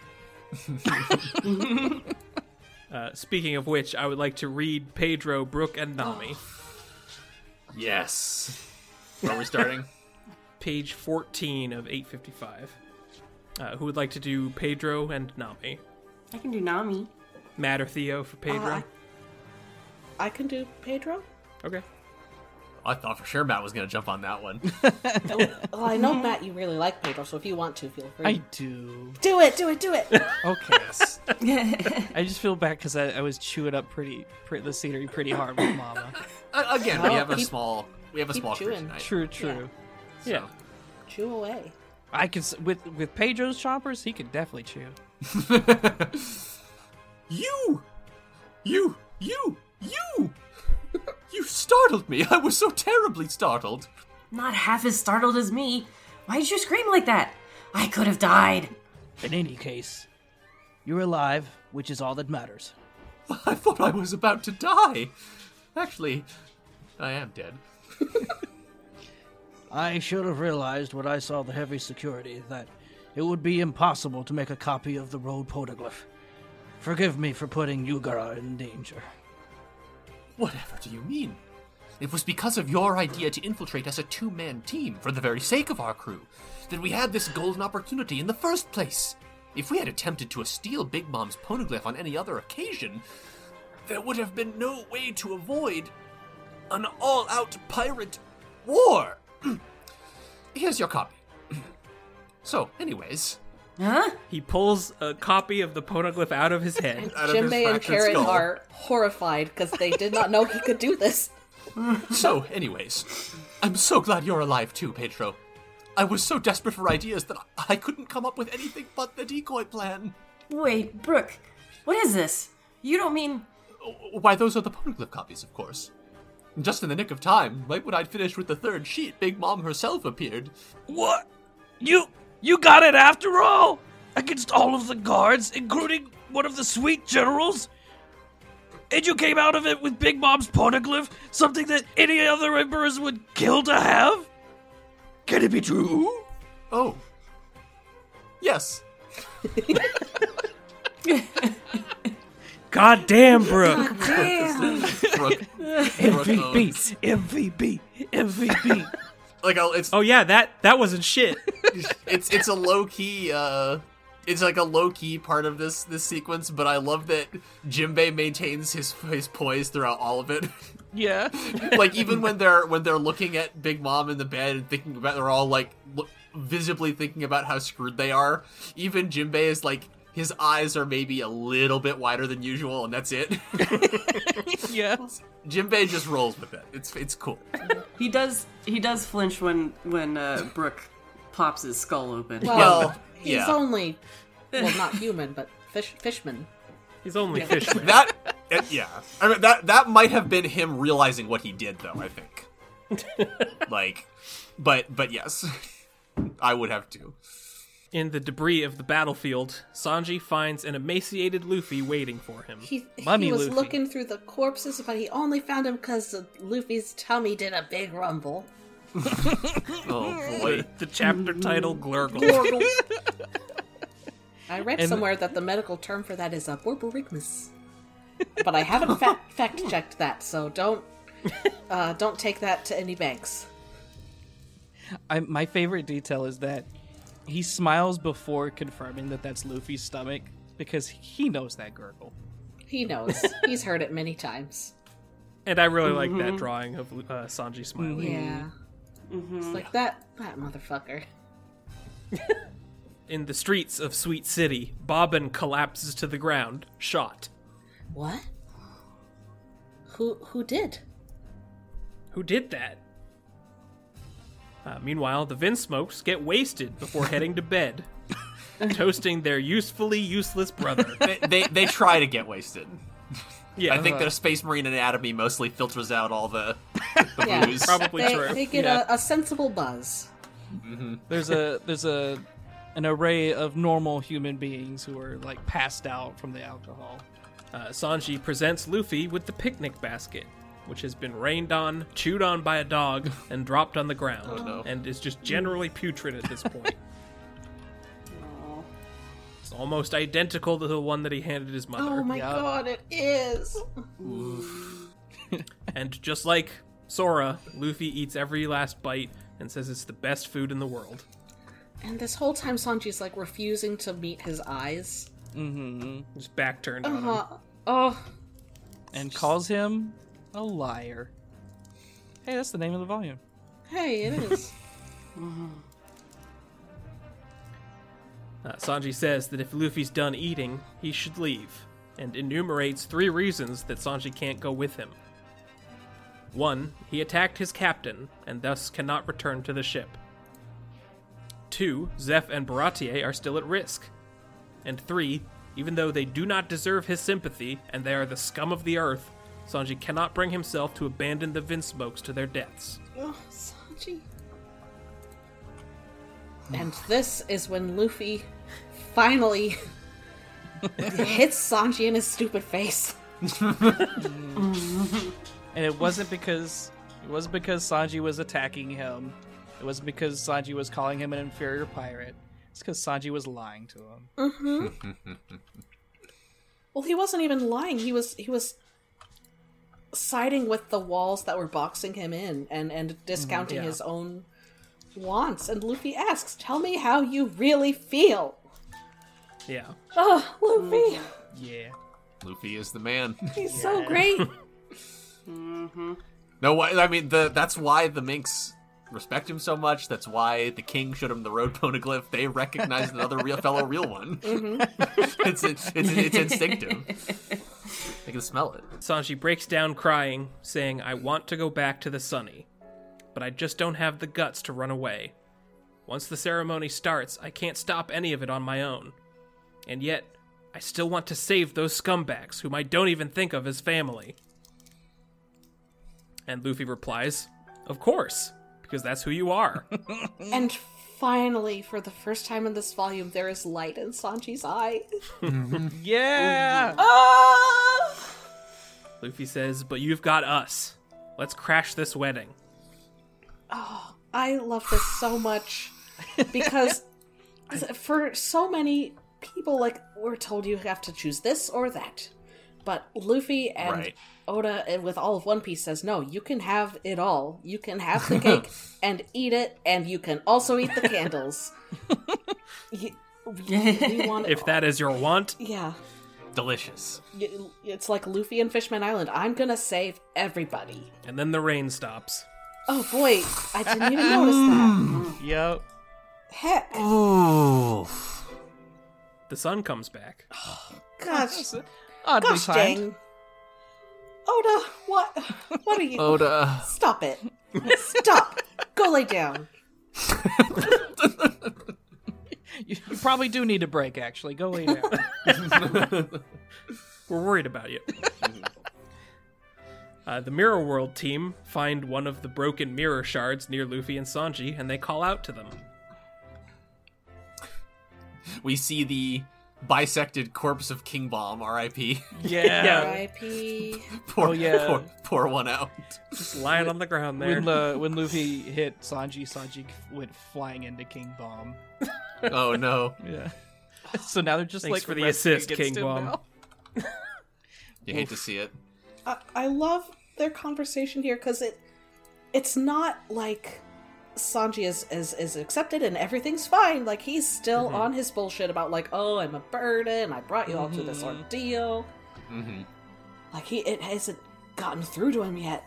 B: Uh, speaking of which, I would like to read Pedro, Brook, and Nami.
J: Yes. Where are we starting?
B: Page 14 of 855. Uh, who would like to do Pedro and Nami?
C: I can do Nami.
B: Matt or Theo for Pedro?
E: Uh, I can do Pedro.
B: okay.
J: I thought for sure Matt was gonna jump on that one.
E: Oh, Well, I know Matt, you really like Pedro, so if you want to, feel free.
F: I do.
E: Do it, do it, do it.
F: Okay. I just feel bad because I, I was chewing up pretty, pretty the scenery pretty hard with Mama.
J: Uh, again, we
E: Oh,
J: have a
E: keep-
J: small we have a
E: keep
J: small crew
E: chewing.
J: tonight.
F: True, true.
B: Yeah.
E: Chew away.
F: I can s- with with Pedro's choppers, he could definitely chew.
J: You! You! You! You! You startled me! I was so terribly startled!
C: Not half as startled as me. Why did you scream like that? I could have died.
D: In any case, you're alive, which is all that matters.
J: I thought I was about to die! Actually, I am dead.
D: I should have realized when I saw the heavy security that it would be impossible to make a copy of the road photoglyph. Forgive me for putting Yugara in danger.
J: Whatever do you mean? It was because of your idea to infiltrate as a two man team for the very sake of our crew that we had this golden opportunity in the first place. If we had attempted to steal Big Mom's poneglyph on any other occasion, there would have been no way to avoid an all out pirate war. Here's your copy. so, anyways.
C: Huh?
B: He pulls a copy of the poneglyph out of his head.
J: out of his
E: Jinbei and
J: fractured
E: Carrot
J: skull.
E: are horrified because they did not know he could do this.
J: So, anyways, I'm so glad you're alive too, Pedro. I was so desperate for ideas that I couldn't come up with anything but the decoy plan.
C: Wait, Brooke, what is this? You don't mean
J: Why, those are the poneglyph copies, of course. Just in the nick of time, right when I'd finished with the third sheet, Big Mom herself appeared.
D: What? You you got it after all? Against all of the guards, including one of the sweet generals? And you came out of it with Big Mom's poneglyph, something that any other emperors would kill to have? Can it be true?
J: Oh. Yes.
B: God damn, Brook!
J: Brooke. Brooke owns-
D: MVP, MVP, MVP.
J: Like, I'll- it's,
B: oh yeah, that that wasn't shit.
J: it's, it's a low key, uh. It's like a low key part of this this sequence, but I love that Jimbei maintains his his poise throughout all of it.
F: Yeah.
J: like even when they're when they're looking at Big Mom in the bed and thinking about they're all like look, visibly thinking about how screwed they are. Even Jinbei is like his eyes are maybe a little bit wider than usual, and that's it.
F: Yeah.
J: Jinbei just rolls with it. It's it's cool.
C: he does? He does flinch when when uh, Brooke pops his skull open.
J: Well,
E: Oh, he's
J: yeah,
E: only well, not human, but fish fishman.
B: He's only fishman.
J: that uh, yeah. I mean that that might have been him realizing what he did, though. I think, like, but but yes, I would have too.
B: In the debris of the battlefield, Sanji finds an emaciated Luffy waiting for him.
E: He,
B: Mummy
E: he was
B: Luffy.
E: looking through the corpses, but he only found him because Luffy's tummy did a big rumble.
D: Oh boy.
B: The, the chapter title
J: Mm-hmm.
B: Glurgle.
E: I read
F: And-
E: somewhere that the medical term for that is a borborygmus, but I haven't fa- fact checked that, so don't uh, don't take that to any banks.
F: I, my favorite detail is that he smiles before confirming that that's Luffy's stomach because he knows that gurgle.
E: He knows. He's heard it many times.
B: And I really like that
J: Mm-hmm.
B: drawing of uh, Sanji smiling.
E: Yeah. It's like that that motherfucker.
B: In the streets of Sweet City, Bobbin collapses to the ground, shot.
E: What? Who who did?
B: Who did that? Uh, meanwhile, the Vinsmokes get wasted before heading to bed, toasting their usefully useless brother.
D: They, they they try to get wasted.
B: Yeah,
D: I think their space marine anatomy mostly filters out all the, the
E: Yeah.
D: booze.
B: probably
E: They,
B: true.
E: they get
F: Yeah.
E: a, a sensible buzz.
F: There's a there's a an array of normal human beings who are like passed out from the alcohol.
B: Uh, Sanji presents Luffy with the picnic basket, which has been rained on, chewed on by a dog, and dropped on the ground,
D: no.
B: and is just generally putrid at this point. It's almost identical to the one that he handed his mother.
E: Oh my god, it is.
B: And just like Sora, Luffy eats every last bite and says it's the best food in the world.
E: And this whole time Sanji's like refusing to meet his eyes.
B: Just back turned on him.
E: Uh, oh,
F: and calls him a liar. Hey, that's the name of the volume.
E: hey, it is.
B: Uh, Sanji says that if Luffy's done eating, he should leave, and enumerates three reasons that Sanji can't go with him. One, he attacked his captain, and thus cannot return to the ship. Two, Zeph and Baratier are still at risk. And three, even though they do not deserve his sympathy, and they are the scum of the earth, Sanji cannot bring himself to abandon the Vinsmokes to their deaths.
E: Oh, Sanji. And this is when Luffy finally hits Sanji in his stupid face.
F: And it wasn't because it wasn't because Sanji was attacking him. It wasn't because Sanji was calling him an inferior pirate. It's because Sanji was lying to him.
E: Well, he wasn't even lying. He was he was siding with the walls that were boxing him in and and discounting his own wants. And Luffy asks, "Tell me how you really feel."
B: Yeah.
E: Ugh, Oh, Luffy,
B: Mm.
F: Yeah.
D: Luffy is the man.
E: he's so great.
D: No, why, I mean the that's why the minks respect him so much. That's why the king showed him the road poneglyph. They recognized another real fellow, real one. it's, it's it's instinctive. They can smell it.
B: Sanji breaks down crying, saying, I want to go back to the sunny, but I just don't have the guts to run away. Once the ceremony starts, I can't stop any of it on my own. And yet, I still want to save those scumbags whom I don't even think of as family. And Luffy replies, Of course, because that's who you are.
E: And finally, for the first time in this volume, there is light in Sanji's eye.
F: Yeah.
E: Ah!
B: Luffy says, But you've got us. Let's crash this wedding.
E: I love this so much because for so many people, like we're told you have to choose this or that, but Luffy and
D: Right.
E: Oda, and with all of One Piece, says no. You can have it all. You can have the cake and eat it, and you can also eat the candles. You- we, we want it
B: If that is your want,
E: yeah.
D: Delicious.
E: Y- It's like Luffy and Fishman Island. I'm gonna save everybody.
B: and then the rain stops.
E: Oh boy, I didn't even notice that.
F: Yep.
E: Heck,
J: Oh,
D: Ooh.
B: The sun comes back.
E: gosh,
F: Oddly
E: gosh
F: timed.
E: dang. Oda, what? What are you?
J: Oh.
D: Oda.
E: Stop it! Stop! Go lay down.
F: You, you probably do need a break. Actually, go lay down.
B: We're worried about you. uh, the Mirror World team find one of the broken mirror shards near Luffy and Sanji, and they call out to them.
D: we see the bisected corpse of King Bomb, R.I.P.
B: Yeah.
F: Uh,
E: R.I.P.
D: poor,
F: Oh, yeah.
D: poor, poor one out.
B: Just lying on the ground there.
F: When, uh, when Luffy hit Sanji, Sanji went flying into King Bomb.
D: Oh no,
F: Yeah. So now they're just
B: Thanks
F: like
B: for the
F: wrestling
B: assist,
F: against
B: King
F: him
B: Bomb.
F: now.
D: you hate to see it.
E: I, I love their conversation here because it it's not like Sanji is, is is accepted and everything's fine. Like he's still on his bullshit about like, oh, I'm a burden. I brought you all to this
F: Mhm.
E: ordeal.
D: Mm-hmm.
E: Like he it hasn't gotten through to him yet.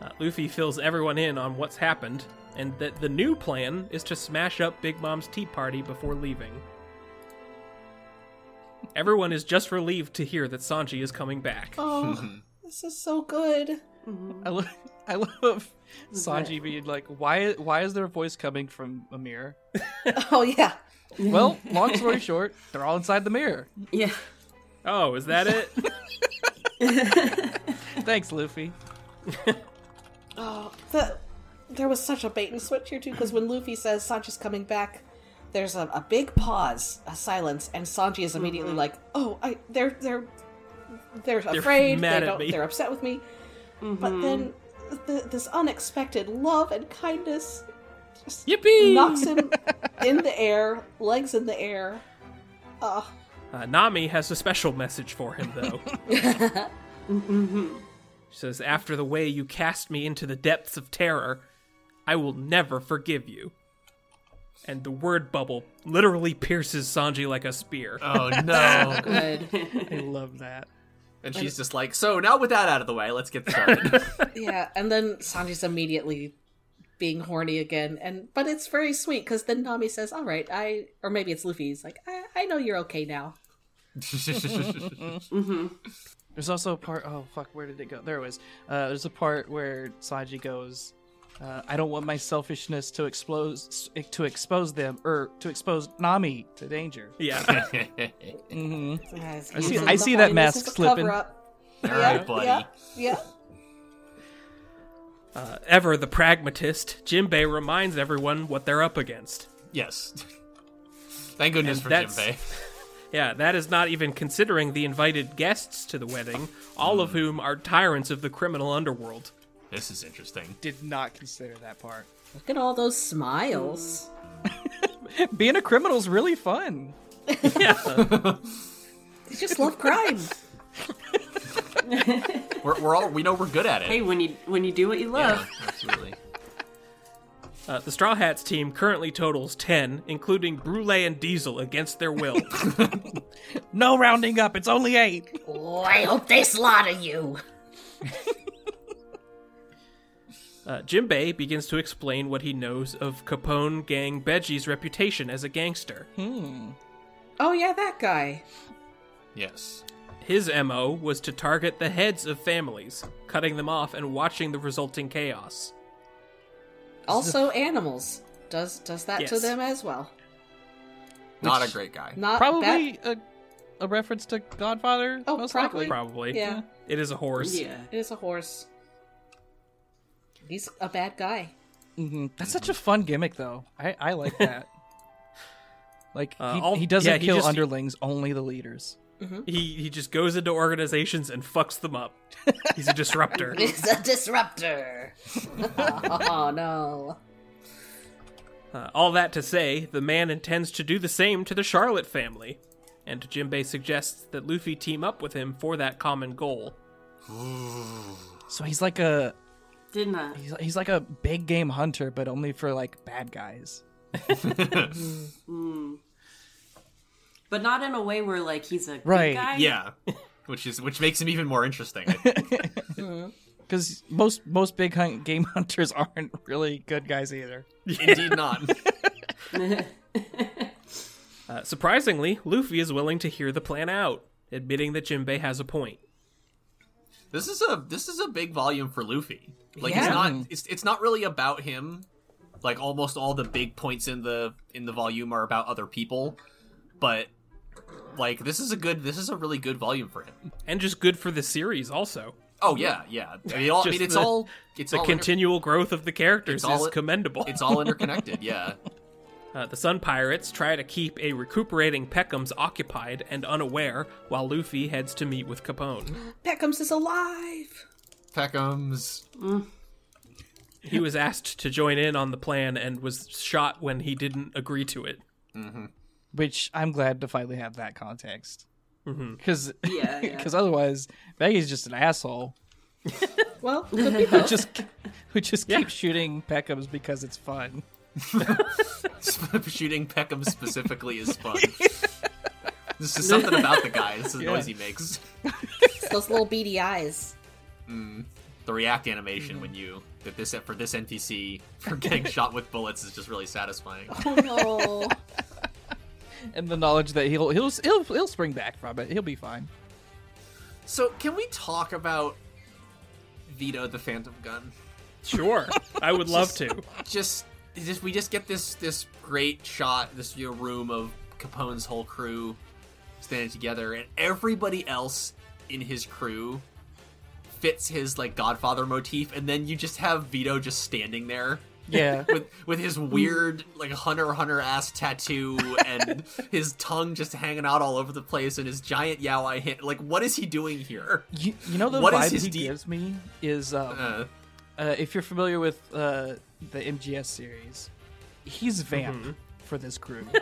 B: Uh, Luffy fills everyone in on what's happened, and that the new plan is to smash up Big Mom's tea party before leaving. Everyone is just relieved to hear that Sanji is coming back.
E: Oh, this is so good.
F: I love, I love Sanji being like, why, why is there a voice coming from a mirror?
E: Oh yeah.
F: Well, long story short, they're all inside the mirror.
C: Yeah.
B: Oh, is that it?
F: Thanks, Luffy.
E: Oh, the, there was such a bait and switch here too, because when Luffy says Sanji's coming back, there's a, a big pause, a silence, and Sanji is immediately
B: Mm-hmm.
E: like, "Oh, I they're they're they're afraid.
B: mad
E: they
B: at
E: don't.
B: me." Mm-hmm.
E: They're upset with me." But then th- this unexpected love and kindness just
B: Yippee!
E: knocks him in the air, legs in the air. Oh,
B: Uh, Nami has a special message for him, though. she says, After the way you cast me into the depths of terror, I will never forgive you. And the word bubble literally pierces Sanji like a spear.
J: Uh.
D: Oh no.
E: good.
F: I love that.
D: And she's just like, so now with that out of the way, let's get started.
E: yeah, and then Sanji's immediately being horny again, and but it's very sweet because then Nami says, "All right, I," or maybe it's Luffy. He's like, "I, I know you're okay now."
F: There's also a part. Oh fuck, where did it go? There it was. Uh, there's a part where Sanji goes, uh, "I don't want my selfishness to expose to expose them or to expose Nami to danger."
B: Yeah.
E: Yes,
F: I see-
E: using
F: I
E: the
F: see that
E: horniness
F: mask
E: as a
F: slipping.
E: cover-up.
D: All right, buddy.
E: Yeah, yeah.
B: Uh, ever the pragmatist, Jinbei reminds everyone what they're up against.
D: Yes. Thank goodness
B: And
D: for
B: that's-
D: Jinbei.
B: Yeah, that is not even considering the invited guests to the wedding, all of whom are tyrants of the criminal underworld.
D: This is interesting.
F: Did not consider that part.
E: Look at all those smiles.
F: Being a criminal's really fun.
E: They just love crime.
D: We're, we're all we know we're good at it.
C: Hey, when you when you do what you
D: yeah,
C: love.
D: absolutely.
B: Uh, the Straw Hats team currently totals 10, including Brule and Diesel against their will.
F: No rounding up. It's only eight.
E: Uh,
G: Oh, I hope they slaughter you.
B: Uh, Jinbei begins to explain what he knows of Capone gang Beggie's reputation as a gangster.
E: oh yeah, that guy.
D: Yes.
B: His MO was to target the heads of families, cutting them off and watching the resulting chaos.
E: Also animals. Does does that to
B: Yes.
E: them as well?
D: Not a great guy.
E: Not
F: Probably
E: Bad.
F: a, a reference to Godfather.
E: Oh,
F: most
E: probably.
F: likely.
B: Probably.
E: Yeah.
B: It is a horse.
C: Yeah.
E: It is a horse. He's a bad guy.
F: hmm That's such a fun gimmick, though. I, I like that. like
B: Uh,
F: he,
B: all-
F: he doesn't
B: yeah, he
F: kill
B: just-
F: underlings, only the leaders.
B: He he just goes into organizations and fucks them up. He's a disruptor.
G: It's a disruptor.
E: Oh no.
B: Uh, all that to say, the man intends to do the same to the Charlotte family, and Jinbei suggests that Luffy team up with him for that common goal.
F: So he's like a
C: Did not.
F: he's, he's like a big game hunter, but only for like bad guys.
C: But not in a way where like he's a good
F: Right.
C: guy.
D: Yeah. Which is which makes him even more interesting. I think.
F: Because most most big hunt, game hunters aren't really good guys either.
D: Indeed not.
B: Uh, surprisingly, Luffy is willing to hear the plan out, admitting that Jinbei has a point.
D: This is a this is a big volume for Luffy. Like it's not it's it's not really about him. Like almost all the big points in the in the volume are about other people, but like this is a good this is a really good volume for him.
B: And just good for the series, also.
D: Oh yeah, yeah. I mean, all, I
B: Just
D: mean it's
B: the-
D: all it's
B: The
D: all inter-
B: continual growth of the characters
D: Oh, It's all-
B: is commendable.
D: it's all interconnected. Yeah,
B: Uh, the Sun Pirates try to keep a recuperating Peckham's occupied and unaware while Luffy heads to meet with Capone.
E: Peckham's is alive.
J: Peckham's.
B: He was asked to join in on the plan and was shot when he didn't agree to it.
F: which I'm glad to finally have that context. Because
C: Yeah, yeah.
F: otherwise Maggie's just an asshole
E: Well, could be both.
F: just who just keeps shooting Peckhams because it's fun.
J: Shooting Peckham specifically is fun. This is something about the guy. This is the noise he makes.
E: It's those little beady eyes.
J: The react animation when you that this for this NPC for getting shot with bullets is just really satisfying.
E: Oh no.
F: And the knowledge that he'll he'll he'll, he'll spring back from it. He'll be fine.
J: So can we talk about Vito the Phantom Gun?
B: Sure, I would love to.
J: just, just we just get this this great shot, this you know, room of Capone's whole crew standing together, and everybody else in his crew fits his like Godfather motif, and then you just have Vito just standing there
F: Yeah.
J: with with his weird like hunter hunter ass tattoo and his tongue just hanging out all over the place and his giant yaoi hand. Like, what is he doing here?
F: you, you know the
J: What is
F: vibe
J: his
F: he
J: deep-
F: gives me is um,
J: Uh,
F: uh, if you're familiar with uh, the MGS series, he's vamp
J: Mm-hmm.
F: for this crew.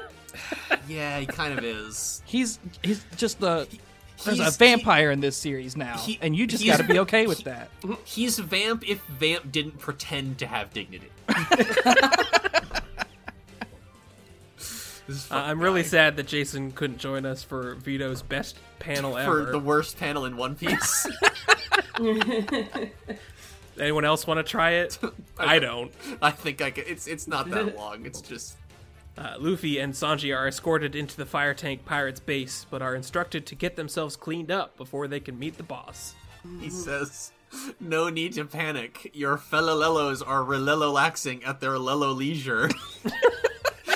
J: yeah, he kind of is.
F: he's he's just the there's
J: He's-
F: a vampire in this series now,
J: he-
F: and you just
J: he's-
F: got to be okay with that.
J: He's Vamp if Vamp didn't pretend to have dignity. This is
B: Uh, I'm
J: fucking
B: really
J: guy.
B: sad that Jason couldn't join us for Vito's best panel
J: for
B: ever.
J: the worst panel in One Piece.
B: Anyone else want to try it? I don't.
J: I think I could. It's it's not that long. It's just
B: Uh, Luffy and Sanji are escorted into the fire tank pirates base, but are instructed to get themselves cleaned up before they can meet the boss.
J: he says, "No need to panic. Your fellow Lellos are relelolaxing at their Lello leisure."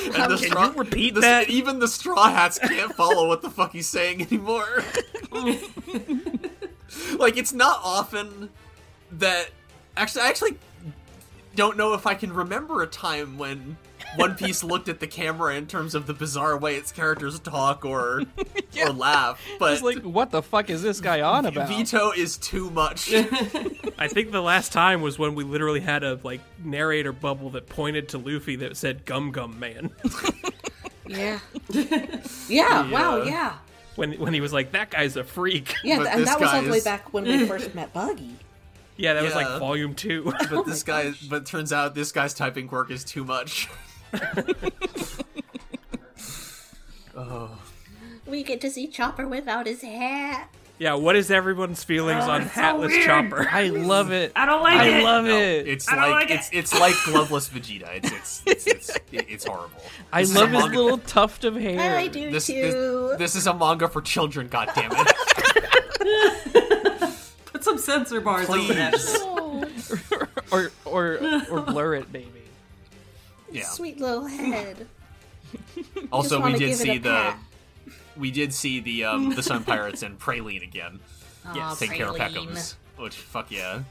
J: And the
B: can
J: straw-
B: you repeat
J: the-
B: that?
J: Even the Straw Hats can't follow what the fuck he's saying anymore. like, it's not often that. Actually, I actually don't know if I can remember a time when One Piece looked at the camera in terms of the bizarre way its characters talk or or laugh. But
F: It's like, what the fuck is this guy on about?
J: Vito is too much.
G: Oh
B: I think the last time was when we literally had a like narrator bubble that pointed to Luffy that said "Gum Gum Man"
E: Yeah. yeah. Wow. Yeah.
B: when when he was like, "That guy's a freak."
E: Yeah.
J: But
E: th- and
J: this
E: that was all
J: guy
E: the way
J: is-
E: back when we first met Buggy.
B: Yeah, that was
J: Yeah.
B: like volume two.
J: But this guy, but turns out this guy's typing quirk is too much.
G: We get to see Chopper without his hat.
B: yeah, what is everyone's feelings on Hatless Chopper?
F: I love it.
C: I don't like
F: I
C: it.
F: love
J: No,
F: it.
J: it's
C: don't
J: like,
C: like it.
J: it's it's like gloveless Vegeta. It's it's it's, it's, it's horrible.
F: I
J: This is
F: love
J: a
F: his
J: manga-
F: little tuft of hair.
G: I do
J: This,
G: too.
J: this this is a manga for children. God damn it!
C: Put some censor bars over that.
J: Please,
F: or or or blur it, maybe.
J: yeah.
G: Sweet little head.
J: Also, we
G: wanna
J: did
G: give it
J: see
G: a
J: the
G: pat.
J: we did see the um the Sun Pirates and Praline again.
G: Aw,
J: Take care of
G: Praline.
J: Peckham's. Which fuck yeah.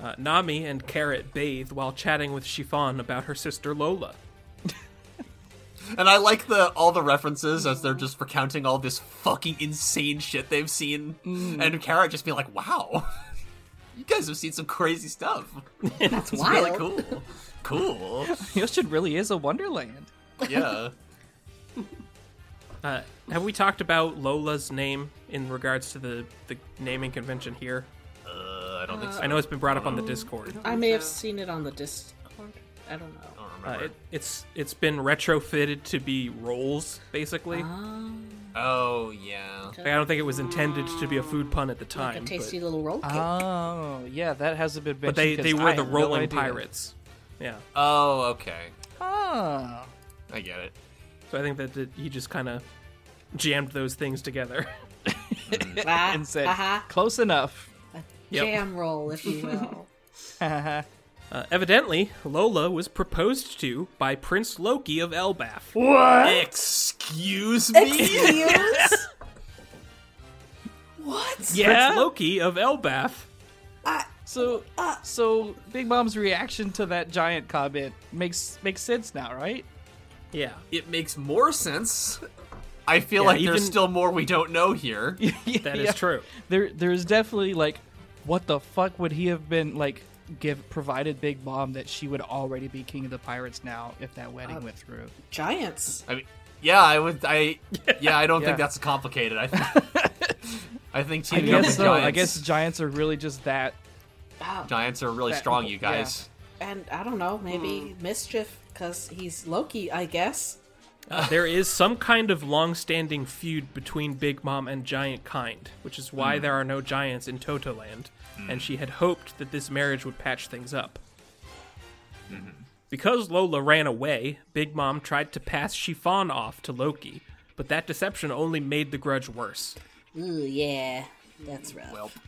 B: Uh, Nami and Carrot bathe while chatting with Chiffon about her sister Lola.
J: And I like the all the references as they're just recounting all this fucking insane shit they've seen, and Kara just being like, "Wow, you guys have seen some crazy stuff.
E: That's
J: It's really
E: wild.
J: cool, cool,
F: Yoshin really is a wonderland.
J: yeah."
B: Uh, have we talked about Lola's name in regards to the, the naming convention here?
J: Uh, I don't think so.
B: I know it's been brought up on the Discord.
E: I may have seen it on the Discord. I don't know.
J: I don't
B: Uh,
J: remember.
B: it, it's it's been retrofitted to be rolls, basically.
E: Ah.
J: oh yeah,
B: Like, I don't think it was intended to be a food pun at the time.
E: Like a
B: but-
E: tasty little roll
B: Uh,
E: cake.
F: Oh, yeah, that hasn't been
B: but,
F: mentioned.
B: they,
F: 'cause
B: they
F: I
B: were the
F: had no
B: rolling
F: idea.
B: pirates. Yeah.
J: oh okay,
F: Oh.
J: I get it.
B: So I think that, that he just kind of jammed those things together.
E: Ah,
F: And said,
E: aha,
F: close enough.
B: Yep.
E: jam roll, if you will.
B: Uh, evidently, Lola was proposed to by Prince Loki of Elbaf.
J: Excuse me.
E: Excuse? what?
B: Prince Loki of Elbaf.
E: I,
F: So, uh, so Big Mom's reaction to that giant comment makes makes sense now, right?
B: Yeah.
D: It makes more sense. I feel
B: Yeah,
D: like
B: even-
D: there's still more we don't know here.
B: that is
F: Yeah.
B: true.
F: There, there is definitely like, what the fuck would he have been like? Give provided Big Mom that she would already be king of the pirates now if that wedding went through.
E: Giants.
D: I mean, yeah, I would. I yeah, I don't
F: Yeah.
D: think that's complicated. I think I think
F: I
D: teaming up
F: guess
D: with
F: so.
D: giants,
F: I guess giants are really just that.
E: Wow.
D: giants are really
F: That-
D: strong. You
F: yeah.
D: guys.
E: And I don't know, maybe mischief because he's Loki, I guess.
B: there is some kind of long-standing feud between Big Mom and Giant Kind, which is why there are no giants in Totoland, and she had hoped that this marriage would patch things up. Because Lola ran away, Big Mom tried to pass Chiffon off to Loki, but that deception only made the grudge worse.
E: Ooh, yeah. That's rough.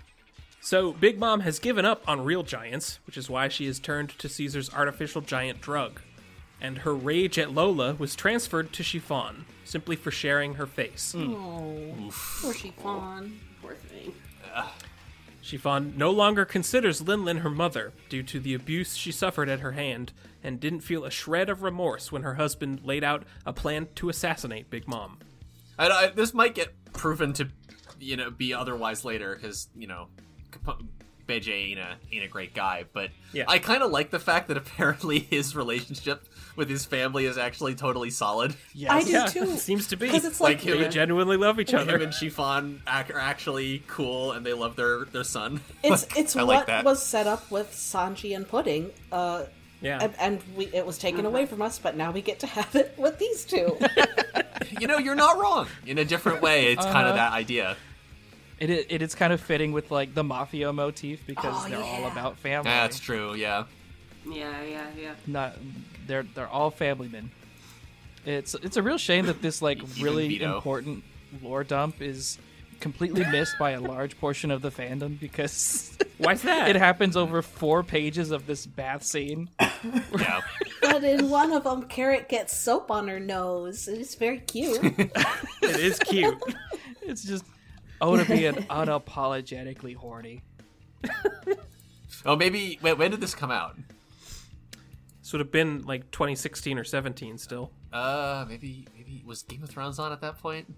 B: So, Big Mom has given up on real giants, which is why she has turned to Caesar's artificial giant drug. And her rage at Lola was transferred to Chiffon, simply for sharing her face.
E: Hmm. Oh.
G: Poor chiffon.
C: Poor thing.
B: Chiffon no longer considers Linlin her mother due to the abuse she suffered at her hand, and didn't feel a shred of remorse when her husband laid out a plan to assassinate Big Mom.
D: And I, this might get proven to, you know, be otherwise later because you know, Capo- Beje ain't a, ain't a great guy. But
B: Yeah.
D: I kind of like the fact that apparently his relationship with his family is actually totally solid.
E: I do too.
B: it seems to be.
E: Because it's like,
D: Like him
B: they genuinely love each other.
D: Him and Chiffon ac- are actually cool, and they love their their son.
E: it's it's
D: I
E: what
D: like that.
E: was set up with Sanji and Pudding. Uh,
B: yeah.
E: and, and we it was taken away from us, but now we get to have it with these two.
D: you know, you're not wrong. In a different way,
F: Uh-huh.
D: it's kind of that idea.
F: It, i- it is kind of fitting with like the mafia motif because they're all about family.
D: Yeah, that's true. Yeah.
C: Yeah, yeah, yeah.
F: Not they're they're all family men. It's it's a real shame that this like
D: Even
F: really
D: Vito.
F: important lore dump is completely missed by a large portion of the fandom because
B: Why's that?
F: it happens over four pages of this bath scene.
D: Yeah.
E: but in one of them, Carrot gets soap on her nose. and It's very cute.
B: it is cute.
F: It's just oh, Oda being unapologetically horny.
D: oh, maybe. Wait, when did this come out?
B: This would have been like 2016 or 17 still.
D: Uh, maybe. Maybe was Game of Thrones on at that point?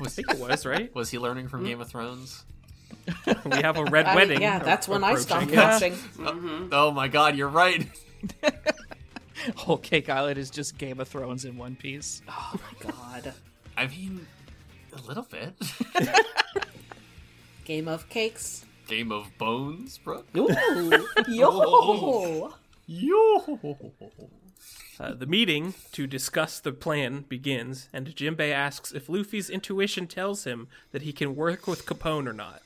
D: Was,
B: It was, right?
D: was he learning
F: Hmm?
D: from Game of Thrones?
B: We have a red
E: I mean,
B: wedding.
E: yeah,
B: a-
E: that's when I stopped
B: approaching.
E: watching.
D: Oh my God, you're right.
F: Whole Cake Island is just Game of Thrones in one piece.
E: Oh my god.
D: I mean, a little bit.
E: Game of Cakes.
D: Game of Bones, Brooke.
E: Ooh, yo!
D: Yo.
B: Uh, the meeting to discuss the plan begins, and Jinbei asks if Luffy's intuition tells him that he can work with Capone or not.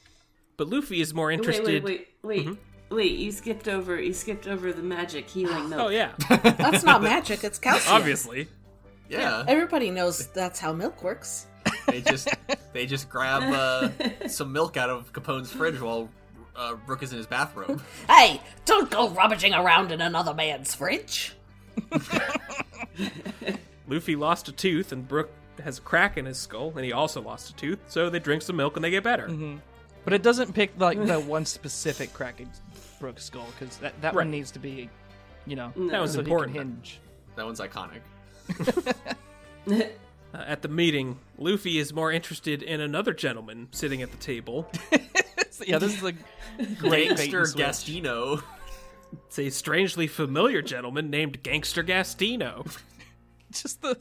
B: But Luffy is more interested.
C: Wait, wait, wait, wait. Wait, you skipped over. You skipped over the magic healing note.
B: Oh yeah,
E: That's not magic. It's calcium.
B: obviously.
D: Yeah,
E: Everybody knows that's how milk works.
D: they just they just grab uh, some milk out of Capone's fridge while uh, Brooke is in his bathrobe.
E: Hey, don't go rummaging around in another man's fridge.
B: Luffy lost a tooth, and Brook has a crack in his skull, and he also lost a tooth. So they drink some milk and they get better.
F: But it doesn't pick like the one specific crack in Brooke's skull because that, that
B: Right.
F: one needs to be, you know,
B: That was
F: so he can
B: important.
F: hinge.
D: That one's iconic.
B: Uh, at the meeting, Luffy is more interested in another gentleman sitting at the table.
F: So, yeah, this is a great bait
D: Gangster
F: and switch.
D: Gastino.
B: It's a strangely familiar gentleman named Gangster Gastino.
F: Just the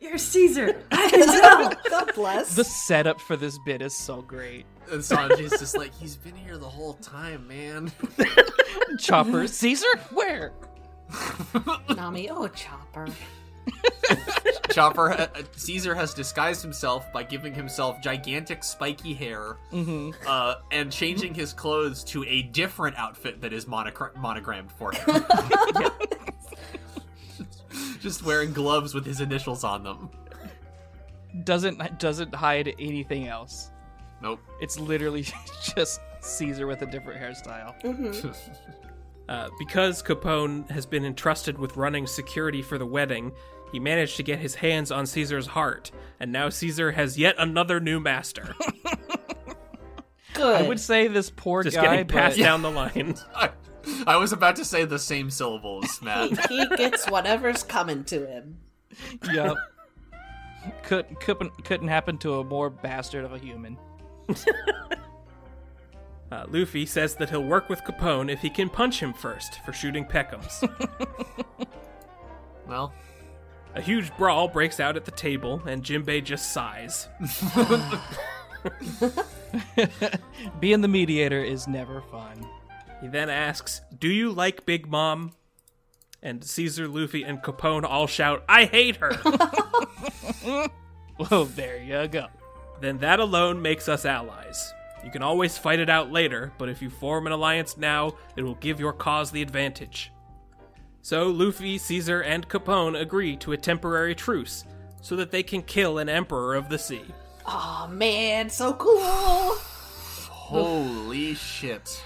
C: You're Caesar.
E: God bless.
F: the setup for this bit is so great.
D: And Sanji's just like, he's been here the whole time, man.
F: Chopper, Caesar, where?
E: Nami, oh chopper.
D: Chopper, uh, uh, Caesar has disguised himself by giving himself gigantic spiky hair uh, and changing his clothes to a different outfit that is monoc- monogrammed for him. just wearing gloves with his initials on them.
F: Doesn't doesn't hide anything else.
D: Nope.
F: It's literally just Caesar with a different hairstyle.
B: Uh, because Capone has been entrusted with running security for the wedding, he managed to get his hands on Caesar's heart, and now Caesar has yet another new master.
F: I
E: Good.
F: would say this poor
B: Just
F: guy.
B: getting passed
F: but-
B: down the line.
D: I, I was about to say the same syllables, Matt.
E: He- he gets whatever's coming to him.
F: Yep. Could, couldn't couldn't happen to a more bastard of a human.
B: Uh, Luffy says that he'll work with Capone if he can punch him first for shooting Peckham's.
D: well,
B: a huge brawl breaks out at the table, and Jinbei just sighs.
F: Being the mediator is never fun.
B: He then asks, Do you like Big Mom? And Caesar, Luffy, and Capone all shout, I hate her!
F: Well, there you go.
B: then that alone makes us allies. You can always fight it out later, but if you form an alliance now, it will give your cause the advantage. So Luffy, Caesar, and Capone agree to a temporary truce so that they can kill an emperor of the sea.
E: Oh man, so cool.
D: holy shit.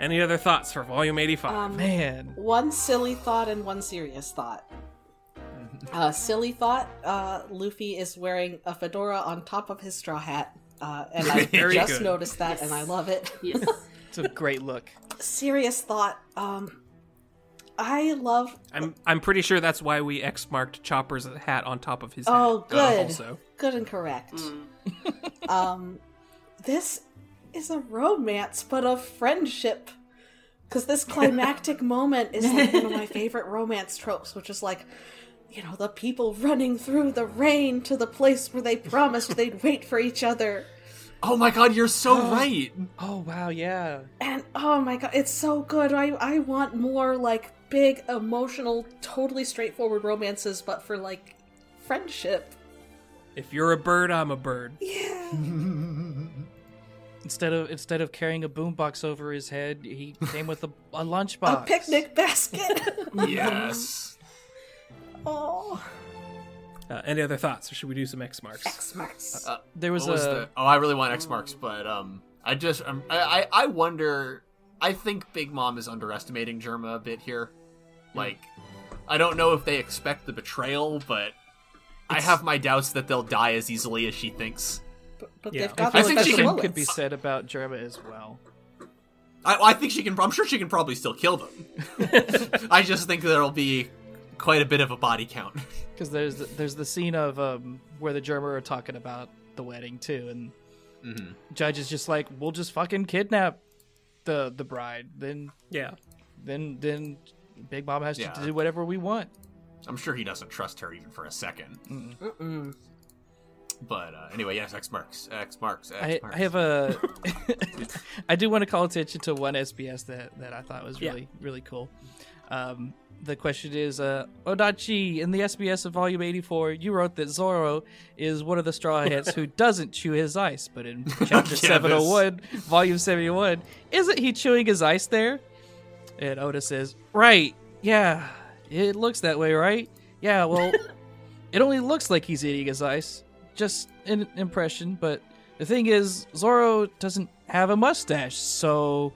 B: Any other thoughts for Volume 85?
E: Um,
F: Man,
E: One silly thought and one serious thought. Uh, silly thought: uh, Luffy is wearing a fedora on top of his straw hat, uh, and I
B: Very
E: just
B: good.
E: noticed that, and I love it.
G: Yes.
F: it's a great look.
E: Serious thought: um, I love.
B: I'm I'm pretty sure that's why we X marked Chopper's hat on top of his
E: Oh,
B: head.
E: good.
B: also,
E: good and correct. um, this is a romance, but a friendship. Because this climactic moment is like one of my favorite romance tropes, which is like, you know, the people running through the rain to the place where they promised they'd wait for each other.
D: Oh my god, you're so right.
F: Oh wow, yeah.
E: And oh my god, it's so good. I, I want more like big, emotional, totally straightforward romances, but for like friendship.
B: if you're a bird, I'm a bird.
E: Yeah.
F: Instead of instead of carrying a boombox over his head, he came with a, a
E: A
F: lunchbox.
E: picnic basket.
D: Yes.
E: oh.
B: Uh, any other thoughts, or should we do some X marks?
E: X marks.
D: Uh,
F: There was,
D: What was
F: a
D: the- oh, I really want X marks, but um, I just um, I, I I wonder. I think Big Mom is underestimating Germa a bit here. Like, I don't know if they expect the betrayal, but I have my doubts that they'll die as easily as she thinks.
E: But, but
B: Yeah.
E: they've got
D: I
E: the
D: think she
E: special
D: can-
E: bullets.
F: could be said about Jerma as well.
D: I, I think she can. I'm sure she can probably still kill them. I just think there'll be quite a bit of a body count.
F: Because there's the, there's the scene of um, where the Germa are talking about the wedding too, and
D: Mm-hmm.
F: Judge is just like, "We'll just fucking kidnap the the bride, then
B: Yeah,
F: then then Big Mom has
D: Yeah.
F: to do whatever we want."
D: I'm sure he doesn't trust her even for a 2nd But uh, anyway, yes, X marks, X marks, X
F: I,
D: marks.
F: I have a I do want to call attention to one SBS that, that I thought was
B: Yeah.
F: really really cool. Um, the question is, uh, Odachi, in the SBS of Volume 84, you wrote that Zoro is one of the Straw Hats who doesn't chew his ice, but in Chapter
D: this-
F: 701, Volume 71, isn't he chewing his ice there? And Oda says, Right, yeah, it looks that way, right? Yeah, well, it only looks like he's eating his ice. Just an impression, but the thing is, Zoro doesn't have a mustache, so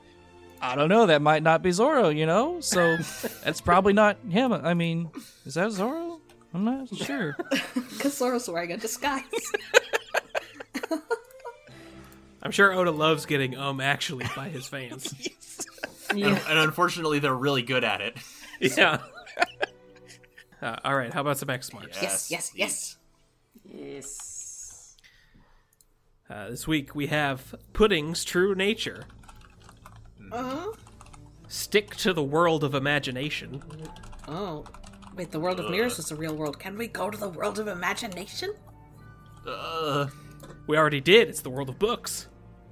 F: I don't know. That might not be Zoro, you know? So that's probably not him. I mean, is that Zoro? I'm not sure.
E: Because Zoro's wearing a disguise.
B: I'm sure Oda loves getting um actually by his fans.
D: and, and unfortunately, they're really good at it.
B: yeah. Uh, all right, how about some X marks?
E: yes, yes, yes.
G: Yes.
B: Uh, this week we have Pudding's True Nature.
E: Uh-huh.
B: Stick to the world of imagination.
E: Oh. Wait, the world of mirrors is the real world. Can we go to the world of imagination?
D: Uh,
B: We already did. It's the world of books.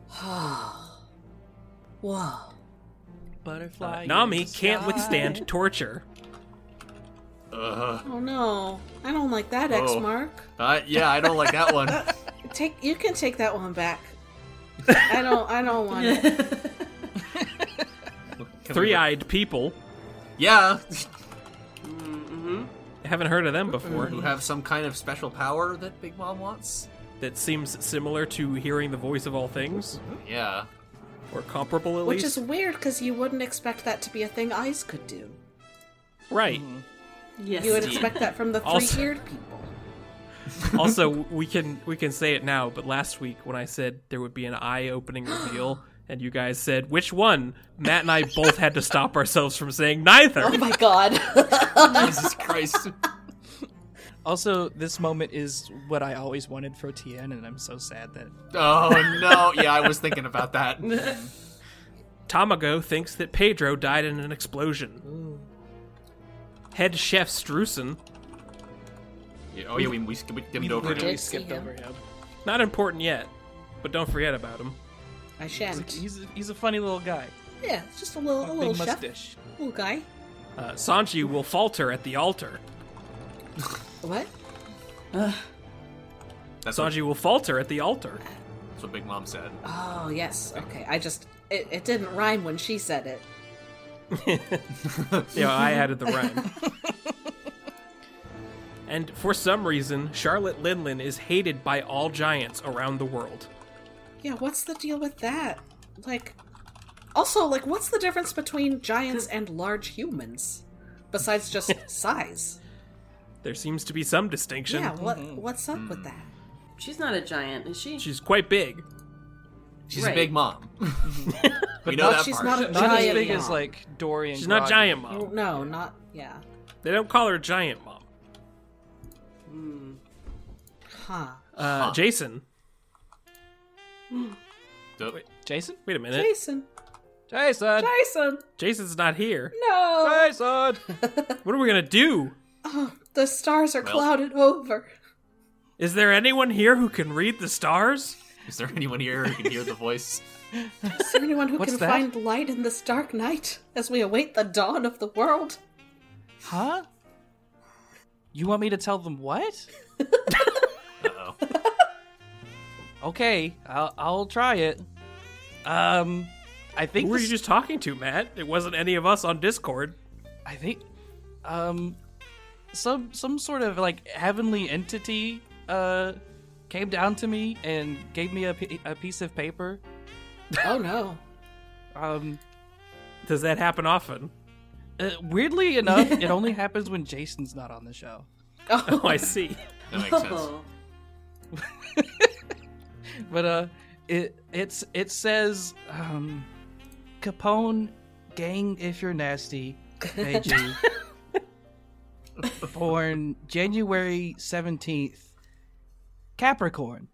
E: Whoa.
F: Butterfly.
B: Uh, Nami can't withstand torture.
D: uh,
E: Oh no. I don't like that X
D: Oh.
E: mark.
D: uh, yeah, I don't like that one.
E: Take you can take that one back. I don't I don't want it.
B: Three-eyed people.
D: Yeah,
B: I haven't heard of them before.
D: who have some kind of special power that Big Mom wants.
B: That seems similar to hearing the voice of all things,
D: Yeah,
B: or comparable at
E: Mm-hmm. Which
B: least.
E: is weird because you wouldn't expect that to be a thing eyes could do.
B: Right.
G: Yes.
E: You would expect that from the
B: Also-
E: three eared people.
B: also, we can we can say it now. But last week, when I said there would be an eye-opening reveal, and you guys said which one, Matt and I both had to stop ourselves from saying neither.
E: Oh my god.
J: Jesus Christ.
F: Also, this moment is what I always wanted for Tien, and I'm so sad that
J: Oh no. Yeah, I was thinking about that.
B: Tamago thinks that Pedro died in an explosion. Head chef Strusen,
J: Yeah, Oh yeah, we we, sk- we dimmed over.
E: did
F: literally
E: see
F: skipped
E: him.
F: over him.
B: not important yet, but don't forget about him.
E: I
F: He's,
E: shan't.
F: he's, he's a funny little guy.
E: Yeah, it's just a little, a little
F: Big
E: chef,
F: mustache.
E: little guy.
B: Uh, Sanji will falter at the altar.
E: What?
J: That's what,
B: Sanji will falter at the altar.
J: that's what Big Mom said.
E: Oh yes. Okay. I just it, it didn't rhyme when she said it.
B: Yeah, I
E: Mm-hmm.
B: added the rhyme. and for some reason, Charlotte Linlin is hated by all giants around the world.
E: Yeah. What's the deal with that? Like, also like, what's the difference between giants and large humans? Besides just size.
B: There seems to be some distinction.
E: Yeah. What What's up with that?
C: She's not a giant, is she?
B: She's quite big.
J: She's
C: Right.
J: a Big Mom. we know
E: no,
J: that
E: she's
J: part.
E: not a-
F: Not as
E: Giant
F: big as
E: mom.
F: like Dorian.
B: She's not
F: Groggy.
B: giant mom.
E: No, not yeah.
B: They don't call her giant mom.
E: Huh.
B: Uh, Jason,
J: Dope.
F: Jason.
B: wait a minute.
E: Jason.
F: Jason.
E: Jason.
B: Jason's not here.
E: No.
F: Jason.
B: What are we gonna do?
E: The stars are
J: Well.
E: clouded over.
B: Is there anyone here who can read the stars?
J: Is there anyone here who can hear the voice?
E: Is there anyone who
F: What's
E: can
F: that?
E: find light in this dark night as we await the dawn of the world?
F: Huh? You want me to tell them what?
J: Uh-oh.
F: Okay, I'll, I'll try it. Um, I think
B: Who were
F: this-
B: you just talking to, Matt? It wasn't any of us on Discord.
F: I think, um, some some sort of like heavenly entity uh came down to me and gave me a, pi- a piece of paper.
E: Oh no.
F: Um,
B: Does that happen often?
F: uh, weirdly enough, it only happens when Jason's not on the show.
B: Oh, I see.
J: That makes sense.
C: Oh,
F: But uh, it it's it says um, Capone gang if you're nasty, AG. born January seventeenth, Capricorn.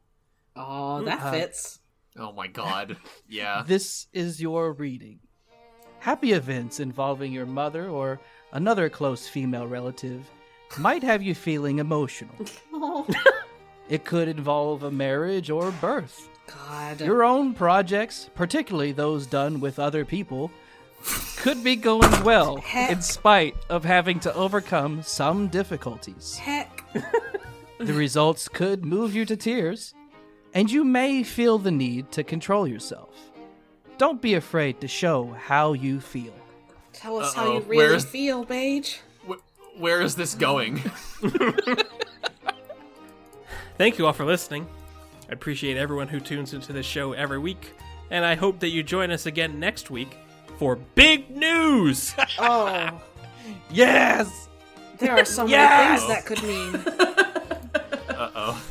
E: Oh, that fits.
J: Oh my god. Yeah.
F: This is your reading. Happy events involving your mother or another close female relative might have you feeling emotional.
E: Oh
F: It could involve a marriage or a birth.
E: God.
F: Your own projects, particularly those done with other people, could be going well in spite of having to overcome some difficulties.
E: Heck.
F: The results could move you to tears, and you may feel the need to control yourself. Don't be afraid to show how you feel.
E: Tell us how
J: Uh-oh,
E: you really
J: where's-
E: feel, Paige.
J: Wh- where is this going?
B: Thank you all for listening. I appreciate everyone who tunes into this show every week, and I hope that you join us again next week for big news.
E: Oh,
F: Yes!
E: there are so
B: Yes!
E: many things that could mean.
J: Uh oh.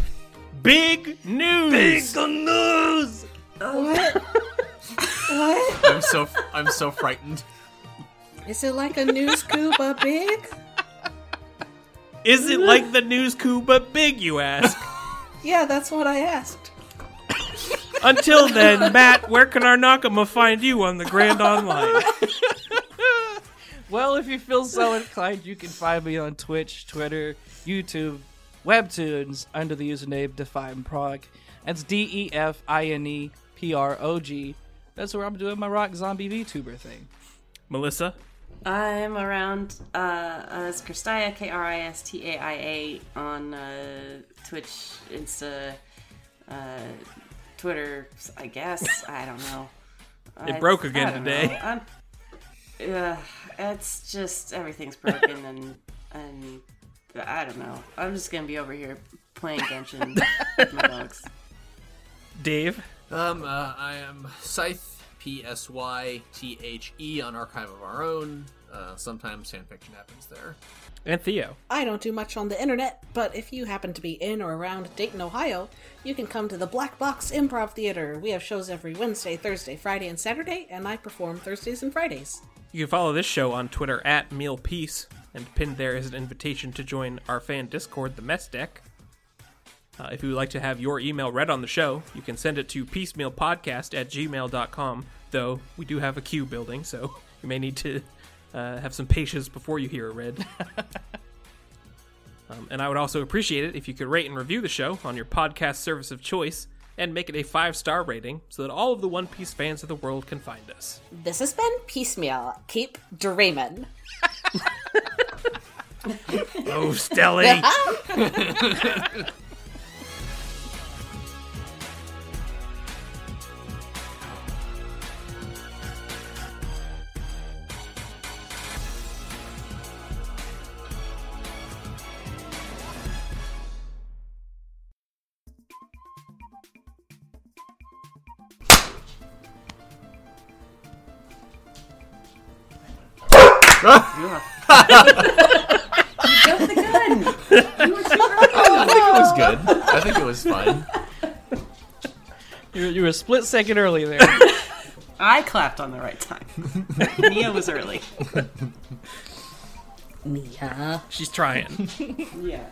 B: big news.
F: news!
E: What? what?
J: I'm so I'm so frightened.
E: Is it like a news coup but big?
B: Is it like the news coup but big? You ask.
E: Yeah, that's what I asked.
B: Until then, Matt, where can our Nakama find you on the Grand Online?
F: Well, if you feel so inclined, you can find me on Twitch, Twitter, YouTube, Webtoons under the username Define Prog. That's D E F I N E P R O G. That's where I'm doing my rock zombie VTuber thing.
B: Melissa,
C: I'm around uh, as Kristaia, K R I S T A I A, on uh, Twitch, Insta, uh, Twitter, I guess. I don't know.
B: it broke again
C: I don't
B: today.
C: know. I'm, yeah, it's just everything's broken and and I don't know. I'm just gonna be over here playing Genshin with my dogs.
B: Dave,
J: Um, uh, I am Scythe, P S Y T H E on Archive of Our Own. Uh, sometimes fanfiction happens there.
B: And Theo.
E: I don't do much on the internet, but if you happen to be in or around Dayton, Ohio, you can come to the Black Box Improv Theater. We have shows every Wednesday, Thursday, Friday, and Saturday, and I perform Thursdays and Fridays.
B: You can follow this show on Twitter at Meal Peace, and pinned there is an invitation to join our fan Discord, the Mess Deck. Uh, if you would like to have your email read on the show, you can send it to piecemealpodcast at gmail.com, though we do have a queue building, so you may need to uh, have some patience before you hear it read. Um, and I would also appreciate it if you could rate and review the show on your podcast service of choice and make it a five star rating so that all of the One Piece fans of the world can find us.
E: This has been Piecemeal. Keep dreaming.
B: Oh, Stelly!
C: Go the gun. You were too
J: I
C: early.
J: think it was good. I think it was fun.
F: You, you were a split second early there.
C: I clapped on the right time. Nia was early.
E: Yeah.
B: She's trying.
C: Yeah.